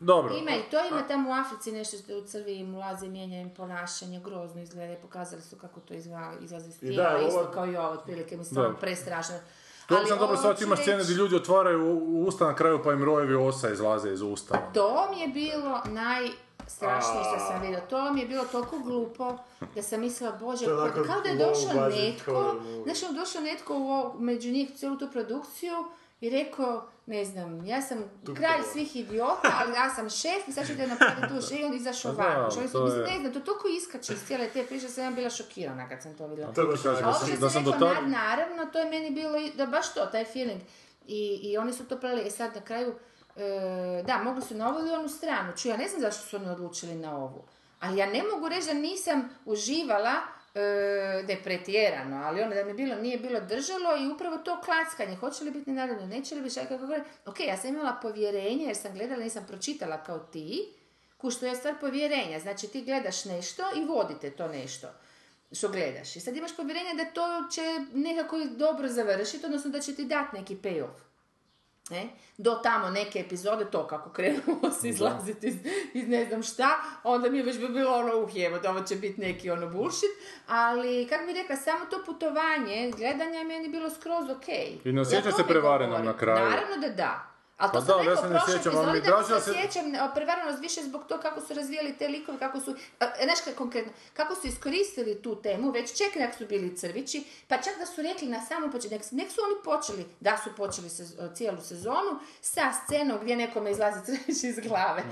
[SPEAKER 6] Dobro.
[SPEAKER 8] Ima i to, ima tamo u Africi nešto što u crvi im ulaze, mijenja im ponašanje, grozno izgleda, i pokazali su kako to izva, izlazi iz
[SPEAKER 9] I
[SPEAKER 8] tijela,
[SPEAKER 9] da,
[SPEAKER 8] isto
[SPEAKER 9] ovo-
[SPEAKER 8] kao i ovo, otprilike, mi stvarno
[SPEAKER 6] Da.
[SPEAKER 8] prestrašno.
[SPEAKER 6] Dobro sam dobro
[SPEAKER 8] ovo
[SPEAKER 6] shvatio,
[SPEAKER 8] hoću
[SPEAKER 6] imaš scene
[SPEAKER 8] reći,
[SPEAKER 6] gdje ljudi otvaraju u- usta na kraju pa im rojevi osa izlaze iz usta.
[SPEAKER 8] To mi je bilo najstrašnije što
[SPEAKER 9] A.
[SPEAKER 8] sam vidjela. To mi je bilo toliko glupo da sam mislila, bože,
[SPEAKER 9] To je onako
[SPEAKER 8] ko- kao da je
[SPEAKER 9] low
[SPEAKER 8] došao
[SPEAKER 9] budget
[SPEAKER 8] netko,
[SPEAKER 9] horror movie.
[SPEAKER 8] znaš, ono, došao netko u, ovo- među njih cijelu tu produkciju i rekao, ne znam, ja sam kralj svih idiota, ali ja sam šef i sad ću te napraviti duše i on izašao
[SPEAKER 6] Pa da,
[SPEAKER 8] van.
[SPEAKER 6] ali
[SPEAKER 8] Čovjek,
[SPEAKER 6] to
[SPEAKER 8] mislim,
[SPEAKER 6] je-
[SPEAKER 8] ne znam, to toliko iskače iz cijele te priče, da sam ja bila šokirana kad sam to vidjela.
[SPEAKER 6] To ti kažem,
[SPEAKER 8] A
[SPEAKER 6] da
[SPEAKER 8] ovo
[SPEAKER 6] sam,
[SPEAKER 8] što
[SPEAKER 6] da
[SPEAKER 8] si
[SPEAKER 6] sam do
[SPEAKER 8] rekao,
[SPEAKER 6] tada...
[SPEAKER 8] nad- naravno, to je meni bilo, i- da baš to, taj feeling. I, i oni su to prali, e sad na kraju, e, da, mogli su na ovu ili onu stranu. Ču, ja ne znam zašto su oni odlučili na ovu. Ali ja ne mogu reći da nisam uživala e, da je pretjerano, ali ono da mi bilo, nije bilo držalo i upravo to klackanje, hoće li biti naravno, neće li biti, šta kako gore. Ok, ja sam imala povjerenje jer sam gledala, nisam pročitala kao ti, kuš, to je stvar povjerenja, znači ti gledaš nešto i vodite to nešto što gledaš. I sad imaš povjerenje da to će nekako i dobro završiti, odnosno da će ti dati neki payoff. Ne? Do tamo neke epizode, to kako krenulo se izlaziti iz, iz ne znam šta, onda mi je već bi bilo ono uhjevo, da ovo će biti neki ono bullshit, ali kako bi rekla, samo to putovanje, gledanje je meni bilo skroz ok.
[SPEAKER 6] I ne osjećaš se prevarenom na kraju?
[SPEAKER 8] Naravno da da. Ali to
[SPEAKER 6] Pa
[SPEAKER 8] sam
[SPEAKER 6] da, ali ja
[SPEAKER 8] rekla
[SPEAKER 6] se ne
[SPEAKER 8] prošle
[SPEAKER 6] sjećam, ali mi
[SPEAKER 8] epizode da
[SPEAKER 6] draže da
[SPEAKER 8] se
[SPEAKER 6] se-
[SPEAKER 8] sjećam e, prevarenost više zbog toga kako su razvijali te likove, kako su, a, e, znaš kaj konkretno, kako su iskoristili tu temu, već čak nek su bili crvići, pa čak da su rekli na samom početku, nek, nek su oni počeli, da su počeli sez- cijelu sezonu sa scenom gdje nekome izlazi crvić iz glave.
[SPEAKER 6] Mm.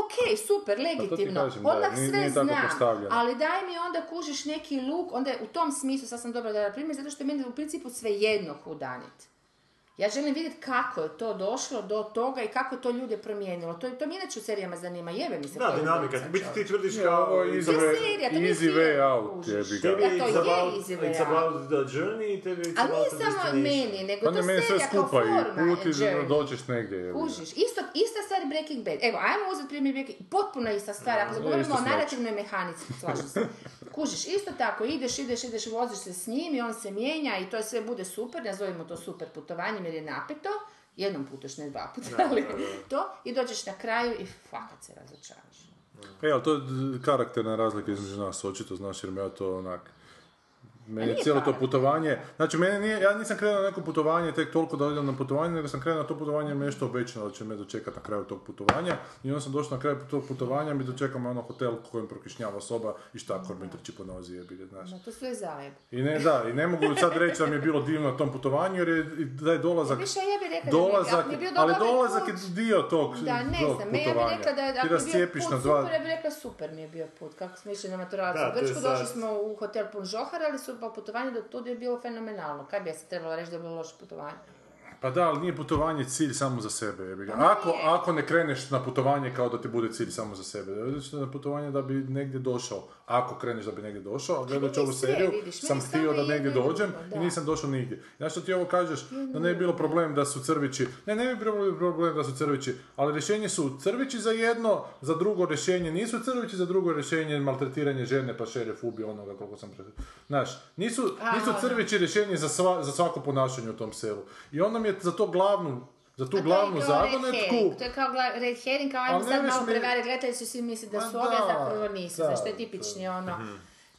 [SPEAKER 8] Ok, super, legitimno,
[SPEAKER 6] Pa kažem, da,
[SPEAKER 8] odmah
[SPEAKER 6] nije-
[SPEAKER 8] sve
[SPEAKER 6] nije tako
[SPEAKER 8] znam,
[SPEAKER 6] postavljeno.
[SPEAKER 8] ali daj mi onda kužiš neki luk, onda je u tom smislu, sad sam dobro da primjer, zato što je meni u principu svejedno hudanit. Ja želim vidjeti kako je to došlo do toga i kako to ljude promijenilo. To, to mi inače u serijama zanima, jebe mi se.
[SPEAKER 9] Da,
[SPEAKER 8] koji
[SPEAKER 9] dinamika.
[SPEAKER 8] koncept,
[SPEAKER 9] Biti ti
[SPEAKER 8] čovječe.
[SPEAKER 9] tvrdiš
[SPEAKER 6] Ne, ovo
[SPEAKER 9] kao...
[SPEAKER 6] je
[SPEAKER 9] it's
[SPEAKER 6] easy
[SPEAKER 8] To je
[SPEAKER 6] way,
[SPEAKER 8] serija, to nije
[SPEAKER 6] easy
[SPEAKER 8] film.
[SPEAKER 6] way out,
[SPEAKER 8] Kužiš.
[SPEAKER 6] jebi
[SPEAKER 9] Tebi
[SPEAKER 6] ga.
[SPEAKER 8] Da, to
[SPEAKER 9] it's
[SPEAKER 8] je
[SPEAKER 9] about,
[SPEAKER 8] easy way
[SPEAKER 9] it's
[SPEAKER 8] out.
[SPEAKER 9] about the journey, tebi it's
[SPEAKER 8] Ali
[SPEAKER 9] about
[SPEAKER 8] nije
[SPEAKER 9] the
[SPEAKER 8] samo
[SPEAKER 9] destination.
[SPEAKER 8] meni, nego
[SPEAKER 6] Pa
[SPEAKER 8] to
[SPEAKER 6] ne, meni sve
[SPEAKER 8] serija kao
[SPEAKER 6] skupa
[SPEAKER 8] forma.
[SPEAKER 6] i put
[SPEAKER 8] je
[SPEAKER 6] i
[SPEAKER 8] journey.
[SPEAKER 6] dođeš negdje. jebi ga.
[SPEAKER 8] Kužiš, isto, ista stvar je Breaking Bad. Evo, ajmo uzeti primjer Breaking Potpuno ista stvar, ako govorimo
[SPEAKER 6] isto
[SPEAKER 8] o
[SPEAKER 6] smeće.
[SPEAKER 8] narativnoj mehanici, slažem se. Kužiš, isto tako, ideš, ideš, ideš, voziš se s njim i on se mijenja i to sve bude super, nazovimo to super putovanjem jer je napeto. Jednom puteš, ne dva puta, ali to. I dođeš na kraju i fakat se razočaraš.
[SPEAKER 6] E, ali to je d- karakterna razlika između nas, očito, znaš, jer me ja to onak... Meni je cijelo to
[SPEAKER 8] karakter.
[SPEAKER 6] putovanje, znači meni nije, ja nisam krenuo na neko putovanje tek toliko da idem na putovanje, nego sam krenuo na to putovanje jer mi je nešto obećano da će me dočekati na kraju tog putovanja i onda sam došao na kraj tog putovanja mi dočeka me ono hotel kojem prokišnjava soba i štakor mi trči po nozi jebi ga, znaš.
[SPEAKER 8] No, to sve je zajeb.
[SPEAKER 6] I ne, da, i ne mogu sad reći da mi je bilo divno na tom putovanju jer je, i da je dolazak,
[SPEAKER 8] Više ja bih rekla
[SPEAKER 6] dolazak,
[SPEAKER 8] da mi je bio
[SPEAKER 6] ali
[SPEAKER 8] dobar
[SPEAKER 6] dolazak
[SPEAKER 8] put.
[SPEAKER 6] je dio tog,
[SPEAKER 8] Da, ne
[SPEAKER 6] tog
[SPEAKER 8] znam, ne, ja
[SPEAKER 6] putovanja.
[SPEAKER 8] bih rekla da ako
[SPEAKER 6] Ti
[SPEAKER 8] je bio
[SPEAKER 6] rascijepiš
[SPEAKER 8] put
[SPEAKER 6] na dva,
[SPEAKER 8] super, ja bih rekla super mi je bio put. Kako smo išli na maturaciju
[SPEAKER 9] Da,
[SPEAKER 8] u
[SPEAKER 9] to je
[SPEAKER 8] Grčku,
[SPEAKER 9] sad-
[SPEAKER 8] došli smo u hotel pun žohara, ali su pa putovanje do tud je bilo fenomenalno. Kaj bi ja se trebala reći da je bilo loše putovanje?
[SPEAKER 6] Pa da, ali nije putovanje cilj samo za sebe. jebi ga.
[SPEAKER 8] Pa
[SPEAKER 6] Ako, ako ne kreneš na putovanje kao da ti bude cilj samo za sebe. Da ideš na putovanje da bi negdje došao. Ako kreneš da bi negdje došao, a gledajući
[SPEAKER 8] Znači, meni
[SPEAKER 6] ovu
[SPEAKER 8] sve,
[SPEAKER 6] seriju
[SPEAKER 8] vidiš,
[SPEAKER 6] sam
[SPEAKER 8] meni samo
[SPEAKER 6] htio da
[SPEAKER 8] jedno
[SPEAKER 6] negdje
[SPEAKER 8] i drugo,
[SPEAKER 6] dođem
[SPEAKER 8] da.
[SPEAKER 6] i nisam došao nigdje. Znaš što ti ovo kažeš? Da ne bi bilo problem da su crvići. Ne, ne bi bilo problem da su crvići. Ali rješenje su crvići za jedno, za drugo rješenje nisu crvići, za drugo rješenje maltretiranje žene pa šerif ubi onoga koliko sam... pre- Znaš, nisu, nisu crvići rješenje za, sva, za svako ponašanje u tom selu. I onda mi je za to glavnu, za
[SPEAKER 8] A
[SPEAKER 6] tu
[SPEAKER 8] to je
[SPEAKER 6] glavnu
[SPEAKER 8] kao red herring,
[SPEAKER 6] zagonetku,
[SPEAKER 8] To je kao gla- red herring, kao
[SPEAKER 6] Ali
[SPEAKER 8] ajmo
[SPEAKER 6] ne
[SPEAKER 8] sad
[SPEAKER 6] veš
[SPEAKER 8] malo
[SPEAKER 6] mi-
[SPEAKER 8] prevariti gledatelji su svi misli da
[SPEAKER 6] Ma
[SPEAKER 8] su ove,
[SPEAKER 6] da,
[SPEAKER 8] zapravo nisu,
[SPEAKER 6] da,
[SPEAKER 8] znaš, to je tipični ono...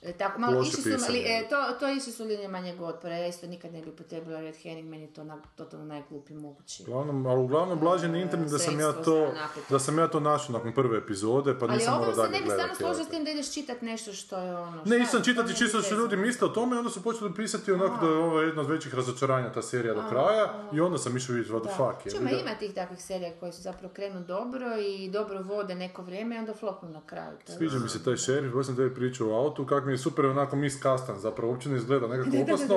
[SPEAKER 8] e, Tako, malo
[SPEAKER 6] Loše
[SPEAKER 8] išli su,
[SPEAKER 6] pisanje.
[SPEAKER 8] li- e, to, to išli su linije manjeg otpora, ja isto nikad ne bi potrebila red herring, meni je to na, totalno najglupi mogući.
[SPEAKER 6] Uglavnom, ali uglavnom blaženi internet da sam ja
[SPEAKER 8] sredstvo
[SPEAKER 6] to,
[SPEAKER 8] za napetu.
[SPEAKER 6] da sam ja to našao nakon prve epizode, pa
[SPEAKER 8] Ali
[SPEAKER 6] nisam
[SPEAKER 8] ovo
[SPEAKER 6] morao
[SPEAKER 8] se
[SPEAKER 6] dalje
[SPEAKER 8] ne bi stvarno
[SPEAKER 6] gledati.
[SPEAKER 8] složila s tim da ideš čitat nešto što je ono... šta
[SPEAKER 6] Ne,
[SPEAKER 8] je,
[SPEAKER 6] nisam
[SPEAKER 8] to
[SPEAKER 6] čitati
[SPEAKER 8] nema
[SPEAKER 6] čisto da su
[SPEAKER 8] veze.
[SPEAKER 6] ljudi misle o tome, onda su počeli pisati onako da je ovo jedno od većih razočaranja ta serija do kraja i onda sam išao vidjeti what the fuck je.
[SPEAKER 8] Čuma, ima tih takvih serija koje su zapravo krenu dobro i dobro vode neko vrijeme i onda flopnu na kraju. To je-
[SPEAKER 6] Sviđa mi se taj šerif, baš sam tebi pričao u autu, kako mi je super onako miskastan, zapravo uopće ne izgleda nekako opasno,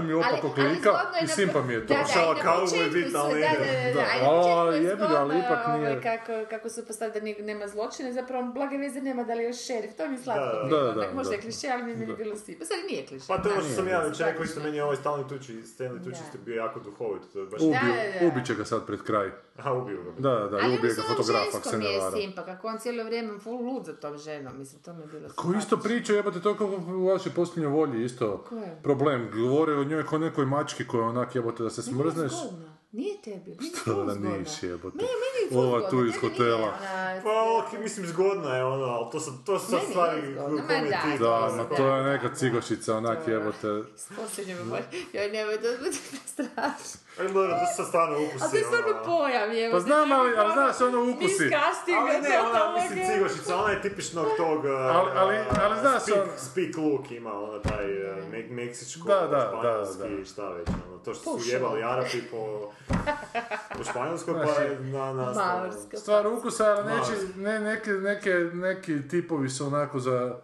[SPEAKER 6] um mi opako klika
[SPEAKER 8] zgodno je
[SPEAKER 6] i
[SPEAKER 8] na-
[SPEAKER 6] simpa mi je
[SPEAKER 8] Da,
[SPEAKER 6] to.
[SPEAKER 8] da, i
[SPEAKER 9] Šala
[SPEAKER 8] na
[SPEAKER 9] cowboy
[SPEAKER 8] početku
[SPEAKER 9] bit,
[SPEAKER 8] su-
[SPEAKER 9] ali-
[SPEAKER 8] da, da, da,
[SPEAKER 6] Da.
[SPEAKER 8] da, i na početku
[SPEAKER 6] A,
[SPEAKER 8] je
[SPEAKER 6] jebi ga, ali
[SPEAKER 8] zgodno,
[SPEAKER 6] ipak
[SPEAKER 8] ovaj,
[SPEAKER 6] nije.
[SPEAKER 8] Kako, kako su postavili da ni- nema zločine, zapravo blage veze nema da li je još šerif, to mi je slatko.
[SPEAKER 9] Da,
[SPEAKER 8] bilo.
[SPEAKER 6] da,
[SPEAKER 8] Onak
[SPEAKER 6] da,
[SPEAKER 8] Možda je
[SPEAKER 6] da.
[SPEAKER 8] kliše, ali mi je meni bilo simpa. Sad nije kliše.
[SPEAKER 9] Pa to je ono što
[SPEAKER 8] znaš.
[SPEAKER 9] sam ja već
[SPEAKER 8] Da,
[SPEAKER 9] rekao, isto
[SPEAKER 8] da.
[SPEAKER 9] meni je ovaj stalni tuči, Stanley tuči
[SPEAKER 8] Da.
[SPEAKER 9] isto bio jako duhovit, to je baš...
[SPEAKER 6] Ubio,
[SPEAKER 8] Da, da, da.
[SPEAKER 6] ubit će ga sad pred kraj.
[SPEAKER 9] Aha, ubio ga.
[SPEAKER 6] Da, da, da, i
[SPEAKER 8] Ali
[SPEAKER 6] ubije
[SPEAKER 8] ono
[SPEAKER 6] ga
[SPEAKER 8] se
[SPEAKER 6] fotograf,
[SPEAKER 8] onom
[SPEAKER 6] ako se
[SPEAKER 8] ženskom
[SPEAKER 6] ne
[SPEAKER 8] je
[SPEAKER 6] varam.
[SPEAKER 8] simpa, kako on cijelo vrijeme full lud za tom ženom, mislim, to mi je bilo
[SPEAKER 6] Ko isto
[SPEAKER 8] simpatično.
[SPEAKER 6] priča, jebate, to je kao u vašoj posljednjoj volji isto
[SPEAKER 8] Znači. Ko je?
[SPEAKER 6] problem. Govore o njoj kao nekoj mački koja onak jebate da se
[SPEAKER 8] Meni je
[SPEAKER 6] smrzneš.
[SPEAKER 8] zgodno. Nije tebi, meni je
[SPEAKER 6] Da,
[SPEAKER 8] full
[SPEAKER 6] Pa da
[SPEAKER 8] zgodno.
[SPEAKER 6] nisi jebate.
[SPEAKER 8] Meni, meni je full
[SPEAKER 6] Ova
[SPEAKER 8] zgodno,
[SPEAKER 6] tu iz
[SPEAKER 8] tebi nije
[SPEAKER 6] hotela.
[SPEAKER 8] ona-
[SPEAKER 9] Pa, ok, mislim, zgodna je ono, ali to su, to su sad
[SPEAKER 8] Meni je
[SPEAKER 9] stvari
[SPEAKER 8] zgodno,
[SPEAKER 9] koje ono,
[SPEAKER 8] ma
[SPEAKER 9] kome
[SPEAKER 8] da,
[SPEAKER 9] ti...
[SPEAKER 8] to
[SPEAKER 6] Da,
[SPEAKER 8] je
[SPEAKER 6] ma
[SPEAKER 8] zgodno.
[SPEAKER 6] to je
[SPEAKER 8] Da,
[SPEAKER 6] neka
[SPEAKER 8] da,
[SPEAKER 6] cigošica, onak
[SPEAKER 8] To je ono.
[SPEAKER 6] jebote.
[SPEAKER 8] S posljednjom je bolje. Joj, nemoj, to to je strašno.
[SPEAKER 9] Aj, Lora, to su sad stvarno
[SPEAKER 8] A
[SPEAKER 9] ukusi,
[SPEAKER 8] to je stvarno
[SPEAKER 9] ono.
[SPEAKER 8] pojam, je.
[SPEAKER 6] Pa znam, ali, ali znaš, ono ukusi. ono,
[SPEAKER 8] Disgusting,
[SPEAKER 9] Ali ne, ona,
[SPEAKER 8] totalno
[SPEAKER 9] mislim,
[SPEAKER 8] gej.
[SPEAKER 9] cigošica, ona je tipičnog tog... eh,
[SPEAKER 6] Ali- ali- ali znaš,
[SPEAKER 9] speak,
[SPEAKER 6] ono-
[SPEAKER 9] speak look ima, ono, taj uh,
[SPEAKER 8] Mhm.
[SPEAKER 9] me- meksičko,
[SPEAKER 6] Da, da, da,
[SPEAKER 9] španjolski,
[SPEAKER 6] da.
[SPEAKER 9] šta već, ono, to što su
[SPEAKER 8] Pušilo.
[SPEAKER 9] jebali Arapi po, po španjolskoj, pa je na nas... ono,
[SPEAKER 8] Maurska.
[SPEAKER 6] Stvar ukusa, ali
[SPEAKER 9] Ma.
[SPEAKER 6] neći, ne, neke, neke, neki tipovi su onako za...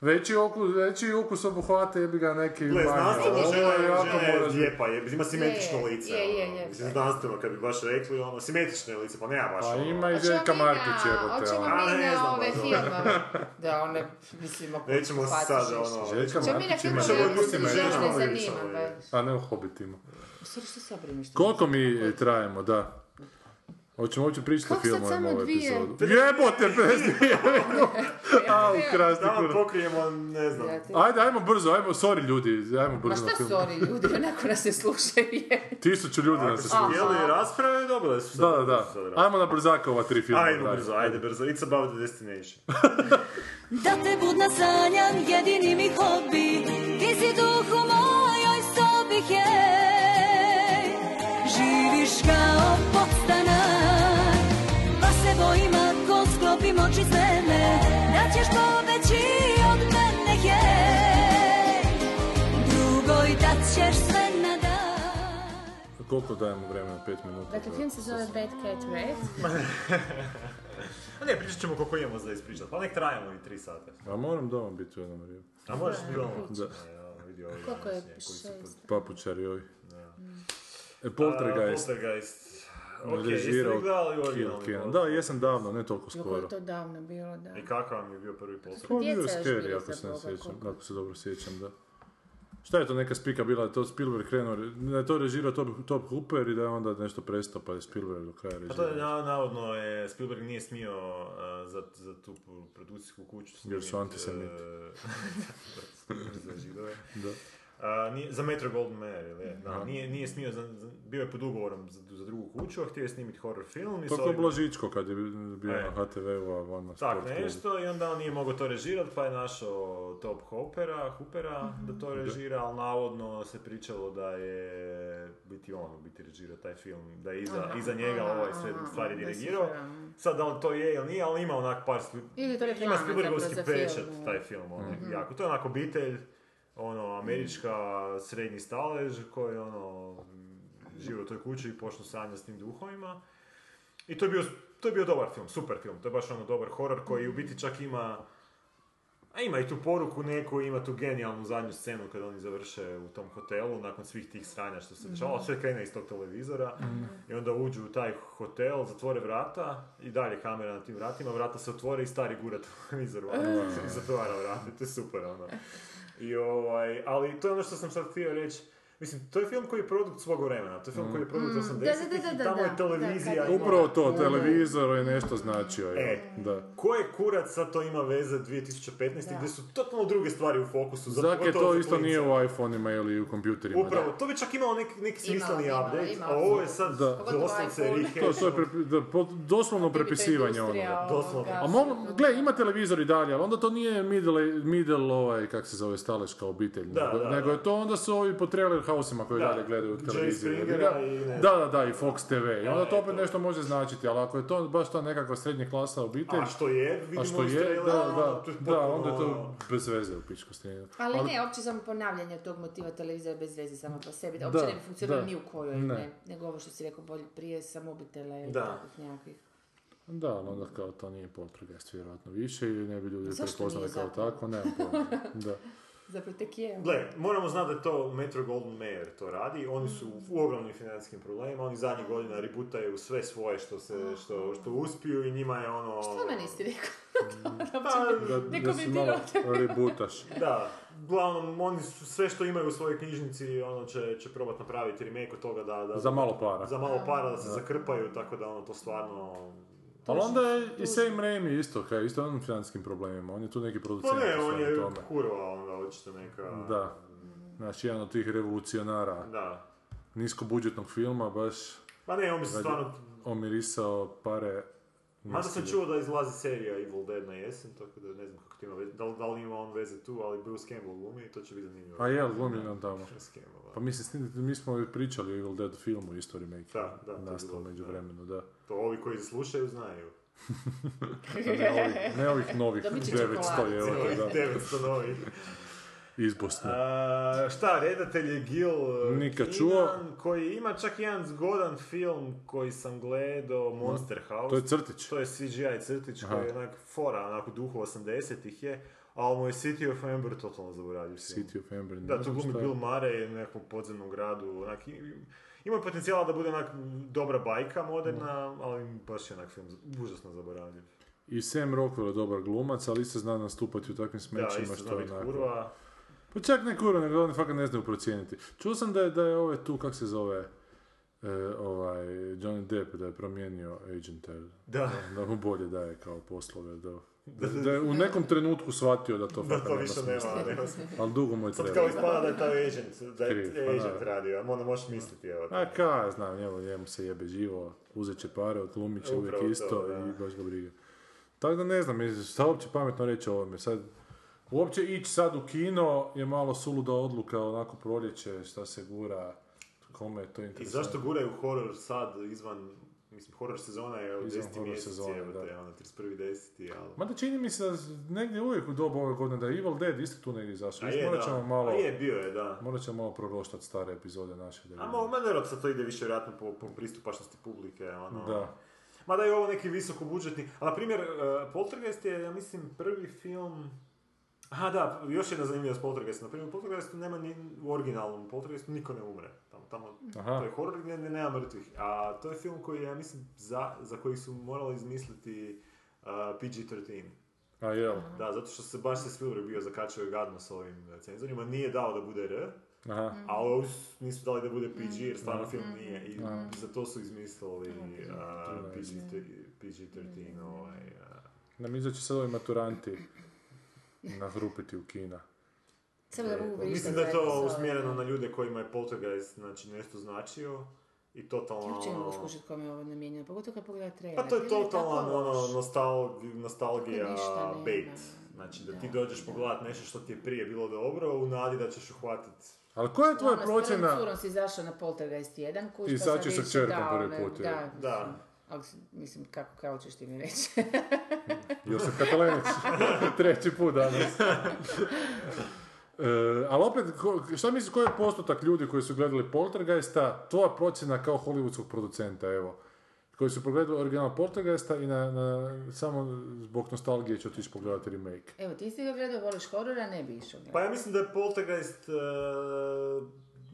[SPEAKER 6] Veći okus, veći okus obuhvate jebi ga neki
[SPEAKER 9] Gle, znanstveno
[SPEAKER 6] Ovo
[SPEAKER 9] žena,
[SPEAKER 6] je
[SPEAKER 9] je,
[SPEAKER 6] jako
[SPEAKER 9] žena je
[SPEAKER 6] moraš biti-
[SPEAKER 9] lijepa, je, ima simetrično
[SPEAKER 8] Je,
[SPEAKER 9] lice.
[SPEAKER 8] je, je,
[SPEAKER 9] ono.
[SPEAKER 8] je.
[SPEAKER 9] Mislim, znanstveno, kad bi baš rekli, ono, simetrično je lice, pa nema baš
[SPEAKER 6] Pa
[SPEAKER 9] ono.
[SPEAKER 6] ima i
[SPEAKER 8] Hoćemo
[SPEAKER 6] Željka
[SPEAKER 8] mi na-
[SPEAKER 6] Markić jebote.
[SPEAKER 8] Hoćemo
[SPEAKER 6] ono.
[SPEAKER 9] A,
[SPEAKER 8] mi
[SPEAKER 9] ne
[SPEAKER 8] na
[SPEAKER 9] znam,
[SPEAKER 8] ove
[SPEAKER 9] dobro.
[SPEAKER 8] filmove. Da, one, mislim, ako
[SPEAKER 9] Nećemo se
[SPEAKER 8] shvatiš
[SPEAKER 9] sad,
[SPEAKER 8] nešto.
[SPEAKER 9] ono...
[SPEAKER 6] Željka
[SPEAKER 8] Hoćemo mi na
[SPEAKER 6] Markić ima...
[SPEAKER 8] filmove,
[SPEAKER 9] Hoćemo
[SPEAKER 8] ako se
[SPEAKER 9] ljudima,
[SPEAKER 8] žena
[SPEAKER 9] ženama
[SPEAKER 8] ne
[SPEAKER 9] više,
[SPEAKER 8] zanima
[SPEAKER 9] ono,
[SPEAKER 8] baš.
[SPEAKER 9] je.
[SPEAKER 6] A ne u Hobbitima.
[SPEAKER 8] Sorry, što se ja brinem što-
[SPEAKER 6] Koliko mi trajemo, da. Hoćemo uopće pričati o
[SPEAKER 8] Kako sad
[SPEAKER 6] filmovima
[SPEAKER 8] samo
[SPEAKER 6] ovu
[SPEAKER 8] dvije?
[SPEAKER 6] epizodu. Jebote, 52 A, ukrasni
[SPEAKER 9] Da vam
[SPEAKER 6] kurac.
[SPEAKER 9] pokrijemo, ne znam.
[SPEAKER 8] Da, te-
[SPEAKER 6] Ajde, ajmo brzo, ajmo, sorry ljudi, ajmo
[SPEAKER 8] Ma
[SPEAKER 6] brzo na
[SPEAKER 8] Pa šta
[SPEAKER 6] film.
[SPEAKER 8] sorry ljudi, onako nas ne slušaju. je.
[SPEAKER 6] Tisuću ljudi nas je
[SPEAKER 9] Ako
[SPEAKER 6] slušalo.
[SPEAKER 9] su htjeli rasprave, dobile su.
[SPEAKER 6] Da, da, da.
[SPEAKER 9] sad rasprave.
[SPEAKER 6] Ajmo na brzaka ova tri filma.
[SPEAKER 9] Ajde brzo, ajde brzo. It's about the destination.
[SPEAKER 7] Da te budna sanjam, jedini mi hobi Ti si duh u mojoj sobi, hej Živiš kao podstanar Pa se bojim ako sklopim oči s mene Da ćeš pobeći od mene, hej Drugoj da ćeš sve na dar
[SPEAKER 6] Koliko dajemo vremena? Pet minuta?
[SPEAKER 10] Dakle,
[SPEAKER 6] da.
[SPEAKER 10] film se zove Bad Cat Red.
[SPEAKER 9] A Pa ne, pričat ćemo koliko imamo za ispričat. Pa nek trajamo i tri sata.
[SPEAKER 6] A moram doma biti u jednom vrijeme.
[SPEAKER 9] A možeš ono? ti doma?
[SPEAKER 6] Da.
[SPEAKER 10] Koliko je? Šest.
[SPEAKER 6] Papučari ovi. E, Poltergeist. Ono,
[SPEAKER 9] Poltergeist. Ok, jeste
[SPEAKER 6] Režirao
[SPEAKER 9] li gledali ovaj
[SPEAKER 6] Kill
[SPEAKER 9] originalni?
[SPEAKER 6] Kill. Da,
[SPEAKER 9] Poltergeist?
[SPEAKER 6] jesam davno, ne toliko
[SPEAKER 10] Kako je
[SPEAKER 6] skoro.
[SPEAKER 10] to davno bilo, da.
[SPEAKER 9] I kakav vam je bio prvi Poltergeist?
[SPEAKER 6] Pa bio je
[SPEAKER 10] Djeca još bili
[SPEAKER 6] scary,
[SPEAKER 10] za
[SPEAKER 6] ako se ne
[SPEAKER 10] Boga,
[SPEAKER 6] sjećam,
[SPEAKER 10] koliko.
[SPEAKER 6] ako se dobro sjećam, da. Šta je to neka spika bila, da je to Spielberg krenuo, da je to režirao Top, Top Hooper i da je onda nešto prestao, pa je Spielberg do kraja
[SPEAKER 9] Pa to je,
[SPEAKER 6] režirao.
[SPEAKER 9] na- navodno je, Spielberg nije smio uh, za, za tu produkcijsku kuću
[SPEAKER 6] Jer su
[SPEAKER 9] snimit,
[SPEAKER 6] antisemiti.
[SPEAKER 9] e, za židove.
[SPEAKER 6] Da.
[SPEAKER 9] A, nije, za Metro Golden Mare, ili je? Da, nije, nije smio, za, za- bio je pod ugovorom za, za drugu kuću, a htio je snimiti horror film. I s
[SPEAKER 6] Pa kao
[SPEAKER 9] ovim-
[SPEAKER 6] Blažičko kad je bio
[SPEAKER 9] E.
[SPEAKER 6] na HTV-u, a van na
[SPEAKER 9] Tak,
[SPEAKER 6] sport klubu.
[SPEAKER 9] nešto, i onda on nije mogao to režirati, pa je našao Top Hoopera, Hoopera da to režira, ali navodno se pričalo da je biti on u biti režirao taj film, da je iza, iza njega ovaj sve stvari dirigirao. Sad, da li to je ili nije, ali ima onak par... sli-
[SPEAKER 8] Ili to
[SPEAKER 9] ima
[SPEAKER 8] reklama
[SPEAKER 9] Spielbergovski
[SPEAKER 8] zapravo za
[SPEAKER 9] pečat
[SPEAKER 8] film. ono. Mhm.
[SPEAKER 9] taj film, onak, jako. To je onak obitelj, ono, američka srednji stalež koji, ono, živi u toj kući i počnu sanja s tim duhovima. I to je bio, to je bio dobar film, super film, to je baš ono dobar horor koji u biti čak ima a ima i tu poruku neku, ima tu genijalnu zadnju scenu kad oni završe u tom hotelu nakon svih tih sranja što se dešava, ali sve krene iz tog televizora i onda uđu u taj hotel, zatvore vrata i dalje kamera na tim vratima, vrata se otvore i stari gura televizoru, ono, zatvara vrata, to je super ono. I ovaj, ali to je ono što sam sad htio reći, Mislim, to je film koji je produkt svog vremena, to je film koji je produkt 80-ih
[SPEAKER 8] Mhm. da,
[SPEAKER 9] i
[SPEAKER 8] da,
[SPEAKER 9] tamo je
[SPEAKER 8] da,
[SPEAKER 9] televizija.
[SPEAKER 8] da, kad je-
[SPEAKER 9] imala-
[SPEAKER 6] Upravo to, televizor je nešto značio, je.
[SPEAKER 9] E.
[SPEAKER 6] Da.
[SPEAKER 9] Koje kurac sad to ima veze 2015. gdje su totalno druge stvari u fokusu? za-
[SPEAKER 6] Zak je
[SPEAKER 9] pogotovo
[SPEAKER 6] to
[SPEAKER 9] za
[SPEAKER 6] isto
[SPEAKER 9] klince.
[SPEAKER 6] nije u iPhone-ima ili u kompjuterima. da.
[SPEAKER 9] Upravo, to bi čak imao neki, neki smisleniji
[SPEAKER 8] imao,
[SPEAKER 9] update,
[SPEAKER 8] imao,
[SPEAKER 9] a ovo je sad
[SPEAKER 6] Da.
[SPEAKER 9] da. doslovce
[SPEAKER 8] iPhone.
[SPEAKER 9] rihe.
[SPEAKER 6] To, to je prepi- da, po- doslovno prepisivanje onoga.
[SPEAKER 9] ono, Doslovno.
[SPEAKER 6] A mogu, gle, ima televizor i dalje, ali onda to nije middle, middle ovaj, kak se zove, staleška obitelj.
[SPEAKER 9] Da,
[SPEAKER 6] nego,
[SPEAKER 9] da,
[SPEAKER 6] nego
[SPEAKER 9] da.
[SPEAKER 6] je to onda su ovi po trailer hausima koji
[SPEAKER 9] Da.
[SPEAKER 6] dalje gledaju
[SPEAKER 9] Jay
[SPEAKER 6] televiziju.
[SPEAKER 9] Springera
[SPEAKER 6] Da,
[SPEAKER 9] i ne
[SPEAKER 6] da, da, da, i Fox TV. I onda
[SPEAKER 9] E,
[SPEAKER 6] to opet
[SPEAKER 9] to.
[SPEAKER 6] nešto može značiti, ali ako je to baš ta nekakva srednja klasa obitelj,
[SPEAKER 9] A što je, vidimo
[SPEAKER 6] a što
[SPEAKER 9] iz
[SPEAKER 6] je, da,
[SPEAKER 9] trailera,
[SPEAKER 6] da,
[SPEAKER 9] to je
[SPEAKER 6] da,
[SPEAKER 9] potpuno
[SPEAKER 6] onda je to
[SPEAKER 9] ono-
[SPEAKER 6] bez veze u pičku strinu.
[SPEAKER 8] Ali ne, uopće samo ponavljanje tog motiva televizora bez veze samo po sebi. Da, uopće
[SPEAKER 6] Da,
[SPEAKER 8] ne bi funkcionirao
[SPEAKER 6] da.
[SPEAKER 8] ni u kojoj,
[SPEAKER 6] Ne.
[SPEAKER 8] ne. Nego ovo što si rekao bolje prije, samo mobitela i
[SPEAKER 9] Da.
[SPEAKER 8] takvih nekakvih.
[SPEAKER 6] Da, ali onda kao to nije poltergeist vjerojatno više i ne bi ljudi
[SPEAKER 8] Zašto
[SPEAKER 6] prepoznali
[SPEAKER 8] nije
[SPEAKER 6] kao
[SPEAKER 8] zapravo?
[SPEAKER 6] tako, nemam pojma. Da.
[SPEAKER 8] Zapravo tek je. ono.
[SPEAKER 9] Gle, moramo znati da je to Metro Golden Mayer to radi, oni su
[SPEAKER 8] Mm.
[SPEAKER 9] u ogromnim financijskim problemima, oni zadnjih godina ributaju sve svoje što, se, što, što uspiju i njima je ono... Pa,
[SPEAKER 8] Što me nisi rekao? Pa,
[SPEAKER 6] Da,
[SPEAKER 8] Ne
[SPEAKER 6] da si malo rebutaš.
[SPEAKER 9] Da, uglavnom oni su sve što imaju u svojoj knjižnici ono će, će probati napraviti remake od toga da, da
[SPEAKER 6] Za malo para.
[SPEAKER 9] za malo para da se zakrpaju, tako da ono to stvarno...
[SPEAKER 6] Ali onda je i Sam Raimi isto, kaj, isto je on u financijskim problemima, on je tu neki producent.
[SPEAKER 9] Pa ne,
[SPEAKER 6] u
[SPEAKER 9] on
[SPEAKER 6] svemu
[SPEAKER 9] je
[SPEAKER 6] tome.
[SPEAKER 9] kurva onda očito neka...
[SPEAKER 6] Da. Znaš, jedan od tih revolucionara
[SPEAKER 9] Da.
[SPEAKER 6] niskobudžetnog filma, baš
[SPEAKER 9] Pa ne, on
[SPEAKER 6] Znači,
[SPEAKER 9] bi se stvarno...
[SPEAKER 6] omirisao pare.
[SPEAKER 9] Mada sam
[SPEAKER 6] mislim.
[SPEAKER 9] čuo da izlazi serija Evil Dead na jesen, tako da ne znam kako to ima veze, da li, da li ima on veze tu, ali Bruce Campbell glumi i to će biti zanimljivo.
[SPEAKER 6] A je, glumi on tamo.
[SPEAKER 9] Bruce Campbell,
[SPEAKER 6] Pa
[SPEAKER 9] da.
[SPEAKER 6] mislim, s tim- mi smo i pričali o Evil Dead filmu, isto remake.
[SPEAKER 9] Da, da, to je
[SPEAKER 6] Nastao
[SPEAKER 9] bilo,
[SPEAKER 6] među
[SPEAKER 9] da.
[SPEAKER 6] vremenu, da.
[SPEAKER 9] To ovi koji slušaju znaju.
[SPEAKER 6] A Ne ovih, ne ovih novih
[SPEAKER 8] Dobit će
[SPEAKER 6] 900
[SPEAKER 8] čokoladicu.
[SPEAKER 6] evo, da,
[SPEAKER 9] 900 novih.
[SPEAKER 6] iz Bosne.
[SPEAKER 9] A, šta, redatelj je Gil eh,
[SPEAKER 6] Nikad čuo.
[SPEAKER 9] koji ima čak jedan zgodan film koji sam gledao, Monster House.
[SPEAKER 6] To je crtić.
[SPEAKER 9] To je CGI crtić koji je onak fora, onako duhu 80-ih je. ali mu je City of Amber totalno zaboravio. film.
[SPEAKER 6] City of Amber. ne
[SPEAKER 9] Da, tu
[SPEAKER 6] znam
[SPEAKER 9] glumi
[SPEAKER 6] šta je.
[SPEAKER 9] Bill Murray u nekom podzemnom gradu, onak, i- ima potencijala da bude onak dobra bajka moderna, ali baš je onak film z- užasno zaboravljiv.
[SPEAKER 6] I Sam Rockwell je dobar glumac, ali isto zna nastupati u takvim
[SPEAKER 9] Da,
[SPEAKER 6] smećima
[SPEAKER 9] isto
[SPEAKER 6] što
[SPEAKER 9] zna
[SPEAKER 6] je
[SPEAKER 9] biti
[SPEAKER 6] onako...
[SPEAKER 9] kurva.
[SPEAKER 6] Pa čak ne kurva, nego oni fakat ne znaju procijeniti. Čuo sam da je, da je ovaj tu, kak se zove, e, ovaj, Johnny Depp, da je promijenio agenta,
[SPEAKER 9] Da,
[SPEAKER 6] da mu bolje daje kao poslove, da, da, da je u nekom trenutku shvatio da to
[SPEAKER 9] da
[SPEAKER 6] fakat
[SPEAKER 9] to
[SPEAKER 6] nema
[SPEAKER 9] više
[SPEAKER 6] smisla.
[SPEAKER 9] nema. nema.
[SPEAKER 6] Ali dugo mu je
[SPEAKER 9] Sad kao
[SPEAKER 6] trebalo.
[SPEAKER 9] ispada da je taj agent, da je
[SPEAKER 6] Kriv, pa
[SPEAKER 9] agent
[SPEAKER 6] da.
[SPEAKER 9] radio, a onda možeš misliti, evo.
[SPEAKER 6] A ka, ja znam, njemu, njemu se jebe živo, uzet će pare, odglumit će uvijek
[SPEAKER 9] Upravo to,
[SPEAKER 6] isto
[SPEAKER 9] da.
[SPEAKER 6] i baš ga briga. Tako da ne znam, mislim, šta uopće pametno reći o ovome. Sad, uopće ići sad u kino je malo suluda odluka, onako proljeće, šta se gura, kome je to
[SPEAKER 9] I
[SPEAKER 6] interesantno.
[SPEAKER 9] zašto guraju horor sad izvan, mislim, horor sezona je u
[SPEAKER 6] Izvan
[SPEAKER 9] 10.
[SPEAKER 6] horor
[SPEAKER 9] mjeseci,
[SPEAKER 6] sezone,
[SPEAKER 9] evo te,
[SPEAKER 6] da.
[SPEAKER 9] ono, 31.10. ali...
[SPEAKER 6] Mada čini mi se da z- negdje uvijek u dobu ove godine da je Evil Dead isto tu negdje izašao.
[SPEAKER 9] A
[SPEAKER 6] Mislim,
[SPEAKER 9] je,
[SPEAKER 6] Morat
[SPEAKER 9] da.
[SPEAKER 6] ćemo malo,
[SPEAKER 9] A je, bio je, da.
[SPEAKER 6] morat ćemo malo proroštati stare epizode naše. Da
[SPEAKER 9] A
[SPEAKER 6] vidimo.
[SPEAKER 9] malo Manderop sad to ide više vjerojatno po, po pristupačnosti publike, ono...
[SPEAKER 6] Da.
[SPEAKER 9] Mada je ovo neki visoko budžetni, a na primjer e, Poltergeist je, ja mislim, prvi film... Aha, da, još jedna zanimljivost Poltergeist. Na primjer, u Poltergeistu nema ni u originalnom Poltergeistu, niko ne umre. Tamo, tamo
[SPEAKER 6] Aha.
[SPEAKER 9] to je horor gdje ne- nema mrtvih. A to je film koji, je, ja mislim, za, za koji su morali izmisliti e, PG-13.
[SPEAKER 6] A jel,
[SPEAKER 9] Da, zato što se baš se Spielberg bio zakačio i gadno s ovim e, cenzorima, nije dao da bude R,
[SPEAKER 6] aha.
[SPEAKER 9] ali ovdje su- nisu dali da bude PG jer stvarno
[SPEAKER 8] Mhm.
[SPEAKER 9] film nije i za to su izmislili uh, a, PG-13 PG-13,
[SPEAKER 8] Mhm.
[SPEAKER 9] ovaj... a.
[SPEAKER 6] Nam izaći sad ovi maturanti nahrupiti u kina.
[SPEAKER 8] Samo da mogu
[SPEAKER 9] Pa, Mislim da je to usmjereno na ljude kojima je Poltergeist znači nešto značio i totalno
[SPEAKER 8] Uopće ne mogu
[SPEAKER 9] ono-
[SPEAKER 8] skušati kome je ovo namijenjeno, pogotovo kad pogledam trailer.
[SPEAKER 9] Pa to je
[SPEAKER 8] Bilo tako
[SPEAKER 9] totalno ono,
[SPEAKER 8] loš.
[SPEAKER 9] nostalg- nostalgija
[SPEAKER 8] ništa nema.
[SPEAKER 9] bait. Znači da ti dođeš pogledat nešto što ti je prije bilo dobro u nadi da ćeš uhvatit
[SPEAKER 6] Ali koja je tvoja
[SPEAKER 8] Ono, s prvom
[SPEAKER 6] procjena?
[SPEAKER 8] curom si izašao na Poltergeist 1, kuš,
[SPEAKER 6] I
[SPEAKER 8] pa
[SPEAKER 6] sad će sa
[SPEAKER 8] išao-
[SPEAKER 6] kćerkom
[SPEAKER 8] da,
[SPEAKER 6] prvi
[SPEAKER 8] ono,
[SPEAKER 6] put, je.
[SPEAKER 8] Da,
[SPEAKER 9] Da.
[SPEAKER 8] ali mislim, kako, kako ćeš ti mi reći?
[SPEAKER 6] Josip Katalenić, treći put danas. E, ali opet, ko- šta misliš, koji je postotak ljudi koji su gledali Poltergeista, tvoja procjena kao hollywoodskog producenta, evo, koji su pogledali original Poltergeista i na, na- samo zbog nostalgije će otići pogledati remake.
[SPEAKER 8] Evo, ti si ga gledao, voliš horor, a ne bi išao
[SPEAKER 9] Pa
[SPEAKER 8] gledati.
[SPEAKER 9] ja mislim da je Poltergeist e,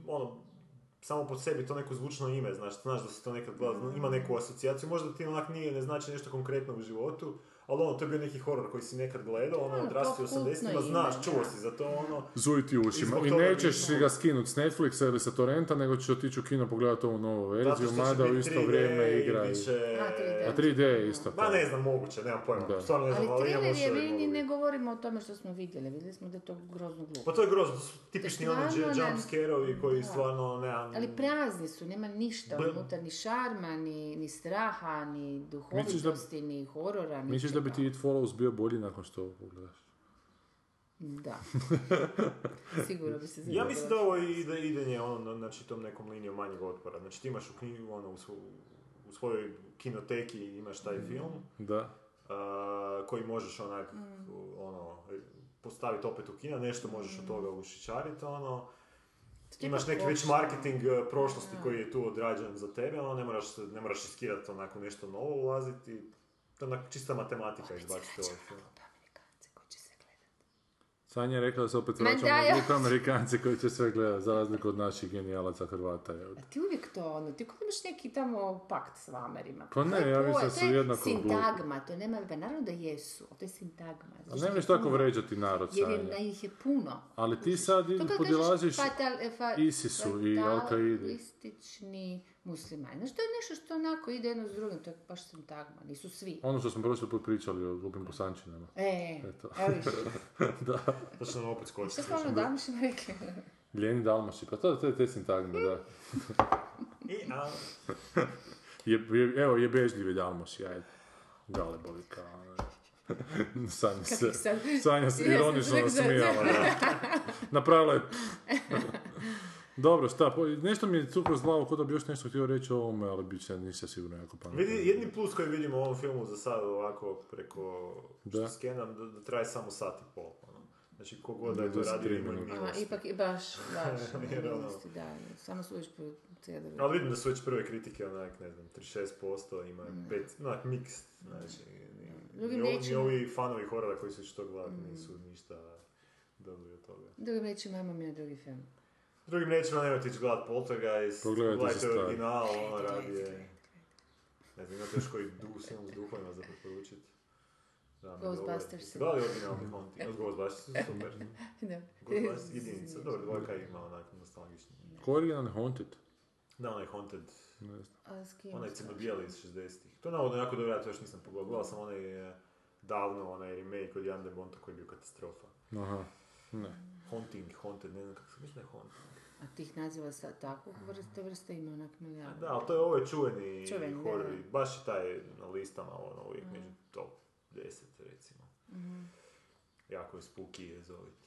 [SPEAKER 9] ono, samo po sebi to neko zvučno ime, znaš, znaš da se to nekad gleda,
[SPEAKER 8] Mm.
[SPEAKER 9] zna- ima neku asocijaciju, možda ti onak nije, ne znači nešto konkretno u životu, ali ono, to je bio neki horor koji si nekad gledao, ono,
[SPEAKER 8] ono,
[SPEAKER 9] odrastio
[SPEAKER 8] popkultno
[SPEAKER 9] 80-ima,
[SPEAKER 8] ime,
[SPEAKER 9] znaš,
[SPEAKER 8] da.
[SPEAKER 9] čuo si za to, ono,
[SPEAKER 6] Zuji ti
[SPEAKER 9] I
[SPEAKER 6] ušima.
[SPEAKER 9] zbog
[SPEAKER 6] I
[SPEAKER 9] toga
[SPEAKER 6] nećeš
[SPEAKER 9] bi-
[SPEAKER 6] ga skinuti s Netflixa ili sa Torrenta, nego ćeš otići u kino pogledati ovu novu
[SPEAKER 9] zato
[SPEAKER 6] verziju,
[SPEAKER 9] što će
[SPEAKER 6] mada u
[SPEAKER 9] biti
[SPEAKER 6] isto
[SPEAKER 9] 3D
[SPEAKER 6] vrijeme
[SPEAKER 9] i
[SPEAKER 6] igra. i-
[SPEAKER 9] bit će...
[SPEAKER 8] A,
[SPEAKER 9] e,
[SPEAKER 8] 3D.
[SPEAKER 6] A 3D je isto
[SPEAKER 9] Ma
[SPEAKER 6] tako.
[SPEAKER 9] ne znam, moguće, nemam pojma,
[SPEAKER 6] Da.
[SPEAKER 9] stvarno ne znam,
[SPEAKER 8] Ali
[SPEAKER 9] ali imamo
[SPEAKER 8] trailer
[SPEAKER 9] što je
[SPEAKER 8] je, mi
[SPEAKER 9] moglo
[SPEAKER 8] ni ne
[SPEAKER 9] biti.
[SPEAKER 8] govorimo o tome što smo vidjeli, vidjeli smo da je to grozno glupo.
[SPEAKER 9] Pa to je grozno, to su tipični ono
[SPEAKER 8] Stvarno ne-
[SPEAKER 9] jumpscare-ovi koji stvarno ono, nema...
[SPEAKER 8] Ali prazni su, nema ništa
[SPEAKER 9] Bl-
[SPEAKER 8] unutra, ni šarma, ni, ni straha, ni duhovitosti, ni horora, ničega.
[SPEAKER 6] Misliš da bi ti It Follows bio bolji nakon što ovo pogledaš?
[SPEAKER 8] Da. Sigurno bi se
[SPEAKER 9] Ja mislim da ovo ide, idenje ono, na- znači tom nekom linijom manjeg otpora. Znači ti imaš u knjigu, ono, u, svo- u svojoj kinoteki imaš taj film
[SPEAKER 6] Da.
[SPEAKER 9] a, koji možeš onak, ono, postaviti opet u kina, nešto možeš od toga ušičariti, ono. Imaš neki već marketing e, prošlosti koji je tu odrađen za tebe, ono, ne moraš, se- ne moraš riskirati onako u nešto novo ulaziti. To je onak čista matematika izbaciti ovaj film.
[SPEAKER 8] Amerikanci koji će se gledati.
[SPEAKER 6] Sanja je rekla da se opet
[SPEAKER 8] Ma
[SPEAKER 6] vraćamo
[SPEAKER 8] da,
[SPEAKER 6] na
[SPEAKER 8] ja.
[SPEAKER 6] grupu Amerikance koji će sve gledati, za razliku od naših genijalaca Hrvata. evo.
[SPEAKER 8] A ti uvijek to ono, ti kod imaš neki tamo pakt s vamerima.
[SPEAKER 6] Pa ne,
[SPEAKER 8] To je
[SPEAKER 6] ja mislim
[SPEAKER 8] poj-
[SPEAKER 6] da
[SPEAKER 8] to
[SPEAKER 6] su
[SPEAKER 8] je
[SPEAKER 6] jednako
[SPEAKER 8] Sintagma, to nema, pa naravno da jesu, ali to je sintagma. zato
[SPEAKER 6] Ali
[SPEAKER 8] što
[SPEAKER 6] ne
[SPEAKER 8] ih
[SPEAKER 6] možeš
[SPEAKER 8] je
[SPEAKER 6] tako
[SPEAKER 8] puno.
[SPEAKER 6] vređati narod,
[SPEAKER 8] Jer je-
[SPEAKER 6] Sanja.
[SPEAKER 8] na ih je puno.
[SPEAKER 6] Ali ti sad
[SPEAKER 8] To kad
[SPEAKER 6] podilaziš
[SPEAKER 8] kažeš fatal- e, fa-
[SPEAKER 6] ISIS-u i Al-Qaidi.
[SPEAKER 8] fatalistični muslimani. Znaš, to je nešto što onako ide jedno s drugim, to je baš sintagma, nisu svi.
[SPEAKER 6] ono što smo prošli put pričali o glupim bosančinama.
[SPEAKER 8] E,
[SPEAKER 6] Eto.
[SPEAKER 8] evo više.
[SPEAKER 6] da.
[SPEAKER 9] To će nam opet skočiti.
[SPEAKER 8] Što smo ono današnje rekli?
[SPEAKER 6] Ljeni Dalmaši, pa to, to je te sintagme, da.
[SPEAKER 9] I, a,
[SPEAKER 6] Je, je- evo, je bežljivi Dalmaši, ajde. Gale boli kao... ono. Sanja se,
[SPEAKER 8] ih sad-
[SPEAKER 6] Sanja se
[SPEAKER 8] Ja sam
[SPEAKER 6] ironično
[SPEAKER 8] tek za-
[SPEAKER 6] nasmijala. da. Napravila je... Dobro, šta, po- nešto mi je cukro s glavu, kod da bi još nešto htio reći o ovome, ali bit će, nisam sigurno jako pametno.
[SPEAKER 9] Vidi, jedni plus koji vidimo u ovom filmu za sad ovako preko
[SPEAKER 6] Da.
[SPEAKER 9] što skenam, da, da traje samo sat i pol. Ono. Znači, kogod da je to
[SPEAKER 6] 23
[SPEAKER 9] radio, ima
[SPEAKER 6] minute.
[SPEAKER 8] Aha,
[SPEAKER 9] milosti.
[SPEAKER 8] ipak i baš, baš.
[SPEAKER 9] Jer ono-
[SPEAKER 8] milosti, da, samo služiš po cijelu.
[SPEAKER 9] Ali vidim da su već prve kritike onak, ne znam, 36%, ima 5, onak mix, znači, nije-
[SPEAKER 8] Drugim
[SPEAKER 9] ni ovi- Ni
[SPEAKER 8] riječima-
[SPEAKER 9] ovi fanovi horora koji su išli to gledati nisu ništa dobri od toga.
[SPEAKER 8] Drugim riječima, imam ja drugi film.
[SPEAKER 9] Drugim riječima nemojte ići gledat Poltergeist,
[SPEAKER 6] Pogledajte
[SPEAKER 9] gledajte
[SPEAKER 6] se stari.
[SPEAKER 9] original, ono radije. Ne znam, imate još koji du, film s duhovima za preporučiti. Da, mi dobro.
[SPEAKER 8] Ghostbusters.
[SPEAKER 9] Jeste Gledali originalni Monty, od Ghostbusters, super.
[SPEAKER 8] Da.
[SPEAKER 9] Ghostbusters jedinica, dobro, dvojka ima onak nostalgični.
[SPEAKER 6] Ko je originalni Haunted?
[SPEAKER 9] Da, onaj Haunted,
[SPEAKER 6] Ne znam.
[SPEAKER 8] A s kim?
[SPEAKER 9] onaj crno-bijeli iz 60-ih. To je navodno jako dobro, ja to još nisam pogledao. Gledao sam onaj eh, davno, onaj remake od Jan de Bonta koji je bio katastrofa.
[SPEAKER 6] Aha. Ne.
[SPEAKER 9] Haunting, Haunted, ne znam kako se mislim da je Haunted.
[SPEAKER 8] A tih naziva sa takvog vrste vrsta ima onak milijarda.
[SPEAKER 9] Da, ali to je ovo je čuveni,
[SPEAKER 8] Čuveni, da, Mhm.
[SPEAKER 9] horor,
[SPEAKER 8] da.
[SPEAKER 9] baš je taj na listama, ono, uvijek među top 10, recimo.
[SPEAKER 8] Mhm.
[SPEAKER 9] Jako je spooky je zovite.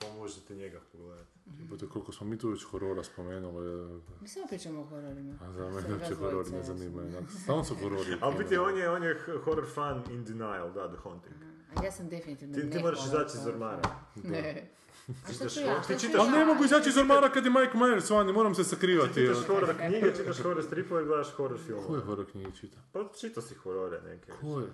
[SPEAKER 9] Pa možete njega pogledati.
[SPEAKER 8] Mhm.
[SPEAKER 6] Jebote, koliko smo mi tu već horora spomenuli. e,
[SPEAKER 8] Mi samo pričamo o hororima.
[SPEAKER 6] A za
[SPEAKER 8] Sad
[SPEAKER 6] mene uopće
[SPEAKER 8] vas
[SPEAKER 6] horori
[SPEAKER 8] dvojica,
[SPEAKER 6] ne
[SPEAKER 8] ja sam-
[SPEAKER 6] zanimaju. onak, Samo su horori.
[SPEAKER 9] A u biti on je, on je h- horror fan in denial, da, The Haunting.
[SPEAKER 8] A ja sam definitivno
[SPEAKER 9] Ti, ti
[SPEAKER 8] Mhm. ne
[SPEAKER 9] moraš
[SPEAKER 8] horor
[SPEAKER 9] izaći iz
[SPEAKER 8] fan.
[SPEAKER 9] ormara.
[SPEAKER 8] Ne. A što
[SPEAKER 9] Čitaš
[SPEAKER 8] ću
[SPEAKER 9] horor?
[SPEAKER 8] ja?
[SPEAKER 9] Ti
[SPEAKER 8] Što ću
[SPEAKER 9] čitaš-
[SPEAKER 8] ja?
[SPEAKER 6] Ali ne mogu izaći iz ormara kad je Mike Myers vani, moram se sakrivati. evo.
[SPEAKER 9] Čitaš horror knjige, čitaš horror stripove, gledaš horror
[SPEAKER 6] Ko je
[SPEAKER 9] filmove.
[SPEAKER 6] horor knjige čita?
[SPEAKER 9] Pa čitao si horore neke.
[SPEAKER 6] Ko je?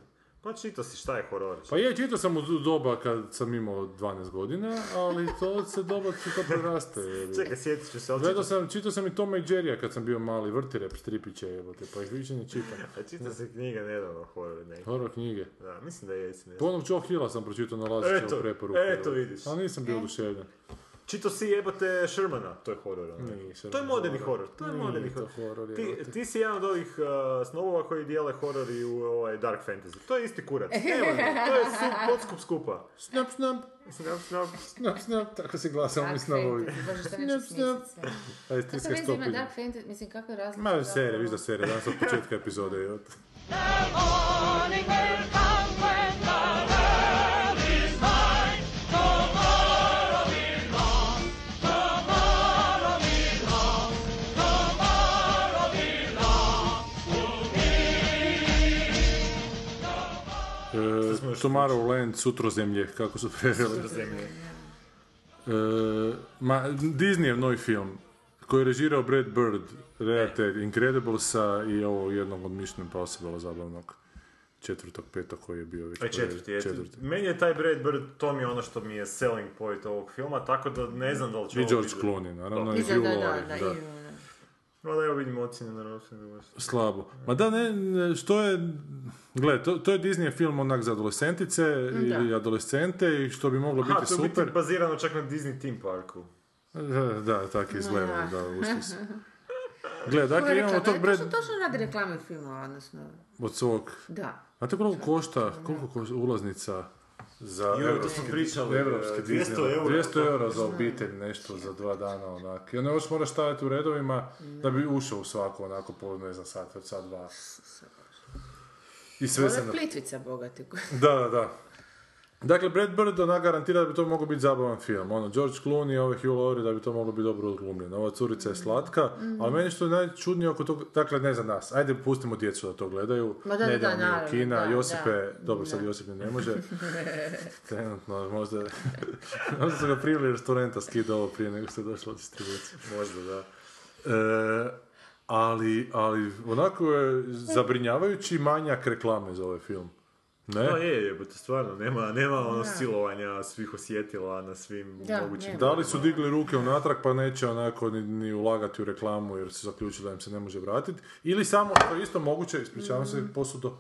[SPEAKER 9] Pa čitao si šta je horor.
[SPEAKER 6] Pa je, čitao sam u doba kad sam imao 12 godina, ali to se doba to preraste. jer-
[SPEAKER 9] Čekaj, sjetit ću se, ali
[SPEAKER 6] Gledao
[SPEAKER 9] čitao
[SPEAKER 6] sam, čitao sam i Toma i Jerrya kad sam bio mali, vrti rep stripiće, jebote, pa ih više ne čitam.
[SPEAKER 9] a čitao si knjige nedavno horor neke.
[SPEAKER 6] Horor knjige.
[SPEAKER 9] Da, mislim da jesi. ne
[SPEAKER 6] Po
[SPEAKER 9] znam.
[SPEAKER 6] onom Joe Hilla sam pročitao nalaziće
[SPEAKER 9] Eto,
[SPEAKER 6] u preporuku.
[SPEAKER 9] eto vidiš.
[SPEAKER 6] Ali nisam
[SPEAKER 8] E.
[SPEAKER 6] bio oduševljen.
[SPEAKER 9] Čito si jebote Shermana, to je horor. ono.
[SPEAKER 6] Nije Sherman
[SPEAKER 9] to je moderni
[SPEAKER 6] horor.
[SPEAKER 9] horor, to je
[SPEAKER 6] Nije
[SPEAKER 9] moderni
[SPEAKER 6] to
[SPEAKER 9] horor.
[SPEAKER 6] horor,
[SPEAKER 9] ti,
[SPEAKER 6] jebote.
[SPEAKER 9] ti si jedan od ovih uh, snobova koji dijele horor i u ovaj, dark fantasy. To je isti kurac, nemoj me, to je su, podskup skupa.
[SPEAKER 6] Snap, snap,
[SPEAKER 9] Snap, snap.
[SPEAKER 6] snap, snap, tako se glasa
[SPEAKER 8] Dark
[SPEAKER 6] ovi snavovi.
[SPEAKER 8] fantasy, Bože, što
[SPEAKER 6] Snap,
[SPEAKER 8] neću
[SPEAKER 6] snap.
[SPEAKER 8] smislit sve.
[SPEAKER 6] Ajde,
[SPEAKER 8] Kako
[SPEAKER 6] stiskaj
[SPEAKER 8] veze ima
[SPEAKER 6] stopinje.
[SPEAKER 8] Dark Fantasy, mislim kakva je razlika?
[SPEAKER 6] Ma, serije,
[SPEAKER 8] zapravo?
[SPEAKER 6] viš da serije, danas od početka epizode, jebote. E, Tomorrowland, Sutrozemlje, kako su preveli. E, ma, Disneyev novi film koji je režirao Brad Bird, redatelj Incrediblesa i ovo jednog od Mission Impossible zabavnog četvrtog, petog koji je bio već.
[SPEAKER 9] E, četvrti, je. Meni je taj Brad Bird, to mi je ono što mi je selling point ovog filma, tako da ne znam da li će
[SPEAKER 6] I
[SPEAKER 9] ovo
[SPEAKER 6] George
[SPEAKER 9] biti-
[SPEAKER 6] Clooney, naravno, i
[SPEAKER 8] Da,
[SPEAKER 6] Hugh
[SPEAKER 8] da, da,
[SPEAKER 6] Laurie,
[SPEAKER 8] da,
[SPEAKER 6] da.
[SPEAKER 8] i, ono.
[SPEAKER 9] No, da evo vidim ocjene, naravno se ne baš.
[SPEAKER 6] Slabo. Ma da, ne, ne, što je... Gle, to, to je Disney film onak za adolescentice
[SPEAKER 8] Mm,
[SPEAKER 6] ili adolescente i što bi moglo
[SPEAKER 9] Ha,
[SPEAKER 6] biti
[SPEAKER 9] to je u biti
[SPEAKER 6] super.
[SPEAKER 9] bazirano čak na Disney Theme Parku.
[SPEAKER 6] Da, da, tako izgleda, da, uspis. Gle, dakle, imamo
[SPEAKER 8] Reklame,
[SPEAKER 6] tog Brad...
[SPEAKER 8] Točno, točno radi reklame filmova, odnosno,
[SPEAKER 6] Od svog
[SPEAKER 8] da.
[SPEAKER 6] Znate koliko košta, koliko košta ulaznica za europski,
[SPEAKER 9] pričali,
[SPEAKER 6] europski
[SPEAKER 9] e, 200
[SPEAKER 6] Disney?
[SPEAKER 9] eura.
[SPEAKER 6] 200 eura za obitelj, nešto za dva dana onak. I onda još moraš stajati u redovima da bi ušao u svako onako po, ne znam, sat, od sat, dva. I sve
[SPEAKER 8] Ovo
[SPEAKER 6] se
[SPEAKER 8] je
[SPEAKER 6] na...
[SPEAKER 8] plitvica bogati. koji-
[SPEAKER 6] Da, da, da. Dakle, Brad Bird ona garantira da bi to mogao biti zabavan film. Ono, George Clooney, ove Hugh Laurie, da bi to moglo biti dobro odglumljeno. Ova curica je slatka,
[SPEAKER 8] Mhm.
[SPEAKER 6] ali meni što je najčudnije oko toga, dakle, ne za nas, ajde pustimo djecu da to gledaju.
[SPEAKER 8] Ma da, da,
[SPEAKER 6] ne
[SPEAKER 8] da,
[SPEAKER 6] idemo mi u
[SPEAKER 8] naravno,
[SPEAKER 6] kina,
[SPEAKER 8] da,
[SPEAKER 6] Josipe,
[SPEAKER 8] da.
[SPEAKER 6] dobro, sad
[SPEAKER 8] Da.
[SPEAKER 6] Josip ni ne može. Trenutno, možda, možda su ga primili restoranta skidao ovo prije nego što je došlo od distribucije.
[SPEAKER 9] Možda, da.
[SPEAKER 6] E, ali, ali onako je zabrinjavajući manjak reklame za ovaj film. Ne?
[SPEAKER 9] Pa je, jebote, stvarno, nema, nema ono silovanja svih osjetila na svim
[SPEAKER 8] Da,
[SPEAKER 9] mogućim...
[SPEAKER 8] nema.
[SPEAKER 6] Da li su digli ruke unatrag pa neće onako ni, ni ulagati u reklamu jer su zaključili da im se ne može vratiti. Ili samo, što je isto moguće, ispričavam se posudo,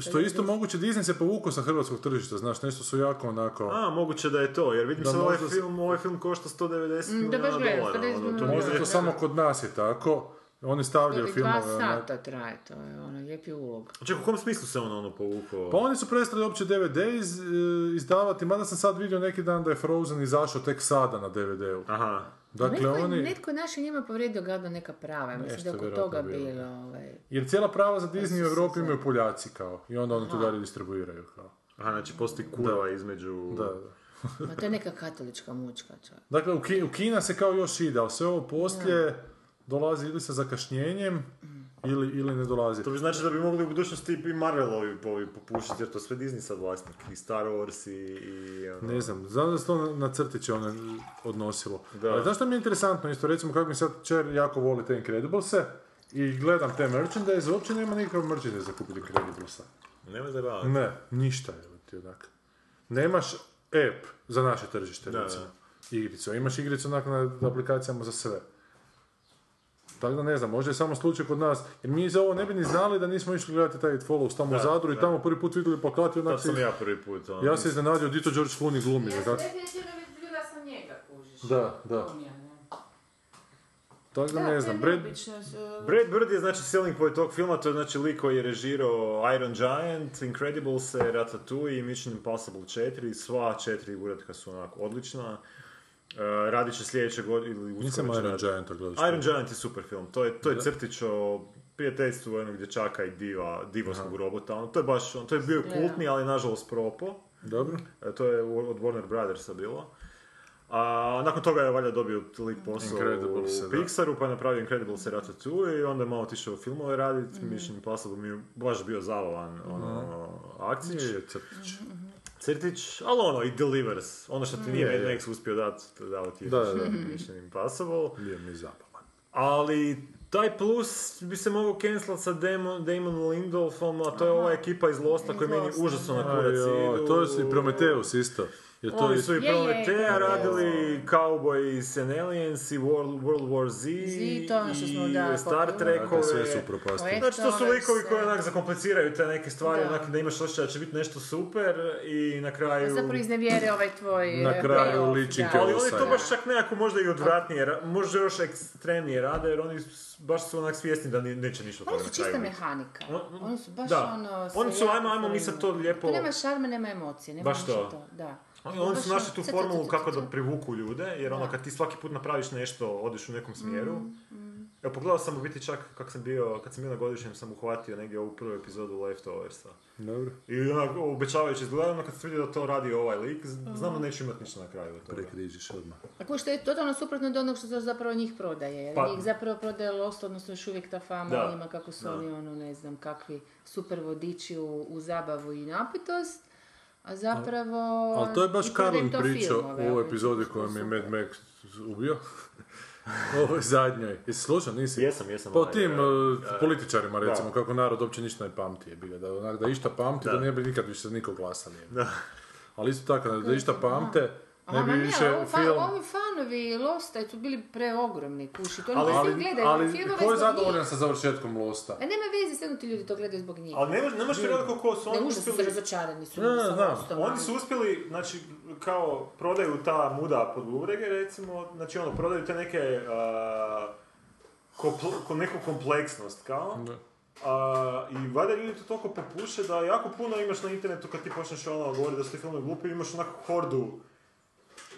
[SPEAKER 6] što je isto moguće, Disney se povukao sa hrvatskog tržišta, znaš, nešto su jako onako...
[SPEAKER 9] A, moguće da je to, jer vidim
[SPEAKER 6] Da
[SPEAKER 9] sad ovaj
[SPEAKER 6] možda s-
[SPEAKER 9] film, ovaj film košta 190
[SPEAKER 8] Mm, da baš
[SPEAKER 9] milijuna
[SPEAKER 8] gledam,
[SPEAKER 9] dolara.
[SPEAKER 8] 190
[SPEAKER 9] ono, to
[SPEAKER 8] milijuna.
[SPEAKER 9] možda
[SPEAKER 6] Možda to samo kod nas je tako, oni stavljaju
[SPEAKER 8] Dobri dva
[SPEAKER 6] filmove onako...
[SPEAKER 8] sata traje, to je ono, lijepi ulog.
[SPEAKER 9] Čekaj, u kom smislu se on ono povukao?
[SPEAKER 6] Pa oni su prestali uopće DVD iz, e, izdavati, mada sam sad vidio neki dan da je Frozen izašao tek sada na DVD-u.
[SPEAKER 9] Aha.
[SPEAKER 6] Dakle,
[SPEAKER 8] netko, je-
[SPEAKER 6] oni...
[SPEAKER 8] netko je naš je njima povrijedio gadno neka prava, mislim
[SPEAKER 6] Nešto
[SPEAKER 8] da
[SPEAKER 6] je
[SPEAKER 8] je oko
[SPEAKER 6] vjerojatno
[SPEAKER 8] toga
[SPEAKER 6] bilo.
[SPEAKER 8] bilo. Ovaj.
[SPEAKER 6] Jer cijela prava za Disney u Europi imaju Poljaci kao, i onda oni to dalje distribuiraju kao.
[SPEAKER 9] Aha, znači postoji kurava između...
[SPEAKER 6] Da, da.
[SPEAKER 8] Ma to je neka katolička mučka čovjek.
[SPEAKER 6] Dakle, u, Ki- u Kina se kao još ide, ali sve ovo poslije dolazi ili sa zakašnjenjem, ili, ili ne dolazi.
[SPEAKER 9] To bi znači da bi mogli u budućnosti i Marvelovi ovi popušiti, jer to sve Disney sad vlasnik. I Star Wars i... i ono.
[SPEAKER 6] Ne znam, znam da se to na- na crtiće ono odnosilo.
[SPEAKER 9] Da.
[SPEAKER 6] Ali znaš što mi je interesantno isto, recimo kako mi sad čer jako voli te Incrediblese, i gledam te merchandise, uopće nema nikakav merchandise za kupiti Incrediblesa.
[SPEAKER 9] Nema zajebavati.
[SPEAKER 6] Ne, ništa je ti onak. Nemaš app za naše tržište, recimo. Igricu. Imaš igricu onak na aplikacijama za sve. Tako da ne znam, možda je samo slučaj kod nas, jer mi za ovo ne bi ni znali da nismo išli gledati taj It Follows tamo u Zadru i tamo prvi put vidjeli plakat i onak
[SPEAKER 9] To sam
[SPEAKER 6] si-
[SPEAKER 9] ja prvi put, ono.
[SPEAKER 6] znači- ja se iznenadio, di to George Clooney glumi.
[SPEAKER 8] Ja sam
[SPEAKER 6] onak.
[SPEAKER 8] definitivno vidjela sam njega, kužiš.
[SPEAKER 6] Da, da. Tako da ne znam, Brad,
[SPEAKER 8] Brad...
[SPEAKER 9] Brad Bird je znači selling point tog filma, to je znači lik koji je režirao Iron Giant, Incredibles, Ratatouille i Mission Impossible 4. Sva četiri uratka su onako odlična. E, radit će sljedeće godine ili uskoro
[SPEAKER 6] nisam
[SPEAKER 9] će
[SPEAKER 6] Iron
[SPEAKER 9] radit-
[SPEAKER 6] Giant gledao. što-
[SPEAKER 9] Iron Giant je super film, to je, to je crtić o prijateljstvu jednog dječaka i diva, divovskog robota, ono, to je baš, on, to je bio kultni, ali nažalost propo,
[SPEAKER 6] Dobro.
[SPEAKER 9] E, to je u- od Warner Brothersa bilo. A nakon toga je valjda dobio lik posao u
[SPEAKER 6] Incrediblese, da.
[SPEAKER 9] Pixaru, pa je napravio Incredibles i Ratatouille i onda je malo otišao u filmove raditi, Mission Impossible mi je baš bio zavalan ono, akcija.
[SPEAKER 6] Je crtić.
[SPEAKER 9] Crtić, ali ono, i Delivers, ono što ti nije
[SPEAKER 6] Je, je.
[SPEAKER 9] Mad Max uspio dati, dao ti je
[SPEAKER 6] Mhm. Da, da, da.
[SPEAKER 9] Mission Impossible.
[SPEAKER 6] Bio mi je zabavan.
[SPEAKER 9] Ali taj plus bi se mogao cancelat sa Damon, Damon Lindolfom, a to je ova ekipa iz Losta koja meni
[SPEAKER 8] Losta,
[SPEAKER 9] užasno na kurac
[SPEAKER 6] Ajoj,
[SPEAKER 9] idu.
[SPEAKER 6] to su i Prometeus isto. Je to
[SPEAKER 9] Oni
[SPEAKER 6] isto-
[SPEAKER 9] su i
[SPEAKER 8] Je, je,
[SPEAKER 9] Prometea
[SPEAKER 8] je.
[SPEAKER 9] radili, Cowboy iz An Aliens i World, World War Z
[SPEAKER 8] Z, to je ono što smo,
[SPEAKER 9] i
[SPEAKER 8] da,
[SPEAKER 9] Star
[SPEAKER 8] popili.
[SPEAKER 6] Dakle,
[SPEAKER 9] Trekove.
[SPEAKER 6] sve su upropastili.
[SPEAKER 8] Eto,
[SPEAKER 9] Znači to su
[SPEAKER 8] ovaj
[SPEAKER 9] likovi
[SPEAKER 8] se-
[SPEAKER 9] koji onak zakompliciraju te neke stvari,
[SPEAKER 8] Da.
[SPEAKER 9] onak da imaš osjećaj da će biti nešto super i na kraju...
[SPEAKER 8] Zapravo iznevjere ovaj tvoj...
[SPEAKER 6] Na
[SPEAKER 8] eh,
[SPEAKER 6] kraju
[SPEAKER 8] playoff,
[SPEAKER 6] ličinke
[SPEAKER 8] da.
[SPEAKER 9] Ali
[SPEAKER 6] Ovo
[SPEAKER 9] oni
[SPEAKER 6] sad,
[SPEAKER 9] to
[SPEAKER 6] da.
[SPEAKER 9] baš čak nekako možda i odvratnije, ra- možda još ekstremnije rade jer oni s- baš su onak svjesni da ni- neće ništa od
[SPEAKER 8] Oni
[SPEAKER 9] toga
[SPEAKER 8] su
[SPEAKER 9] Ono, na kraju
[SPEAKER 8] čista
[SPEAKER 9] biti.
[SPEAKER 8] mehanika.
[SPEAKER 9] On- on-
[SPEAKER 8] Oni su baš
[SPEAKER 9] da.
[SPEAKER 8] ono... sa
[SPEAKER 9] Oni su,
[SPEAKER 8] jako
[SPEAKER 9] ajmo, ajmo mi sad to
[SPEAKER 8] puno-
[SPEAKER 9] lijepo-
[SPEAKER 8] Tu nema šarme, nema emocije, nema
[SPEAKER 9] Baš
[SPEAKER 8] ništa
[SPEAKER 9] to.
[SPEAKER 8] to. Da.
[SPEAKER 9] Oni, Pa oni su
[SPEAKER 8] Baš
[SPEAKER 9] našli tu
[SPEAKER 8] ono,
[SPEAKER 9] formulu kako
[SPEAKER 8] cut,
[SPEAKER 9] da
[SPEAKER 8] cut, cut,
[SPEAKER 9] privuku ljude, jer ono
[SPEAKER 8] Da. Mm,
[SPEAKER 9] kad ti svaki put napraviš nešto, odeš u nekom smjeru. Evo, pogledao sam u biti čak kak sam bio, kad sam bio na godišnjem sam uhvatio negdje ovu prvu epizodu Leftoversa.
[SPEAKER 6] Dobro.
[SPEAKER 9] I onako obećavajući izgleda, ono kad sam vidio da to radi ovaj lik, z-
[SPEAKER 8] Mm.
[SPEAKER 9] znam da neću imat ništa na kraju od toga.
[SPEAKER 6] Prekrižiš odmah.
[SPEAKER 8] cut. Ako što je totalno suprotno od onog što se zapravo njih prodaje. Jer
[SPEAKER 9] Pa-
[SPEAKER 8] njih zapravo prodaje Lost, odnosno još uvijek ta fama
[SPEAKER 9] Da.
[SPEAKER 8] o njima kako su oni ono, ne znam, kakvi super vodiči u, u zabavu i napitost. A zapravo...
[SPEAKER 6] Ali to je baš
[SPEAKER 8] i prodaju
[SPEAKER 6] Karlin
[SPEAKER 8] to
[SPEAKER 6] pričao
[SPEAKER 8] filmove,
[SPEAKER 6] u ovoj
[SPEAKER 8] ono,
[SPEAKER 6] epizodi
[SPEAKER 8] što
[SPEAKER 6] koju mi je
[SPEAKER 8] su-
[SPEAKER 6] Mad Max ubio. Ovo je zadnjoj. Jesi slušao, nisi?
[SPEAKER 9] Jesam, jesam,
[SPEAKER 6] Pa o
[SPEAKER 9] ovaj,
[SPEAKER 6] tim
[SPEAKER 9] eh,
[SPEAKER 6] eh, političarima, recimo, kako narod uopće ništa ne pamti je bilo. Da, onak, da išta pamti, da. ne bi nikad više nikog glasali. Da. Ali isto tako, da, da išta pamte, ne
[SPEAKER 8] Aha,
[SPEAKER 6] bi
[SPEAKER 8] ma ne,
[SPEAKER 6] više
[SPEAKER 8] ovo fa-
[SPEAKER 6] film...
[SPEAKER 8] ovi fanovi Losta su bili preogromni kuši. To
[SPEAKER 6] Ali,
[SPEAKER 8] ali,
[SPEAKER 6] ali,
[SPEAKER 8] gledaju
[SPEAKER 6] ali
[SPEAKER 8] filmove
[SPEAKER 6] ko je
[SPEAKER 8] zbog
[SPEAKER 6] zadovoljan
[SPEAKER 8] njih.
[SPEAKER 6] sa završetkom Losta?
[SPEAKER 8] E, nema veze, stvarno ti ljudi to gledaju zbog njih.
[SPEAKER 9] Ali ne možeš ne možeš vjerovati koliko su
[SPEAKER 8] ne,
[SPEAKER 9] oni
[SPEAKER 8] užasno su
[SPEAKER 9] uspjeli...
[SPEAKER 8] razočarani su.
[SPEAKER 6] Ne,
[SPEAKER 8] ljudi sa
[SPEAKER 6] znam.
[SPEAKER 8] Lostom,
[SPEAKER 9] Oni
[SPEAKER 8] ali-
[SPEAKER 9] su uspjeli, znači, kao prodaju ta muda pod bubrege, recimo, znači ono, prodaju te neke, a, kompl- ko- neku kompleksnost, kao.
[SPEAKER 6] Da.
[SPEAKER 9] A, I valjda ljudi to toliko popuše da jako puno imaš na internetu kad ti počneš ono govoriti da su ti filmovi glupi, imaš onako hordu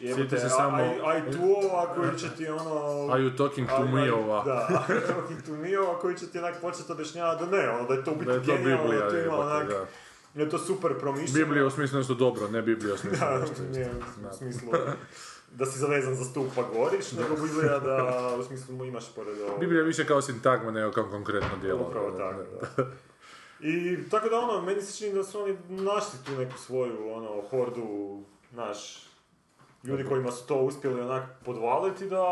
[SPEAKER 9] jebote,
[SPEAKER 6] Sjetite se
[SPEAKER 9] aj-
[SPEAKER 6] samo-
[SPEAKER 9] aj tuova koji će ti ono...
[SPEAKER 6] Are you talking to
[SPEAKER 9] aj- aj-
[SPEAKER 6] me ova?
[SPEAKER 9] Da, aj talking to me ova koji će ti onak početi objašnjavati da ne, ono, da je to u biti
[SPEAKER 6] Da je to
[SPEAKER 9] genijalno, da
[SPEAKER 6] Biblija,
[SPEAKER 9] to ima
[SPEAKER 6] jebote,
[SPEAKER 9] onak...
[SPEAKER 6] da.
[SPEAKER 9] da je to super promišljeno.
[SPEAKER 6] Biblija u smislu nešto dobro, ne Biblija u smislu
[SPEAKER 9] Da,
[SPEAKER 6] nešto isto.
[SPEAKER 9] nije u smislu da si zavezan za stup pa goriš, nego Biblija da u smislu mu imaš pored ovo.
[SPEAKER 6] Biblija je više kao sintagma nego kao konkretno djelo.
[SPEAKER 9] Upravo tako, da. I tako da ono, meni se čini da su oni našli tu neku svoju ono, hordu, naš, ljudi kojima su to uspjeli onak podvaliti da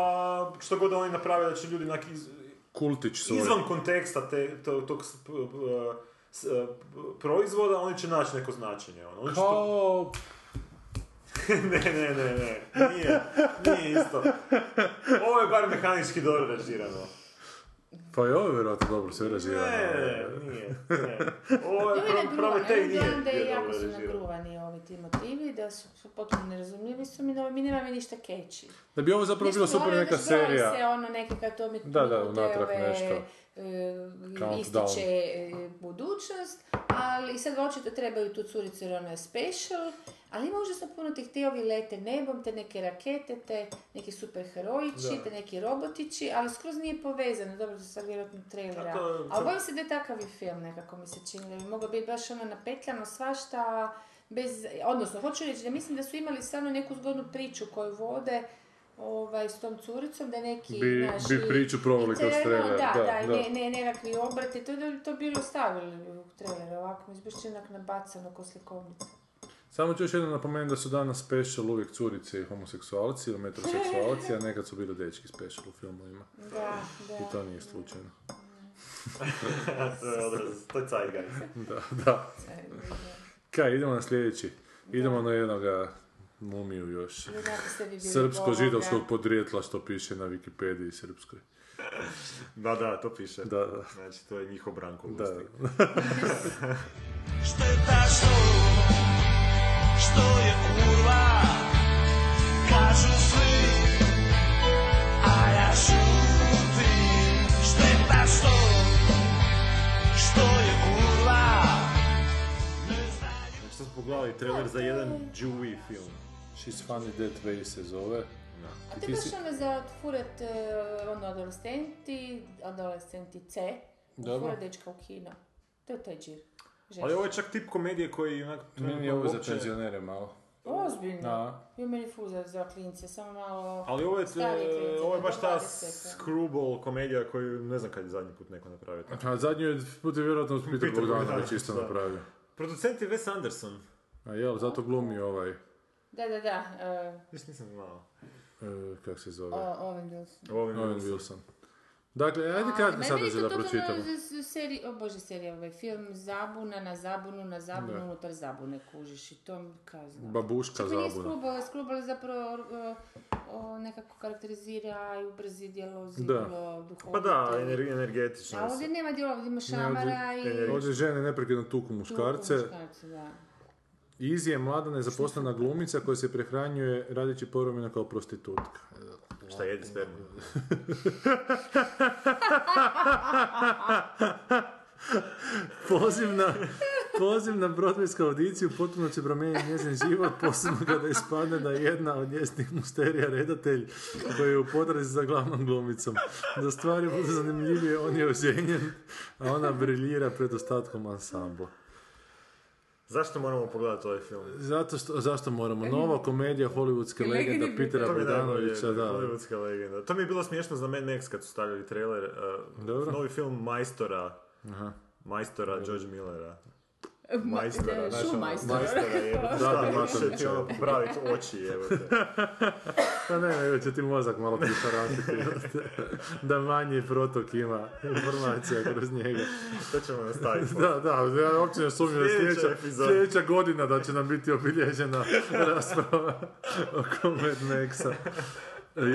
[SPEAKER 9] što god oni naprave da će ljudi onak iz,
[SPEAKER 6] Kultić svoj.
[SPEAKER 9] izvan konteksta te, to, tog s- p- p- s- e, proizvoda oni će naći neko značenje. Ono. Oni
[SPEAKER 6] Pa,
[SPEAKER 9] će to-
[SPEAKER 6] Kao...
[SPEAKER 9] ne, ne, ne, ne, nije, nije isto. Ovo je bar mehanički dobro režirano.
[SPEAKER 6] Pa je ovo vjerojatno dobro sve razvijeno.
[SPEAKER 9] Ne, nije, ne. Ovo
[SPEAKER 8] Ovi
[SPEAKER 9] je pro,
[SPEAKER 8] nagruvani,
[SPEAKER 9] Prometej nije
[SPEAKER 8] gledam da je
[SPEAKER 9] bio
[SPEAKER 8] jako
[SPEAKER 9] dobro
[SPEAKER 8] su
[SPEAKER 9] režirano.
[SPEAKER 8] nagruvani ovi ti motivi, da su, su potpuno nerazumljivi su mi, da mi nema mi ništa keći.
[SPEAKER 6] Da bi ovo zapravo bilo super neka
[SPEAKER 8] se
[SPEAKER 6] serija.
[SPEAKER 8] ono neke kad to mi
[SPEAKER 6] Da, da,
[SPEAKER 8] te
[SPEAKER 6] unatrag
[SPEAKER 8] ove,
[SPEAKER 6] nešto.
[SPEAKER 8] E,
[SPEAKER 6] Countdown.
[SPEAKER 8] ističe e, budućnost, ali i sad očito trebaju tu curicu jer ona je special, ali ima užasno puno tih te ovi lete nebom, te neke rakete, te neki super herojići, te neki robotići, ali skroz nije povezano, dobro su sad vjerojatno trailera.
[SPEAKER 9] A to je-
[SPEAKER 8] Ali bojim se da je takav i film nekako mi se čini, da bi mogao biti baš ono napetljano svašta, bez, odnosno hoću reći da mislim da su imali stvarno neku zgodnu priču koju vode ovaj, s tom curicom, da neki
[SPEAKER 6] Bi-
[SPEAKER 8] znaš,
[SPEAKER 6] bi
[SPEAKER 8] i-
[SPEAKER 6] priču proveli
[SPEAKER 8] i
[SPEAKER 6] kroz
[SPEAKER 8] tereno,
[SPEAKER 6] trailer,
[SPEAKER 8] Da,
[SPEAKER 6] da,
[SPEAKER 8] da, i
[SPEAKER 6] da.
[SPEAKER 8] Ne, ne, nekakvi obrati, to, da- to bi bilo stavili u trailer, ovako mi zbiš onak nabacano ko slikovnica.
[SPEAKER 6] Samo ću još jednom napomenuti da su danas special uvijek curice i homoseksualci ili metroseksualci, a nekad su bili dečki special u filmovima.
[SPEAKER 8] Da, da.
[SPEAKER 6] I to nije slučajno.
[SPEAKER 11] to je odraz, E, to je zeitgeist.
[SPEAKER 6] Da, da. Kaj, idemo na sljedeći. Idemo na jednoga mumiju još. Srpsko-židovskog podrijetla što piše na Wikipediji srpskoj.
[SPEAKER 9] Da, da, to piše.
[SPEAKER 6] Da, da.
[SPEAKER 9] Znači, to je njihov Branko Znači,
[SPEAKER 6] Da,
[SPEAKER 9] Lustig.
[SPEAKER 2] Šteta što, što je kurva, kažu svi, a ja šutim. Šteta što, što je kurva, ne znaju.
[SPEAKER 9] Znači, sad smo pogledali trailer za jedan Jewy film.
[SPEAKER 6] She's Funny Dead Way se zove.
[SPEAKER 8] A
[SPEAKER 6] I
[SPEAKER 8] to je
[SPEAKER 6] ti
[SPEAKER 8] baš
[SPEAKER 6] si-
[SPEAKER 8] ono za otfurat eh, ono adolescenti, adolescentice,
[SPEAKER 6] Dobro.
[SPEAKER 8] otfurat dečka u kino. To je taj džir.
[SPEAKER 9] Ali ovo je čak tip komedije koji onak...
[SPEAKER 8] ono-
[SPEAKER 6] Meni je ovo za
[SPEAKER 9] uopće-
[SPEAKER 6] penzionere malo.
[SPEAKER 8] Ozbiljno.
[SPEAKER 6] Da.
[SPEAKER 8] Jo, meni fuza za klince, samo malo...
[SPEAKER 9] Ali ovo je,
[SPEAKER 8] Stariji klinci,
[SPEAKER 9] ovo je
[SPEAKER 8] do
[SPEAKER 9] baš ta
[SPEAKER 8] 20-te.
[SPEAKER 9] screwball komedija koju ne znam kad je zadnji put neko napravio. tako.
[SPEAKER 6] A zadnji je put je vjerojatno Peter,
[SPEAKER 9] Peter
[SPEAKER 6] Bogdanović
[SPEAKER 9] Bogdanović,
[SPEAKER 6] isto
[SPEAKER 9] da.
[SPEAKER 6] napravio.
[SPEAKER 9] Producent je Wes Anderson.
[SPEAKER 6] A jel, zato glumi ovaj, e,
[SPEAKER 8] Da, da, da. eh,
[SPEAKER 9] Još nisam znao.
[SPEAKER 6] kak se zove,
[SPEAKER 8] o- Owen Wilson.
[SPEAKER 9] Ovim
[SPEAKER 6] Owen
[SPEAKER 9] Wilson.
[SPEAKER 6] Wilson. Dakle, ajde kratko
[SPEAKER 8] Meni
[SPEAKER 6] sada
[SPEAKER 8] isto
[SPEAKER 6] da
[SPEAKER 8] to bilo
[SPEAKER 6] pročitamo.
[SPEAKER 8] za- za seri, o bože, serija, ovaj film Zabuna na zabunu, na zabunu,
[SPEAKER 6] Da.
[SPEAKER 8] unutar zabune kužiš i to mi kao znam.
[SPEAKER 6] Babuška
[SPEAKER 8] Čak i nije
[SPEAKER 6] zabuna.
[SPEAKER 8] skrubala, skrubala zapravo eh, o, nekako karakterizira i ubrzi djelozi,
[SPEAKER 6] Da.
[SPEAKER 8] duhovito.
[SPEAKER 9] Pa da, ener- energetično.
[SPEAKER 8] A
[SPEAKER 9] je
[SPEAKER 8] ovdje
[SPEAKER 9] sve.
[SPEAKER 8] nema djela, ovdje E, ima
[SPEAKER 6] Ne,
[SPEAKER 8] šamara i...
[SPEAKER 6] Ovdje žene neprekidno tuku muškarce.
[SPEAKER 8] Muškarce, da.
[SPEAKER 6] Izzy je mlada nezaposlena glumica koja se prehranjuje radeći povremeno kao prostitutka.
[SPEAKER 9] Šta jedi spermu?
[SPEAKER 6] Poziv na, poziv na Broadwaysku audiciju potpuno će promijeniti njezin život, posebno kada ispadne da je jedna od njezinih musterija redatelj koji je u potrazi za glavnom glumicom. Da stvari budu zanimljivije, on je oženjen, a ona briljira pred ostatkom ansambla.
[SPEAKER 9] Zašto moramo pogledati ovaj film?
[SPEAKER 6] Zato što, zašto
[SPEAKER 9] E,
[SPEAKER 6] moramo? Nova komedija hollywoodske legenda Petera
[SPEAKER 9] To mi je
[SPEAKER 6] Bogdanovića,
[SPEAKER 9] najbolje,
[SPEAKER 6] da.
[SPEAKER 9] hollywoodska legenda. To mi je bilo smiješno za Mad Max kad su stavljali trailer. uh,
[SPEAKER 6] Dobro.
[SPEAKER 9] Novi film Majstora. Majstora George Millera. Majstora, znaš, ono,
[SPEAKER 8] Šumajstora.
[SPEAKER 9] Majstora, jebote,
[SPEAKER 6] Da,
[SPEAKER 9] šta ti
[SPEAKER 6] Marko
[SPEAKER 9] više ti ono popraviti oči, jebote.
[SPEAKER 6] Pa ne, nego će ti mozak malo prišaratiti. da manji protok ima informacija kroz njega.
[SPEAKER 9] To ćemo nastaviti.
[SPEAKER 6] Da, da, ja uopće ne sumnjam da
[SPEAKER 9] Sljedeća
[SPEAKER 6] sljedeća,
[SPEAKER 9] epizoda.
[SPEAKER 6] sljedeća godina da će nam biti obilježena rasprava oko Mad Maxa.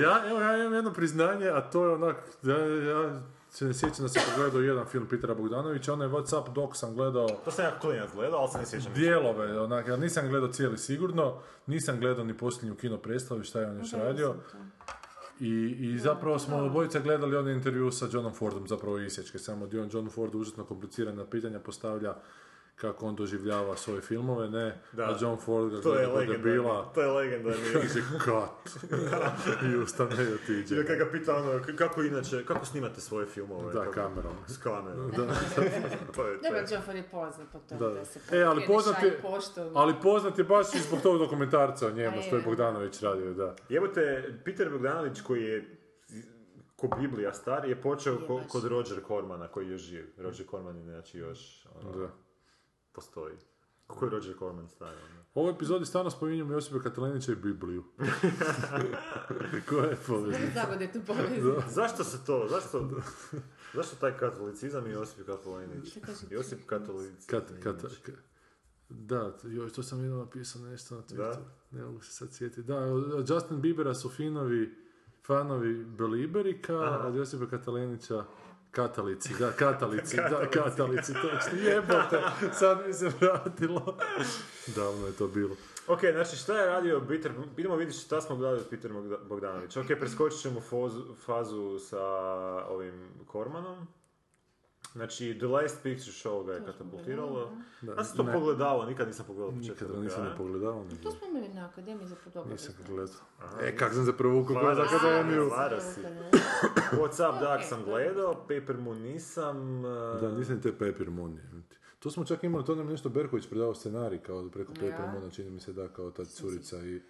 [SPEAKER 6] Ja, evo, ja imam jedno priznanje, a to je onak, ja, ja se ne sjećam da sam pogledao jedan film Petera Bogdanovića, onaj Whatsapp Doc sam gledao
[SPEAKER 9] To sam jako klinac gledao, ali se ne sjećam.
[SPEAKER 6] dijelove, onak, ja nisam gledao cijeli sigurno, nisam gledao ni posljednju kino predstavu, šta je on još radio. I, i zapravo smo obojica gledali onaj intervju sa Johnom Fordom, zapravo isječke, samo gdje on John Ford užasno komplicirana pitanja postavlja kako on doživljava svoje filmove, ne,
[SPEAKER 9] Da.
[SPEAKER 6] a John Ford ga
[SPEAKER 9] To je
[SPEAKER 6] gleda kod
[SPEAKER 9] legendarni.
[SPEAKER 6] debila,
[SPEAKER 9] To je legendarni.
[SPEAKER 6] kaže kat, i ustane i otiđe.
[SPEAKER 9] Ili kad ga pita ono, k- kako inače, kako snimate svoje filmove?
[SPEAKER 6] Da,
[SPEAKER 9] kako...
[SPEAKER 6] kamerom.
[SPEAKER 9] S kamerom.
[SPEAKER 6] Da.
[SPEAKER 9] to je, to
[SPEAKER 8] Dobro,
[SPEAKER 9] je.
[SPEAKER 8] Joffrey je poznat po tome
[SPEAKER 6] Da.
[SPEAKER 8] da, se
[SPEAKER 6] E, ali
[SPEAKER 8] pokrene,
[SPEAKER 6] poznat je,
[SPEAKER 8] šalje poštom.
[SPEAKER 6] ali poznat je baš i zbog tog dokumentarca o njemu,
[SPEAKER 8] A
[SPEAKER 6] što je
[SPEAKER 8] je.
[SPEAKER 6] Bogdanović radio, da.
[SPEAKER 9] Jebote, Peter Bogdanović koji je ko Biblija star je počeo ko-
[SPEAKER 8] baš.
[SPEAKER 9] kod Roger Cormana koji još živi. Roger Corman je znači još ono,
[SPEAKER 6] da.
[SPEAKER 9] postoji. Kako je Roger Corman star? ono?
[SPEAKER 6] U ovoj epizodi stalno spominjem Josipa Katalenića i Bibliju. Koja je poveznica?
[SPEAKER 8] Zagodetu povezu.
[SPEAKER 9] Zašto se to, zašto, zašto taj katolicizam i Josip Katolinić? Josip Katolinić.
[SPEAKER 6] Kat, kat, ka- da, t- joj, to sam vidio napisao nešto na Twitteru. Ne mogu se sad sjetiti. Da, od od Justin Biebera su finovi, fanovi Beliberika, a od Josipa Katalenića Katalici, da, katalici, da, katalici, točno, jebote, sad mi se vratilo. Davno je to bilo.
[SPEAKER 9] Ok, znači šta je radio Peter, idemo vidjeti šta smo gledali od Peter Bogda- Bogdanović. Ok, preskočit ćemo fozu- fazu sa ovim Kormanom. Znači, The Last Picture Show ga je katapultiralo. Ja sam to
[SPEAKER 6] ne.
[SPEAKER 9] pogledavao, nikad nisam pogledao početak
[SPEAKER 6] Nikad
[SPEAKER 9] do
[SPEAKER 6] ga nisam
[SPEAKER 9] kraja.
[SPEAKER 6] ne pogledao, ni
[SPEAKER 8] To smo imali na akademiji za podobno.
[SPEAKER 6] nisam ga gledao. E, kak sam se provukao
[SPEAKER 9] Hvala
[SPEAKER 6] kroz
[SPEAKER 9] za
[SPEAKER 6] akademiju.
[SPEAKER 9] Hvala si. What's up, Dark sam gledao, Paper Moon nisam... eh,
[SPEAKER 6] Da, nisam ni te Paper Moon. je. To smo čak imali, to nam je nešto Berković predao scenarij kao preko Paper Moona, čini mi se da kao ta curica i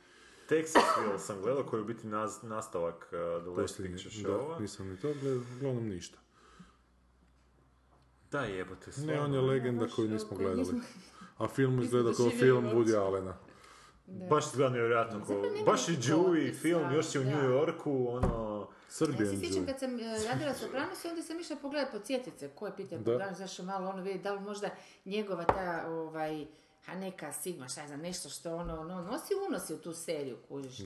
[SPEAKER 9] Texasville sam gledao koji je u biti naz- nastavak eh, The Last
[SPEAKER 6] posljednji.
[SPEAKER 9] Picture
[SPEAKER 6] Da,
[SPEAKER 9] Show.
[SPEAKER 6] nisam ni to gledao, uglavnom ništa.
[SPEAKER 9] Da jebote,
[SPEAKER 6] Ne,
[SPEAKER 9] stvarno.
[SPEAKER 6] on je legenda koju nismo
[SPEAKER 8] koju
[SPEAKER 6] gledali.
[SPEAKER 8] nismo-
[SPEAKER 6] A film izgleda kao
[SPEAKER 8] doživjeli
[SPEAKER 6] film
[SPEAKER 8] uopće.
[SPEAKER 6] Woody Allena.
[SPEAKER 9] Baš izgleda nevjerojatno ko...
[SPEAKER 8] nema
[SPEAKER 9] Baš i
[SPEAKER 8] nikog
[SPEAKER 9] Dewey
[SPEAKER 8] opisa,
[SPEAKER 9] film, još je u
[SPEAKER 8] da.
[SPEAKER 9] New Yorku, ono...
[SPEAKER 8] Ja
[SPEAKER 6] Srbijan
[SPEAKER 8] se sjećam
[SPEAKER 6] Jew.
[SPEAKER 8] kad sam e, radila Sopranos i onda sam išla pogledat podsjetit se ko je Peter
[SPEAKER 6] Da.
[SPEAKER 8] Bogdan, zašto malo ono vidi, da li možda njegova ta, ovaj, a neka sigma, šta ja znam, nešto što ono, ono nosi, unosi u tu seriju, kužiš.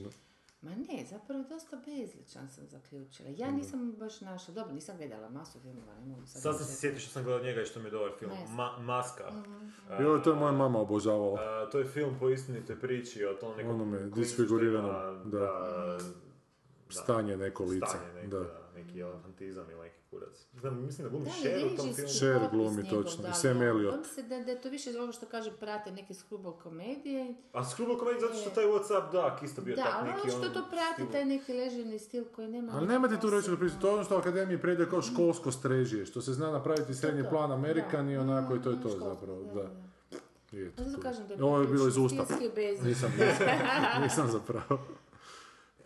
[SPEAKER 8] Ma ne, zapravo dosta bezličan sam zaključila. Ja nisam baš našla, dobro, nisam gledala masu filmova, ne mogu sad...
[SPEAKER 9] Sad sam se
[SPEAKER 8] reći.
[SPEAKER 9] sjetio što sam gledao njega i što mi je dobar film.
[SPEAKER 8] Ne znam.
[SPEAKER 9] Ma- Maska.
[SPEAKER 8] Mhm.
[SPEAKER 6] Joj, to je moja mama obožavala.
[SPEAKER 9] A, to je film po istinitoj priči o tom nekom...
[SPEAKER 6] Onome,
[SPEAKER 9] klincu
[SPEAKER 6] disfiguriranom,
[SPEAKER 9] što ima,
[SPEAKER 6] da. Stanje neko lice.
[SPEAKER 9] Stanje neko,
[SPEAKER 6] da.
[SPEAKER 9] da, neki elefantizam ili neki kurac. Znam, mislim da glumi
[SPEAKER 8] Da,
[SPEAKER 9] Cher u tom
[SPEAKER 8] režijski
[SPEAKER 9] filmu.
[SPEAKER 6] Cher
[SPEAKER 8] opis
[SPEAKER 6] glumi
[SPEAKER 8] njegov,
[SPEAKER 6] točno,
[SPEAKER 8] da,
[SPEAKER 6] i Sam
[SPEAKER 8] da.
[SPEAKER 6] Elliot.
[SPEAKER 8] Bojim se da, da je to više ovo što kaže prate neke skrubal komedije.
[SPEAKER 9] A Skrubal komedi zato što taj Whatsapp da, isto bio
[SPEAKER 8] Da,
[SPEAKER 9] tak
[SPEAKER 8] ali
[SPEAKER 9] neki...
[SPEAKER 8] ono što
[SPEAKER 9] ono
[SPEAKER 8] to prati,
[SPEAKER 9] stil-
[SPEAKER 8] taj neki ležerni stil koji nema...
[SPEAKER 6] Ali
[SPEAKER 8] neke
[SPEAKER 6] nemate tu
[SPEAKER 8] posebne-
[SPEAKER 6] reći to je ono što akademiji predaje kao školsko strežije, što se zna napraviti srednji
[SPEAKER 8] to,
[SPEAKER 6] plan
[SPEAKER 8] da. Mm,
[SPEAKER 6] Amerikan i onako i to je to
[SPEAKER 8] školsko,
[SPEAKER 6] zapravo,
[SPEAKER 8] da,
[SPEAKER 6] da.
[SPEAKER 8] da.
[SPEAKER 6] I eto,
[SPEAKER 8] Zato
[SPEAKER 6] to.
[SPEAKER 8] kažem da
[SPEAKER 6] Ovo je bilo iz usta.
[SPEAKER 8] stilski obezvrijeđen.
[SPEAKER 6] Nisam, nisam, nisam zapravo.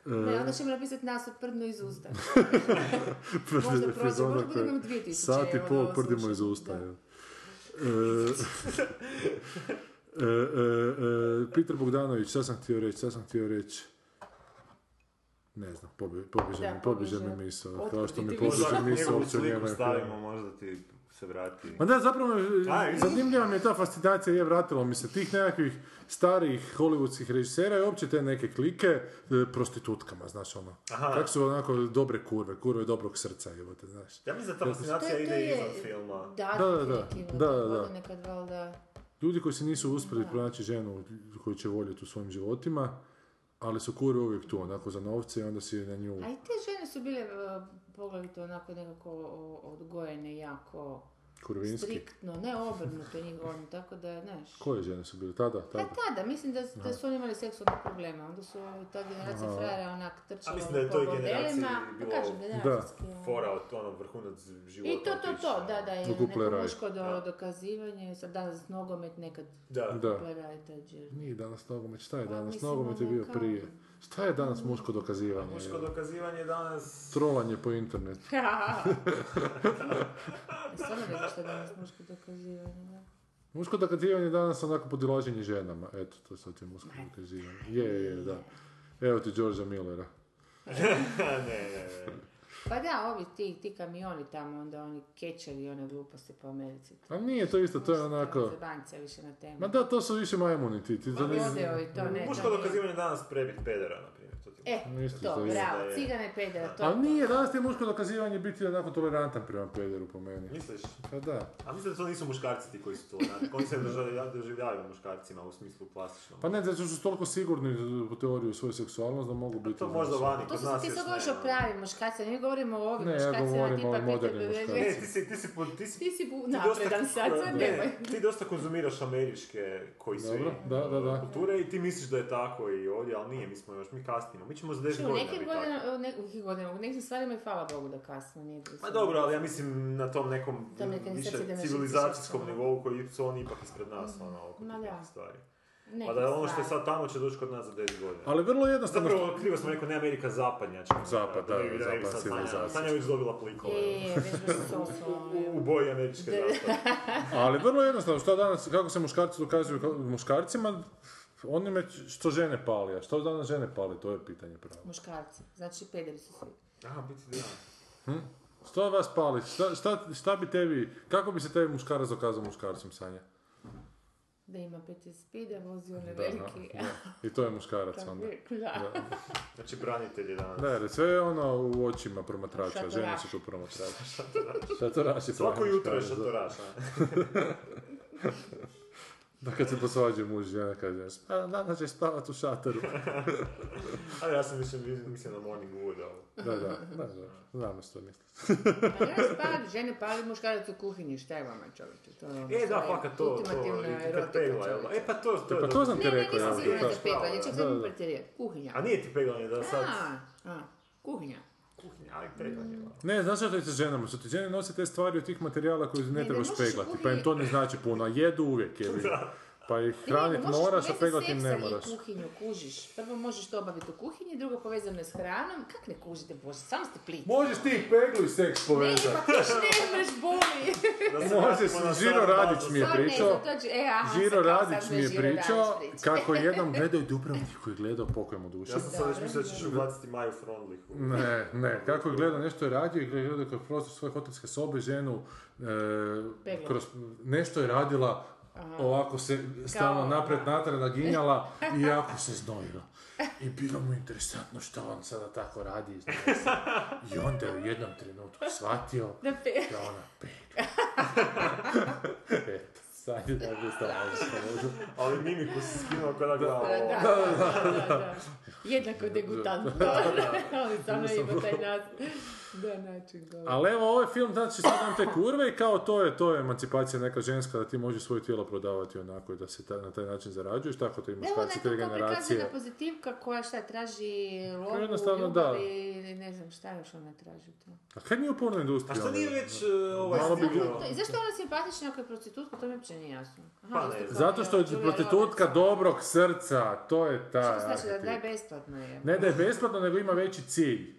[SPEAKER 8] Ne, onda ćemo napisati nas prdno iz usta.
[SPEAKER 6] Prošle
[SPEAKER 8] prođe,
[SPEAKER 6] epizoda
[SPEAKER 8] možda
[SPEAKER 6] koje-
[SPEAKER 8] budemo 2000
[SPEAKER 6] Sat i
[SPEAKER 8] evo,
[SPEAKER 6] pol
[SPEAKER 8] da ovo
[SPEAKER 6] prdimo iz
[SPEAKER 8] slušamo,
[SPEAKER 6] usta,
[SPEAKER 8] da.
[SPEAKER 6] ja. E, e, e, e, Peter Bogdanović, sad sam htio reći, sad sam htio reći. Ne znam, pobje, pobježe
[SPEAKER 8] Da,
[SPEAKER 6] mi, pobježe
[SPEAKER 8] pobježe.
[SPEAKER 6] mi misao,
[SPEAKER 8] Otkud
[SPEAKER 6] kao što
[SPEAKER 8] ti
[SPEAKER 6] mi
[SPEAKER 8] ti
[SPEAKER 6] pobježe
[SPEAKER 8] misao?
[SPEAKER 6] misao
[SPEAKER 1] Njegovu
[SPEAKER 6] uopće o
[SPEAKER 1] sliku
[SPEAKER 6] njemu.
[SPEAKER 1] stavimo, možda ti se vrati.
[SPEAKER 6] Ma da, zapravo me-
[SPEAKER 1] Aj.
[SPEAKER 6] zanimljiva mi je ta fascinacija, je vratilo mi se tih nekakvih starih hollywoodskih režisera i uopće te neke klike e, prostitutkama, znaš ono. Kak su onako dobre kurve, kurve dobrog srca, evo te, znaš.
[SPEAKER 9] Ja mislim da ta
[SPEAKER 6] Ja sam-
[SPEAKER 9] fascinacija ide izvan filma.
[SPEAKER 8] Da,
[SPEAKER 6] Da, da,
[SPEAKER 8] da, da.
[SPEAKER 6] da,
[SPEAKER 8] Da,
[SPEAKER 6] da, da.
[SPEAKER 8] da, Nekad valjda...
[SPEAKER 6] Ljudi koji se nisu uspjeli pronaći ženu koju će voljeti u svojim životima, ali su kurve uvijek tu, onako za novce i onda si na nju...
[SPEAKER 8] A i te žene su bile e, poglavito onako nekako o- odgojene jako
[SPEAKER 6] Kurvinski.
[SPEAKER 8] striktno, ne obrnuto njih oni, tako da, znaš.
[SPEAKER 6] Koje žene su bile? Tada,
[SPEAKER 8] Pa
[SPEAKER 6] tada.
[SPEAKER 8] tada, mislim da, da su oni imali seksualnih problema, onda su ovi- ta generacija frajera onak
[SPEAKER 9] A
[SPEAKER 8] trčala
[SPEAKER 9] mislim da je
[SPEAKER 8] po
[SPEAKER 9] toj
[SPEAKER 8] bordelima,
[SPEAKER 9] generaciji
[SPEAKER 8] pa
[SPEAKER 9] bilo
[SPEAKER 8] kažem, generacijski, ono.
[SPEAKER 9] Fora od ono vrhunac života. ono.
[SPEAKER 8] I to, to, to,
[SPEAKER 9] otišao.
[SPEAKER 8] da, da, je
[SPEAKER 6] Kuple
[SPEAKER 8] neko
[SPEAKER 6] raj.
[SPEAKER 8] muško do, dokazivanje, sad danas nogomet nekad
[SPEAKER 9] Da.
[SPEAKER 6] Da.
[SPEAKER 8] pleraj taj džir.
[SPEAKER 6] Nije danas nogomet, šta je
[SPEAKER 8] Pa,
[SPEAKER 6] danas?
[SPEAKER 8] mislim,
[SPEAKER 6] Nogomet je
[SPEAKER 8] ono
[SPEAKER 6] bio
[SPEAKER 8] kao- Mm.
[SPEAKER 6] prije. Šta je danas muško dokazivanje?
[SPEAKER 9] Muško dokazivanje danas...
[SPEAKER 6] Trolanje po internetu.
[SPEAKER 8] E, Stvarno ne znam što danas muško dokazivanje, da.
[SPEAKER 6] Muško dokazivanje je danas onako podilaženje ženama. Eto, to sad je muško dokazivanje. Je, je, da. Evo ti Georgea Millera.
[SPEAKER 8] Pa da, ovi ti, ti kamioni tamo, onda oni kečevi i one gluposti po Americi.
[SPEAKER 6] A nije to isto, to je onako...
[SPEAKER 8] Zabanca više na temu.
[SPEAKER 6] Ma da, to su više majmuni ti. ti
[SPEAKER 8] Pa,
[SPEAKER 6] to nisi-
[SPEAKER 8] Odeo i to ne.
[SPEAKER 9] Muško
[SPEAKER 8] to nije-
[SPEAKER 9] dokazivanje danas prebit pedera, na primjer. To ti...
[SPEAKER 8] E,
[SPEAKER 6] Isto
[SPEAKER 8] to,
[SPEAKER 6] to je.
[SPEAKER 9] Da
[SPEAKER 8] bravo,
[SPEAKER 9] je.
[SPEAKER 8] cigana je pedera, to je
[SPEAKER 6] Ali
[SPEAKER 8] to.
[SPEAKER 6] nije, danas ti je muško dokazivanje biti onako tolerantan prema pederu po meni.
[SPEAKER 9] Misliš?
[SPEAKER 6] Pa da.
[SPEAKER 9] A mislim da to nisu muškarci ti koji su to radili. Oni se ne doživljavaju- doživljavaju muškarcima u smislu plastičnom.
[SPEAKER 6] Pa ne, zato što su toliko sigurni u teoriju svoju seksualnost da mogu biti...
[SPEAKER 9] to možda
[SPEAKER 6] znaš,
[SPEAKER 9] vani,
[SPEAKER 8] To
[SPEAKER 9] kod
[SPEAKER 8] su
[SPEAKER 9] nas
[SPEAKER 8] ti
[SPEAKER 9] još
[SPEAKER 8] sad govoriš
[SPEAKER 9] ne,
[SPEAKER 8] o
[SPEAKER 9] ono.
[SPEAKER 8] pravim muškarcima, mi govorimo o ovim
[SPEAKER 6] Ne, ja
[SPEAKER 8] muškarcima,
[SPEAKER 6] govorim o
[SPEAKER 8] tipa Peter
[SPEAKER 6] modernim
[SPEAKER 8] Bebe.
[SPEAKER 9] Ne, ti si, ti si, po- ti si,
[SPEAKER 8] Ti si bu-
[SPEAKER 9] ti dosta-
[SPEAKER 8] napredan sad, sad
[SPEAKER 9] ne,
[SPEAKER 8] nemoj.
[SPEAKER 9] Ti dosta konzumiraš američke koji su
[SPEAKER 6] Dobro,
[SPEAKER 9] i,
[SPEAKER 6] da, da, da.
[SPEAKER 9] kulture i ti misliš da je tako i ovdje, ali nije, mi smo još, mi kasnimo. Mi ćemo za 10
[SPEAKER 8] Ču,
[SPEAKER 9] godina
[SPEAKER 8] Znači, u
[SPEAKER 9] biti
[SPEAKER 8] nekim godinama,
[SPEAKER 9] takvi.
[SPEAKER 8] u ne- u nekim godinama, u nekim stvarima i hvala Bogu da kasno nije bilo.
[SPEAKER 9] Ma dobro, ali ja mislim na tom nekom
[SPEAKER 8] Tom nekom
[SPEAKER 9] više
[SPEAKER 8] srce da me
[SPEAKER 9] civilizacijskom
[SPEAKER 8] šećer,
[SPEAKER 9] nivou koji su oni ipak ispred nas, ono, oko
[SPEAKER 8] Ma
[SPEAKER 9] tih
[SPEAKER 8] da.
[SPEAKER 9] nekih stvari.
[SPEAKER 8] Neke
[SPEAKER 9] Pa da ono što je
[SPEAKER 8] stvari.
[SPEAKER 9] sad tamo će doći kod nas za 10 godina.
[SPEAKER 6] Ali vrlo jednostavno...
[SPEAKER 9] Zapravo, krivo smo rekao, ne Amerika zapadnja. ćemo
[SPEAKER 6] Zapad,
[SPEAKER 9] napraviti,
[SPEAKER 6] da,
[SPEAKER 9] ne bi- ne bi
[SPEAKER 6] zapad,
[SPEAKER 9] sad
[SPEAKER 6] civilizacija.
[SPEAKER 9] Sanja- Sanja je već dobila plikove. ono,
[SPEAKER 8] Je, je, je, već baš sosno,
[SPEAKER 9] U- U boji američke zastave.
[SPEAKER 6] Ali vrlo jednostavno, što danas, kako se muškarci dokazuju kao- muškarcima, onime što žene pali, a što danas žene pali, to je pitanje pravo.
[SPEAKER 8] Muškarci, znači pederi su svi.
[SPEAKER 9] Aha, biti da.
[SPEAKER 6] Što vas pali, šta, šta, šta bi tebi, kako bi se tebi muškarac dokazao muškarcem, Sanja?
[SPEAKER 8] Da ima PTSP, da vozi one
[SPEAKER 6] Da,
[SPEAKER 8] veliki.
[SPEAKER 6] da. I to je muškarac onda.
[SPEAKER 8] Da.
[SPEAKER 9] Znači, branitelj je danas.
[SPEAKER 6] Da, jer sve je ono u očima promatrača,
[SPEAKER 8] Šatoraš.
[SPEAKER 6] žene su tu promatrača. Šatoraš je
[SPEAKER 9] Svako
[SPEAKER 6] pravi
[SPEAKER 9] jutro je
[SPEAKER 6] muškarac, da.
[SPEAKER 9] šatoraš, a?
[SPEAKER 6] Da kad se posvađaju muž i žena, kaže, "Spa- danas će spavat u šatoru.
[SPEAKER 9] Ali ja sam mislim, mislim na Morning Wood, ali...
[SPEAKER 6] da, da, da, da, znamo što mislim.
[SPEAKER 8] Pa danas pali, žene pali, muškarac u kuhinji, šta je vama čovječe? To je ono
[SPEAKER 9] E,
[SPEAKER 8] što
[SPEAKER 9] da,
[SPEAKER 8] je
[SPEAKER 9] fakat to, to,
[SPEAKER 8] ultimativna
[SPEAKER 9] i kad
[SPEAKER 8] erotika,
[SPEAKER 9] pegla, jel da?
[SPEAKER 8] čovječe.
[SPEAKER 9] E, pa to, to je dobro.
[SPEAKER 6] Pa to sam ti
[SPEAKER 8] Ne, ne,
[SPEAKER 6] rekao, ja.
[SPEAKER 8] nisam sigurna da
[SPEAKER 9] to
[SPEAKER 8] je
[SPEAKER 9] je pravo,
[SPEAKER 8] peglanje,
[SPEAKER 9] da.
[SPEAKER 8] čak
[SPEAKER 6] Da,
[SPEAKER 8] sam
[SPEAKER 6] da.
[SPEAKER 8] preterijat. Kuhinja.
[SPEAKER 9] A nije ti peglanje da sad...
[SPEAKER 8] A, a, kuhinja.
[SPEAKER 9] Kuhinja, ali peglanje, jel da?
[SPEAKER 6] Ne, znaš što je s ženama? Su ti žene nose te stvari od tih materijala koje ne,
[SPEAKER 8] ne
[SPEAKER 6] trebaš
[SPEAKER 8] možeš
[SPEAKER 6] peglati,
[SPEAKER 8] uvijek-
[SPEAKER 6] pa im to ne znači puno, a jedu uvijek, je Pa ih
[SPEAKER 8] Ti
[SPEAKER 6] hranit
[SPEAKER 8] nego možeš
[SPEAKER 6] moraš, a
[SPEAKER 8] povezat
[SPEAKER 6] pegat im
[SPEAKER 8] seksa
[SPEAKER 6] ne
[SPEAKER 8] i
[SPEAKER 6] moraš.
[SPEAKER 8] kuhinju, kužiš. Prvo možeš to obaviti u kuhinji, drugo povezano je s hranom. Kak ne kužite, bože, samo ste plitki.
[SPEAKER 6] Možeš ti peglu i seks
[SPEAKER 8] Ne,
[SPEAKER 6] povezati.
[SPEAKER 8] pa ti ne mreš boli.
[SPEAKER 9] Da se
[SPEAKER 6] Može,
[SPEAKER 9] vratimo na
[SPEAKER 6] Žiro
[SPEAKER 9] staru
[SPEAKER 6] Radić
[SPEAKER 9] bazu.
[SPEAKER 6] mi je
[SPEAKER 8] Sad Pa ne
[SPEAKER 6] pričao,
[SPEAKER 8] znam, to će- e, aha,
[SPEAKER 6] Žiro
[SPEAKER 8] sad kao
[SPEAKER 6] Radić
[SPEAKER 8] sad
[SPEAKER 6] mi je
[SPEAKER 8] Žiro
[SPEAKER 6] pričao
[SPEAKER 8] Radić priča.
[SPEAKER 6] kako jednom gledao i Dubrovnik koji je gledao pokoj mu duši.
[SPEAKER 9] Ja sam sad već mislio da ćeš ubaciti Maju Frondliku.
[SPEAKER 6] Ne, ne, kako je gledao nešto je radio i gledao kroz prostor svoje hotelske sobe ženu, e,
[SPEAKER 8] Pegla.
[SPEAKER 6] kroz, nešto je radila, ovako se stalno
[SPEAKER 8] Kao-
[SPEAKER 6] napred natrag naginjala i jako se znojila. I bilo mu interesantno što on sada tako radi. i znoji se. I onda je u jednom trenutku shvatio
[SPEAKER 8] Da pe-
[SPEAKER 6] da ona pegla. Eto, sad je da bi stavljeno.
[SPEAKER 9] Ali mimiku si skinuo kada
[SPEAKER 8] Da,
[SPEAKER 9] gledamo.
[SPEAKER 8] da, da, da, da. Jednako degutantno. Ali samo ima taj način. Da, način govora.
[SPEAKER 6] Ali evo, ovaj film, znači, sad nam te kurve i kao to je, to je emancipacija neka ženska, da ti možeš svoje tijelo prodavati onako i da se ta- na taj način zarađuješ, tako to i
[SPEAKER 8] Evo ona
[SPEAKER 6] muškarci,
[SPEAKER 8] je tu
[SPEAKER 6] te
[SPEAKER 8] kao prikazana
[SPEAKER 6] pa generacije.
[SPEAKER 8] pozitivka koja šta traži lovu,
[SPEAKER 6] Jednostavno,
[SPEAKER 8] ljubavi,
[SPEAKER 6] da.
[SPEAKER 8] ili ne znam šta još ona traži tu.
[SPEAKER 6] A kad nije u porno industriji?
[SPEAKER 9] A što
[SPEAKER 6] onda?
[SPEAKER 9] nije već e, ovaj
[SPEAKER 6] Malo bi
[SPEAKER 9] stigao?
[SPEAKER 6] bilo.
[SPEAKER 8] To, i zašto je ona simpatična ako je prostitutka, to mi uopće nije jasno. Aha,
[SPEAKER 9] Pa ne
[SPEAKER 8] isto
[SPEAKER 9] znam.
[SPEAKER 8] kao
[SPEAKER 6] Zato što je
[SPEAKER 8] Julia
[SPEAKER 6] prostitutka
[SPEAKER 8] Roberts.
[SPEAKER 6] dobrog srca, to je ta...
[SPEAKER 8] Što znači da
[SPEAKER 6] arhetip.
[SPEAKER 8] daje besplatno je.
[SPEAKER 6] Ne da je besplatno, nego ima veći cilj.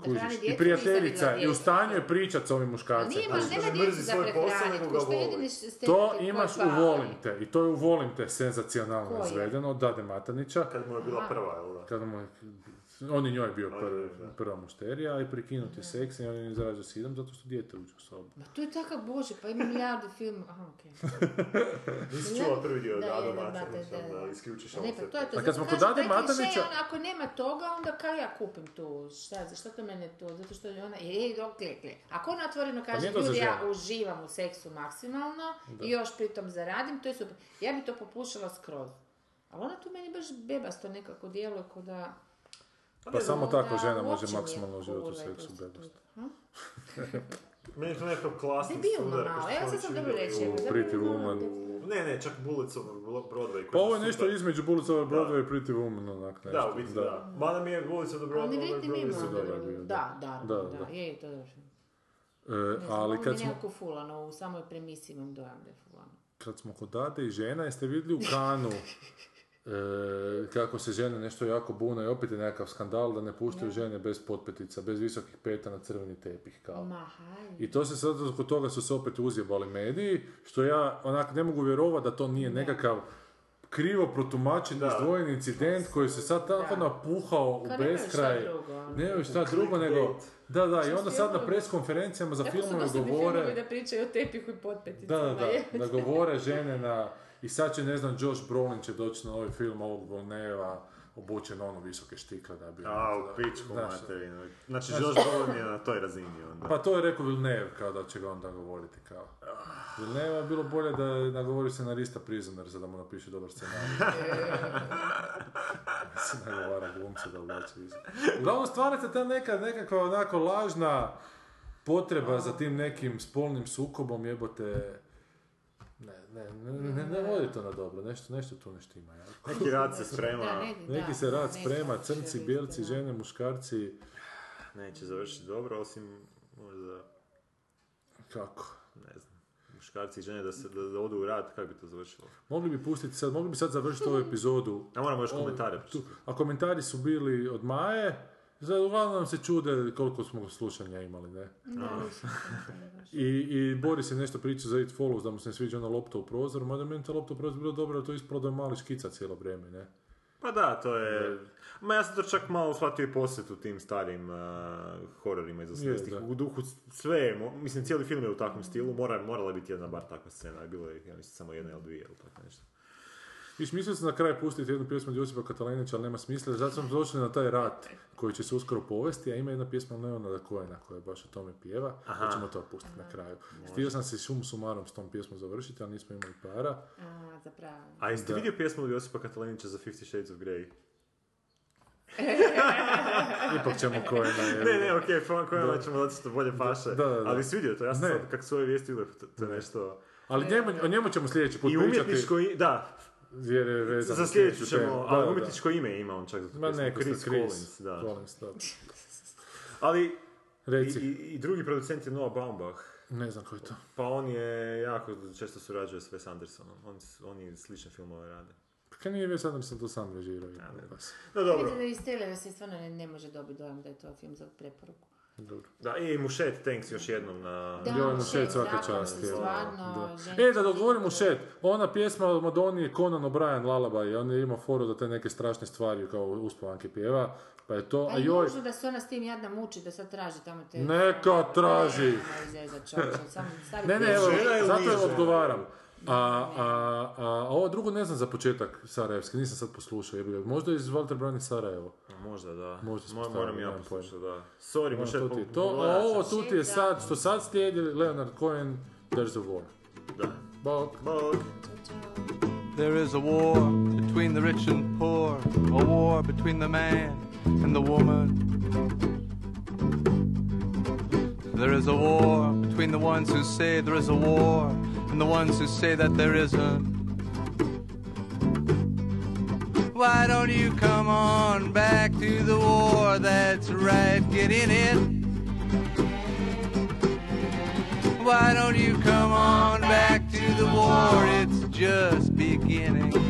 [SPEAKER 8] Da
[SPEAKER 6] Kužiš.
[SPEAKER 8] hrani
[SPEAKER 6] I
[SPEAKER 8] djecu, nisam
[SPEAKER 6] prijateljica,
[SPEAKER 8] vidjela
[SPEAKER 6] i u
[SPEAKER 8] djecu.
[SPEAKER 6] stanju je pričat s ovim
[SPEAKER 8] Ali
[SPEAKER 6] muškarcem.
[SPEAKER 8] nije baš,
[SPEAKER 9] Znači,
[SPEAKER 8] nema
[SPEAKER 9] mrzi
[SPEAKER 8] djecu za
[SPEAKER 9] svoj posao,
[SPEAKER 8] prehranit,
[SPEAKER 9] nego ga
[SPEAKER 8] što je jedini
[SPEAKER 9] voli.
[SPEAKER 8] stereotip
[SPEAKER 6] To
[SPEAKER 8] koji
[SPEAKER 6] imaš u
[SPEAKER 8] hvali.
[SPEAKER 6] Volim te, i to je u Volim te senzacionalno
[SPEAKER 8] Koji je?
[SPEAKER 6] izvedeno od Dade Matanića.
[SPEAKER 9] Kad mu je bila prva, jel da?
[SPEAKER 6] Kada mu je, on je njoj bio
[SPEAKER 9] On je
[SPEAKER 6] prvi,
[SPEAKER 9] bio, da.
[SPEAKER 6] prva mušterija i prekinut je seks i on je ne zarađao sidom zato što dijete uđe u sobu.
[SPEAKER 8] Ma to je takav bože, pa ima milijardu filmova. Aha, okej.
[SPEAKER 9] Nisi čula prvi dio
[SPEAKER 8] Da,
[SPEAKER 9] da,
[SPEAKER 8] Adam
[SPEAKER 9] Adam
[SPEAKER 8] Matanić, da, da.
[SPEAKER 9] da isključiš
[SPEAKER 8] Ne,
[SPEAKER 9] ono
[SPEAKER 8] pa to je to.
[SPEAKER 6] A kad smo
[SPEAKER 8] Zato
[SPEAKER 6] kod
[SPEAKER 8] kažem, taj
[SPEAKER 6] Ade
[SPEAKER 8] klišej,
[SPEAKER 6] Matanića-
[SPEAKER 8] ono, ako nema toga, onda kaj ja kupim tu? Šta, za što to mene to? Zato što je ona, je, dok kle, kle. Ako ona otvoreno kaže,
[SPEAKER 6] Pa nije to za
[SPEAKER 8] ljudi, ja
[SPEAKER 6] ženu."
[SPEAKER 8] uživam u seksu maksimalno i još pritom zaradim, to je super. Ja bi to popušala skroz. Ali ona tu meni baš bebasto nekako djeluje ko da...
[SPEAKER 6] Pa samo tako
[SPEAKER 8] da
[SPEAKER 6] žena
[SPEAKER 8] uopće
[SPEAKER 6] može
[SPEAKER 8] mi je
[SPEAKER 6] maksimalno uživati u
[SPEAKER 8] kurva i
[SPEAKER 6] seksu
[SPEAKER 8] prostitut.
[SPEAKER 6] bebasto.
[SPEAKER 9] Meni je to nekakav klasni
[SPEAKER 8] Debilno
[SPEAKER 9] sudar.
[SPEAKER 8] malo,
[SPEAKER 9] ko što
[SPEAKER 8] evo
[SPEAKER 9] smo
[SPEAKER 8] sad sam
[SPEAKER 9] već
[SPEAKER 8] dobro
[SPEAKER 9] vidjeli
[SPEAKER 8] reći.
[SPEAKER 9] u-
[SPEAKER 8] evo, zapravo
[SPEAKER 6] Pretty
[SPEAKER 8] je ono-
[SPEAKER 6] Woman.
[SPEAKER 9] Ne, ne, čak Bullets of Broadway. koji
[SPEAKER 6] Pa ovo je
[SPEAKER 9] su
[SPEAKER 6] nešto
[SPEAKER 9] super.
[SPEAKER 6] između Bullets Over Broadway i Pretty Woman, onak nešto.
[SPEAKER 9] Da, u biti da. Mada mi je Bullets of
[SPEAKER 8] Ali
[SPEAKER 9] Broadway,
[SPEAKER 8] vidite mi
[SPEAKER 9] Broadway su
[SPEAKER 6] dobar
[SPEAKER 8] ima,
[SPEAKER 6] bio, da.
[SPEAKER 8] da, da,
[SPEAKER 6] Da,
[SPEAKER 8] da,
[SPEAKER 6] da.
[SPEAKER 8] je, je, to je dobro.
[SPEAKER 6] E,
[SPEAKER 8] Ne znam,
[SPEAKER 6] ali
[SPEAKER 8] ovo mi
[SPEAKER 6] kad
[SPEAKER 8] je
[SPEAKER 6] smo,
[SPEAKER 8] nekako fulano, u samoj premisi imam dojam da je fulano.
[SPEAKER 6] kad smo kod Dade i žena, jeste vidjeli u Kanu e, kako se žene nešto jako bune i opet je nekakav skandal da ne puštaju žene bez potpetica, bez visokih peta na crveni tepih kao.
[SPEAKER 8] Ma, hajde.
[SPEAKER 6] Pa, I to se sad, oko toga su se opet uzjebali mediji, što ja onak ne mogu vjerovati da to nije nekakav krivo protumačen, izdvojen incident koji se sad tako napuhao u
[SPEAKER 8] Kao nemaju šta
[SPEAKER 6] beskraj.
[SPEAKER 8] drugo, ono.
[SPEAKER 6] Nemaju šta drugo, nego... Da, da, i onda sad na
[SPEAKER 8] filmovi.
[SPEAKER 6] preskonferencijama za
[SPEAKER 8] Tako su
[SPEAKER 6] filmove
[SPEAKER 8] dosadni filmovi
[SPEAKER 6] govore...
[SPEAKER 8] da pričaju o tepihu i potpeticama.
[SPEAKER 6] Da, da,
[SPEAKER 8] je.
[SPEAKER 6] da, da govore žene na... I sad će, ne znam, Josh Brolin će doći na ovaj film ovog Volneva, obučen ono visoke štikle da bi...
[SPEAKER 9] A, u pičku
[SPEAKER 6] Znaš,
[SPEAKER 9] materinu. Znači, Josh Brolin je na toj razini onda.
[SPEAKER 6] Pa to je rekao Villeneuve kao da će ga onda govoriti kao. Villeneuve je bilo bolje da je nagovori scenarista Prisoner za da mu napiše dobar scenarij. Da se nagovara glumce da uvlače iz... Uglavnom stvara se ta neka, nekakva onako lažna potreba za tim nekim spolnim sukobom jebote. Ne, ne, ne, ne, ne vodi to na dobro, nešto, nešto tu ne štima. Ja.
[SPEAKER 9] Neki rad se sprema,
[SPEAKER 8] Da, negdje, da.
[SPEAKER 6] Neki se rad
[SPEAKER 8] Nešto
[SPEAKER 6] sprema,
[SPEAKER 8] će
[SPEAKER 6] crnci,
[SPEAKER 8] biti,
[SPEAKER 6] bijelci,
[SPEAKER 8] da.
[SPEAKER 6] žene, muškarci,
[SPEAKER 9] neće završiti dobro, osim možda,
[SPEAKER 6] kako?
[SPEAKER 9] ne znam, muškarci i žene da, se, da, da odu u rad, kako bi to završilo?
[SPEAKER 6] Mogli bi pustiti sad, mogli bi sad završiti ovu epizodu
[SPEAKER 9] A moramo još
[SPEAKER 6] Ovo,
[SPEAKER 9] komentare
[SPEAKER 6] tu,
[SPEAKER 9] pročitati.
[SPEAKER 6] a komentari su bili od Maje, za- uglavnom nam se čude koliko smo slušanja imali, ne? I, I Boris je nešto pričao za It Follows, da mu se ne sviđa ona lopta u prozoru, mada meni ta lopta u prozoru bilo dobro, to je ispalo da je mali škica cijelo vrijeme, ne?
[SPEAKER 9] Pa da, to je... Ma ja sam to čak malo shvatio i posjet u tim starim a, hororima iz 80-ih.
[SPEAKER 6] da.
[SPEAKER 9] U duhu sve, je mo- mislim cijeli film je u takvom stilu, mora, morala je biti jedna bar takva scena. Bilo je, ja mislim, samo jedna ili dvije ili tako nešto.
[SPEAKER 6] Viš, mislio sam na kraj pustiti jednu pjesmu od Josipa Katalinića, ali nema smisla, zato sam došli na taj rat koji će se uskoro povesti, a ima jedna pjesma Leonarda Kojena koja baš o tome pjeva, pa ćemo to pustiti na kraju. Htio sam se šum sumarom s tom pjesmom završiti, ali nismo imali para.
[SPEAKER 8] A, zapravo.
[SPEAKER 9] A jeste vidio pjesmu od Josipa Katalinića za Fifty Shades of Grey?
[SPEAKER 6] Ipak ćemo Kojena. je-
[SPEAKER 9] Ne, ne, okej, pa okay, Kojena ćemo zato što bolje paše.
[SPEAKER 6] da, da.
[SPEAKER 9] Ali si vidio to, ja sam
[SPEAKER 6] Ne.
[SPEAKER 9] sad kak su ove vijesti uvijek, to, to je nešto...
[SPEAKER 6] Ali njemu, o njemu ćemo sljedeći put
[SPEAKER 9] I umjetničko, i- da,
[SPEAKER 6] jer je vezano
[SPEAKER 9] za
[SPEAKER 6] uz
[SPEAKER 9] sljedeću
[SPEAKER 6] sljedeću
[SPEAKER 9] ćemo,
[SPEAKER 6] temu. Da, da,
[SPEAKER 9] ali
[SPEAKER 6] da.
[SPEAKER 9] umjetničko ime ima on čak za tu
[SPEAKER 6] Ma
[SPEAKER 9] pjesmu,
[SPEAKER 6] neko
[SPEAKER 9] Chris,
[SPEAKER 6] sa Chris
[SPEAKER 9] Collins, da.
[SPEAKER 6] Collins, da.
[SPEAKER 9] Ali, I,
[SPEAKER 6] Reci,
[SPEAKER 9] i, i drugi producent je Noah Baumbach.
[SPEAKER 6] ne znam ko je to.
[SPEAKER 9] Pa on je jako često surađuje s Wes Andersonom. On, oni slične filmove rade.
[SPEAKER 6] Pa Kaj nije bio sad da bi sam to sam režirao.
[SPEAKER 9] ne.
[SPEAKER 6] Bas.
[SPEAKER 9] No dobro.
[SPEAKER 8] Mislim da iz trailera se stvarno ne, ne može dobiti dojam da je to film za preporuku.
[SPEAKER 6] Dobro.
[SPEAKER 9] Da, i Mušet, thanks još jednom na...
[SPEAKER 8] Da,
[SPEAKER 6] Joj, mu
[SPEAKER 8] šef,
[SPEAKER 6] šet svaka
[SPEAKER 8] zakon
[SPEAKER 6] čast.
[SPEAKER 8] se
[SPEAKER 6] je.
[SPEAKER 8] Stvarno,
[SPEAKER 6] Da. E, da dogovorimo šet. Ona pjesma od Madoni je Conan O'Brien Lullaby. On je imao foru da te neke strašne stvari kao uspavanke pjeva. Pa je to, a
[SPEAKER 8] Ali
[SPEAKER 6] joj,
[SPEAKER 8] možda da se ona s tim jadna muči, da sad traži tamo te... E,
[SPEAKER 6] neka traži.
[SPEAKER 8] Ma, izrezat čovječe, samo stavi
[SPEAKER 6] Ne, ne,
[SPEAKER 8] pjesmu.
[SPEAKER 6] evo,
[SPEAKER 9] Žena je
[SPEAKER 6] zato
[SPEAKER 9] liža.
[SPEAKER 6] odgovaram. A, a, a, a ovo drugo ne znam za početak Sarajevski, nisam sad poslušao. jebi ga. Možda iz Walter Brani Sarajevo.
[SPEAKER 9] Možda da.
[SPEAKER 6] Možda smo
[SPEAKER 9] Mo-
[SPEAKER 6] stavili,
[SPEAKER 9] moram ja
[SPEAKER 6] nemam
[SPEAKER 9] poslušati, da. Sorry,
[SPEAKER 6] Ono,
[SPEAKER 9] Mušet,
[SPEAKER 6] to
[SPEAKER 9] po-
[SPEAKER 6] ti je to. A
[SPEAKER 9] pogledat ću.
[SPEAKER 6] ovo tu ti je sad, što sad slijedi, Leonard Cohen, There's a War.
[SPEAKER 9] Da. Pa-
[SPEAKER 6] Bog.
[SPEAKER 9] Bog.
[SPEAKER 7] There is a war between the rich and poor, a war between the man and the woman. There is a war between the ones who say there is a war and the ones who say that there isn't. Why don't you come on back to the war? That's right, get in it. Why don't you come on back to the war? It's just beginning.